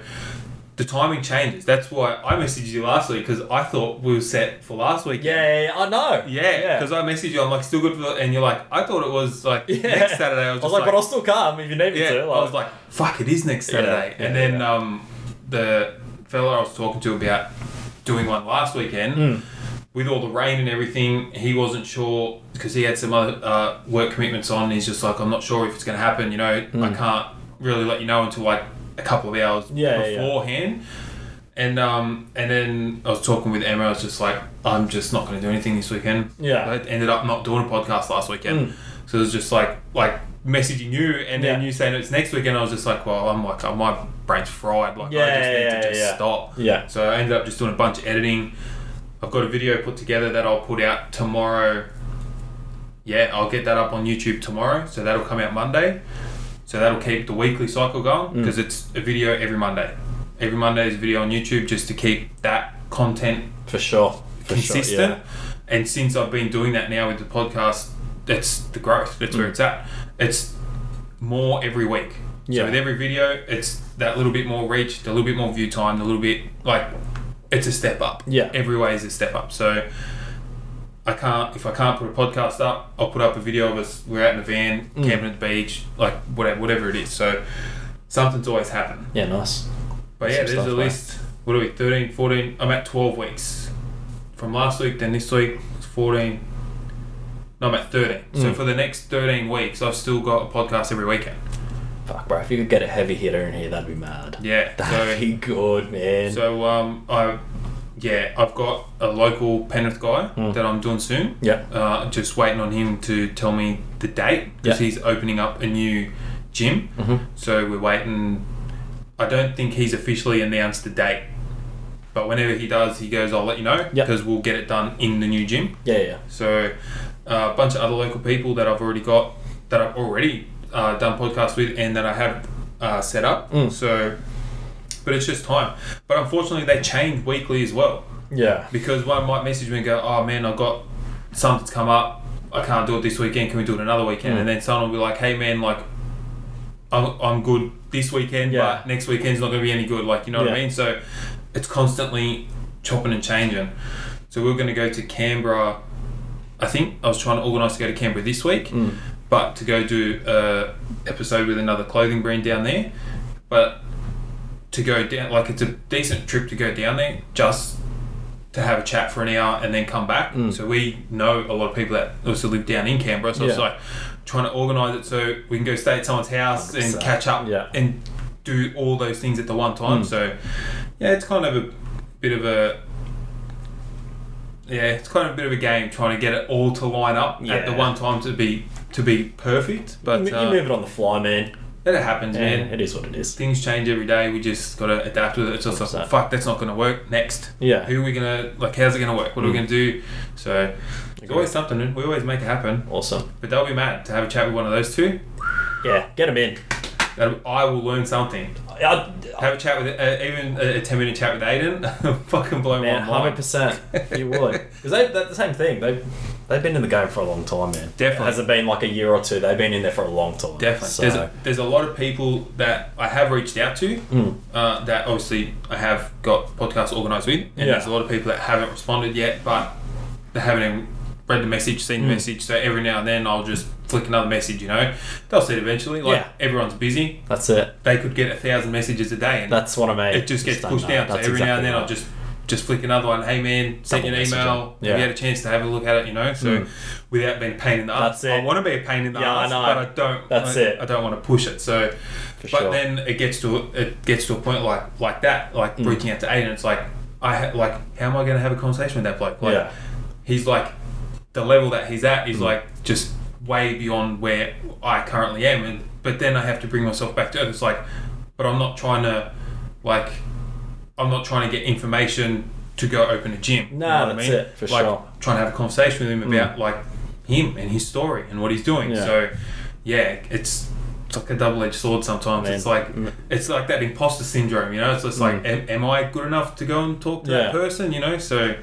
the timing changes. That's why I messaged you last week because I thought we were set for last week. Yeah, yeah, yeah, I know. Yeah, because I messaged you. I'm like, still good for the, and you're like, I thought it was like Yeah. next Saturday. I was, just like, but I'll still come if you need me yeah, to. Like, I was like, fuck, it is next Yeah, Saturday. yeah, and then yeah. um, the fella I was talking to about doing one last weekend, Hmm. with all the rain and everything, he wasn't sure because he had some other uh, work commitments on. He's just like, I'm not sure if it's going to happen. You know, Hmm. I can't really let you know until like a couple of hours Yeah, yeah, yeah. beforehand. And um, and then I was talking with Emma. I was just like, I'm just not going to do anything this weekend. Yeah. I ended up not doing a podcast last weekend, so it was just like like messaging you, and then Mm. Yeah. you saying it's next weekend. I was just like, well, I'm like, oh, my brain's fried. Like, I Yeah, just need yeah, to just yeah. stop. Yeah. So I ended up just doing a bunch of editing. I've got a video put together that I'll put out tomorrow. Yeah, I'll get that up on YouTube tomorrow, so Mm. that'll come out Monday. So that'll keep the weekly cycle going because it's a video every Monday. every Monday's video on YouTube just to keep that content for sure. For consistent. Sure, yeah. And since I've been doing that now with the podcast, that's the growth. That's where it's at. It's more every week. Yeah. So with every video, it's that little bit more reach, a little bit more view time, a little bit like it's a step up. Yeah. Every way is a step up. So I can't if I can't put a podcast up, I'll put up a video of us we're out in the van, Mm. camping at the beach, like whatever whatever it is. So something's always happened. Yeah, nice. But Some yeah, there's stuff, at right? least what are we 13, 14? I'm at 12 weeks from last week. Then this week it's 14. No, I'm at 13. So Mm. for the next 13 weeks, I've still got a podcast every weekend. Fuck, bro. If you could get a heavy hitter in here, that'd be mad. Yeah. That'd So be good, man. so um I yeah I've got a local Penrith guy Mm. that I'm doing soon. yeah. Uh, just waiting on him to tell me the date because Yeah. Mm-hmm. he's opening up a new gym. So we're waiting. I don't think he's officially announced the date, but whenever he does, he goes, "I'll let you know" Yeah. because we'll get it done in the new gym. Yeah, yeah. So uh, a bunch of other local people that I've already got that I've already uh, done podcasts with and that I have uh, set up. Mm. So, but it's just time. But unfortunately, they change weekly as well Yeah. because one might message me and go, "Oh man, I've got something's come up. I can't do it this weekend. Can we do it another weekend?" Mm. And then someone will be like, "Hey man, like I'm, I'm good this weekend, Yeah. but next weekend's not going to be any good." Like you know what I Yeah. mean? So it's constantly chopping and changing. So we we're going to go to Canberra. I think I was trying to organise to go to Canberra this week, Mm. but to go do a episode with another clothing brand down there. But to go down, like it's a decent trip to go down there just to have a chat for an hour and then come back. Mm. So we know a lot of people that also live down in Canberra. So it's Yeah. like trying to organise it so we can go stay at someone's house and 100%. catch up Yeah. Mm. and do all those things at the one time. So yeah, it's kind of a bit of a yeah, it's kind of a bit of a game trying to get it all to line up at the Yeah. one time to be to be perfect. But you, uh, you move it on the fly, man. it happens, Yeah, man it is what it is. things change every day. We just got to adapt with it. It's just like, 100%. fuck, that's not going to work. Next. Yeah. Mm. Who are we going to, like, how's it going to work? What are we going to do? So, there's always something. We always make it happen. Awesome. But they'll be mad to have a chat with one of those two. Yeah, get him in. That I will learn something. I, I, Have a chat with, uh, even a, a 10 minute chat with Aiden. fucking blow man, my mind. hundred percent, you would because they they're the same thing. They they've been in the game for a long time, man. Definitely. it hasn't been like a year or two. They've been in there for a long time. Definitely. So, There's, a, there's a lot of people that I have reached out to Hmm. uh, that obviously I have got podcasts organised with, and Yeah. there's a lot of people that haven't responded yet, but they haven't even read the message, seen Hmm. the message. So every now and then I'll just flick another message. You know, they'll see it eventually. Like Yeah. everyone's busy, that's it. they could get a thousand messages a day, and That's what I mean. it just gets done pushed that. out. So That's every now and exactly then I'll right. just just flick another one. Hey man, sent you an Double message email. it. Have you Yeah. Mm. had a chance to have a look at it? You know, so without being a pain in the ass. That's it. I want to be a pain in the Yeah, I ass, know. but I don't. That's I, it. I don't want to push it. So, For but sure. then it gets to it gets to a point like like that, like Mm. reaching out to Aiden. It's like I ha- like how am I going to have a conversation with that bloke? Like Yeah. he's like the level that he's at Hmm. is like just way beyond where I currently am and but then I have to bring myself back to earth. It's like but I'm not trying to like I'm not trying to get information to go open a gym. No, what that's it, for like, sure. Hmm. Trying to have a conversation with him about like him and his story and what he's doing. Yeah. So yeah, it's it's like a double-edged sword sometimes. Man. It's like it's like that imposter syndrome, you know. It's just Hmm. like, am, am I good enough to go and talk to Yeah. that person, you know? So,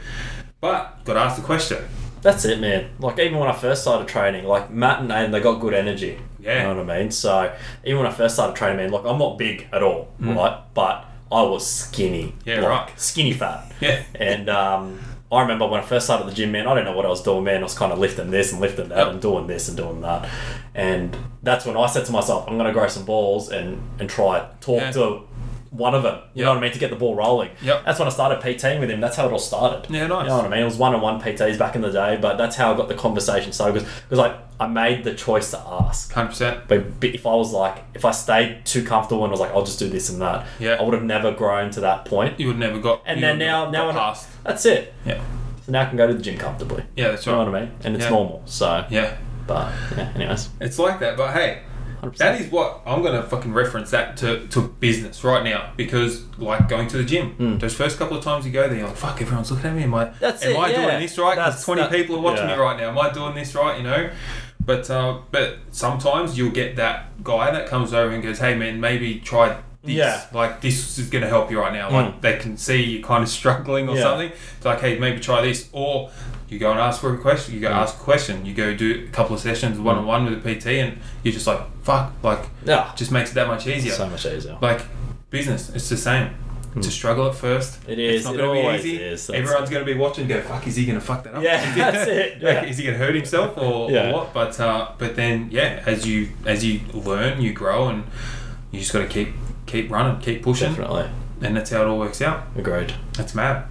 but got to ask the question. That's it, man. Like even when I first started training, like Matt and Aiden, they got good energy. Yeah. you know what I mean. So even when I first started training, man, like I'm not big at all, right? But I was skinny, Mm. Yeah, like, right. skinny fat. Yeah. And um, I remember when I first started the gym, man, I didn't know what I was doing, man. I was kind of lifting this and lifting that Yep. and doing this and doing that. And that's when I said to myself, I'm going to grow some balls and, and try it. Talk Yeah. to one of them, you know Yep. what I mean, to get the ball rolling. Yep. That's when I started PTing with him. That's how it all started. Yeah, nice. You know what I mean? It was one on one PTs back in the day, but that's how I got the conversation started because like, I made the choice to ask. Hundred percent. But but if I was like, if I stayed too comfortable and was like, I'll just do this and that, Yeah. I would have never grown to that point. You would never got. And you then would now, got now I- past. that's it. Yeah, So now I can go to the gym comfortably. yeah, that's You know right. what I mean? And it's Yeah. normal. So, Yeah, but yeah, anyways. it's like that. But hey, 100%. That is what I'm gonna fucking reference that to, to business right now because like going to the gym, those first couple of times you go there, you're like, fuck, everyone's looking at me. Am I, Hmm. That's am it, I yeah. doing this right? Because That's- 20 that- people are watching yeah. me right now. Am I doing this right? You know, but uh, but sometimes you'll get that guy that comes over and goes, hey man, maybe try this. Yeah. Like this is going to help you right now. Like Mm. they can see you're kind of struggling or Yeah. something. It's like, hey, maybe try this. Or you go and ask for a question. You go ask a question. You go do a couple of sessions one on one with a PT, and you're just like, fuck, like Yeah. just makes it that much easier. So much easier. Like business, it's the same. It's a struggle at first. Hmm. It It's is. not It going to be always easy. is. That's- Everyone's going to be watching. and Go fuck. Is he going to fuck that up? Yeah, that's Like, it. Yeah. Is he going to hurt himself or, or Yeah. what? But uh, but then yeah, as you as you learn, you grow, and you just got to keep keep running, keep pushing, Definitely. and that's how it all works out. Agreed. That's mad.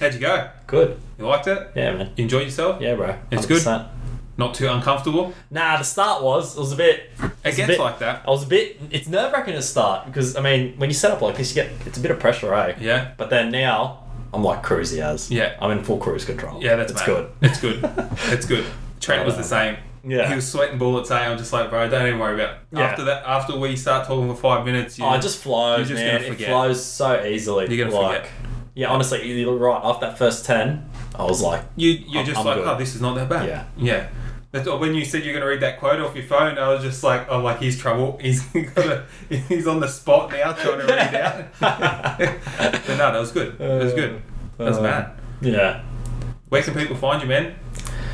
How'd you go? Good. You liked it? Yeah, man. You enjoyed yourself? Yeah, bro. It's good. 100%. Not too uncomfortable. Nah, the start was it was a bit. It It's a gets bit- like that. I was a bit. It's nerve wracking to start because I mean, when you set up like this, you get it's a bit of pressure, right? Yeah. But then now I'm like cruisy as. Yeah. I'm in full cruise control. Yeah, that's it's mad. good. It's good. It's good. Trent was the same. Yeah. He was sweating bullets, eh? I'm just like, bro, don't even worry about it. Yeah. After that, after we start talking for five minutes, you, Oh, it just flows, You're just man. gonna It forget. flows so easily. You're gonna like, forget. Yeah, honestly, you're right. After that first ten, I was like, you, you're I'm- just I'm like, good. oh, this is not that bad. Yeah. Yeah. That's, when you said you're going to read that quote off your phone, I was just like, oh, like, he's trouble. He's, gonna, he's on the spot now trying to read out. but no, that was good. That was good. That was Uh, mad. yeah, Where can people find you, man?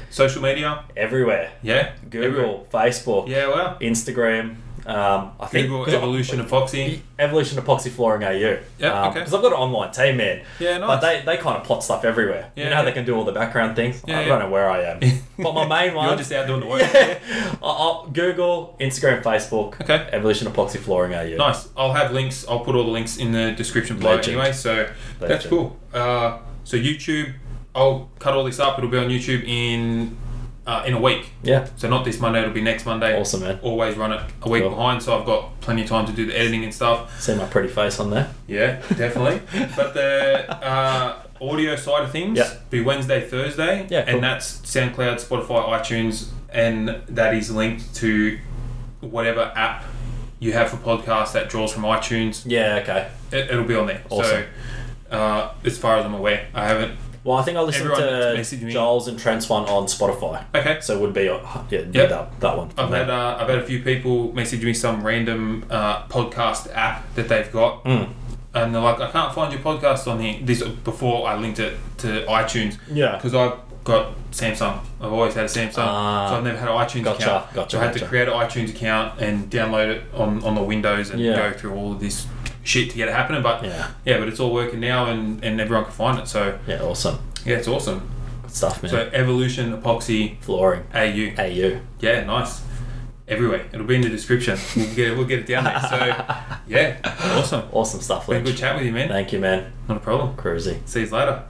Social media? everywhere. Yeah. Everywhere. Google, Facebook, Yeah, well. Instagram. Um, I think Google 'cause I- Evolution of Foxy. Evolution Epoxy Flooring AU. Yeah, okay. Because I've got an online team, man. Yeah, But nice. they, they kind of plot stuff everywhere. Yeah, you know how yeah. they can do all the background things? Yeah, I yeah. don't know where I am. but my main one. You're just out doing the work. yeah. I'll, I'll Google, Instagram, Facebook. Okay. Evolution Epoxy Flooring AU. Nice. I'll have links. I'll put all the links in the description below Legend. anyway. So that's Legend. cool. Uh, so YouTube, I'll cut all this up. It'll be on YouTube in uh, in a week. Yeah. So not this Monday. It'll be next Monday. Awesome, man. Always run it a week Cool. behind, so I've got plenty of time to do the editing and stuff. See my pretty face on there. Yeah, definitely. but the uh, audio side of things Yeah. be Wednesday, Thursday, Yeah, cool. and that's SoundCloud, Spotify, iTunes, and that is linked to whatever app you have for podcasts that draws from iTunes. Yeah, okay. It, it'll be on there. Awesome. So, uh, as far as I'm aware, I haven't. Well, I think I listened Everyone that's messaged to me. Joel's and Trent's one on Spotify. Okay. So it would be, uh, yeah, Yep. that, that one. I've had uh, I've had a few people message me some random uh, podcast app that they've got, Hmm. and they're like, I can't find your podcast on here. This before I linked it to iTunes. Yeah. Because I've got Samsung. I've always had a Samsung, Ah. so I've never had an iTunes Gotcha, account. gotcha, So I had to gotcha. create an iTunes account and download it on, on the Windows and Yeah. go through all of this shit to get it happening. But Yeah. but it's all working now, and and everyone can find it. So yeah, awesome. yeah, it's awesome. Good stuff, man. So evolution epoxy Flooring. AU. AU. Yeah, nice. Everywhere. It'll be in the description. We'll get it, we'll get it down there. So, yeah, awesome. Awesome stuff, Been a Lynch. good chat with you, man. Thank you, man. Not a problem. Cruisy. See you later.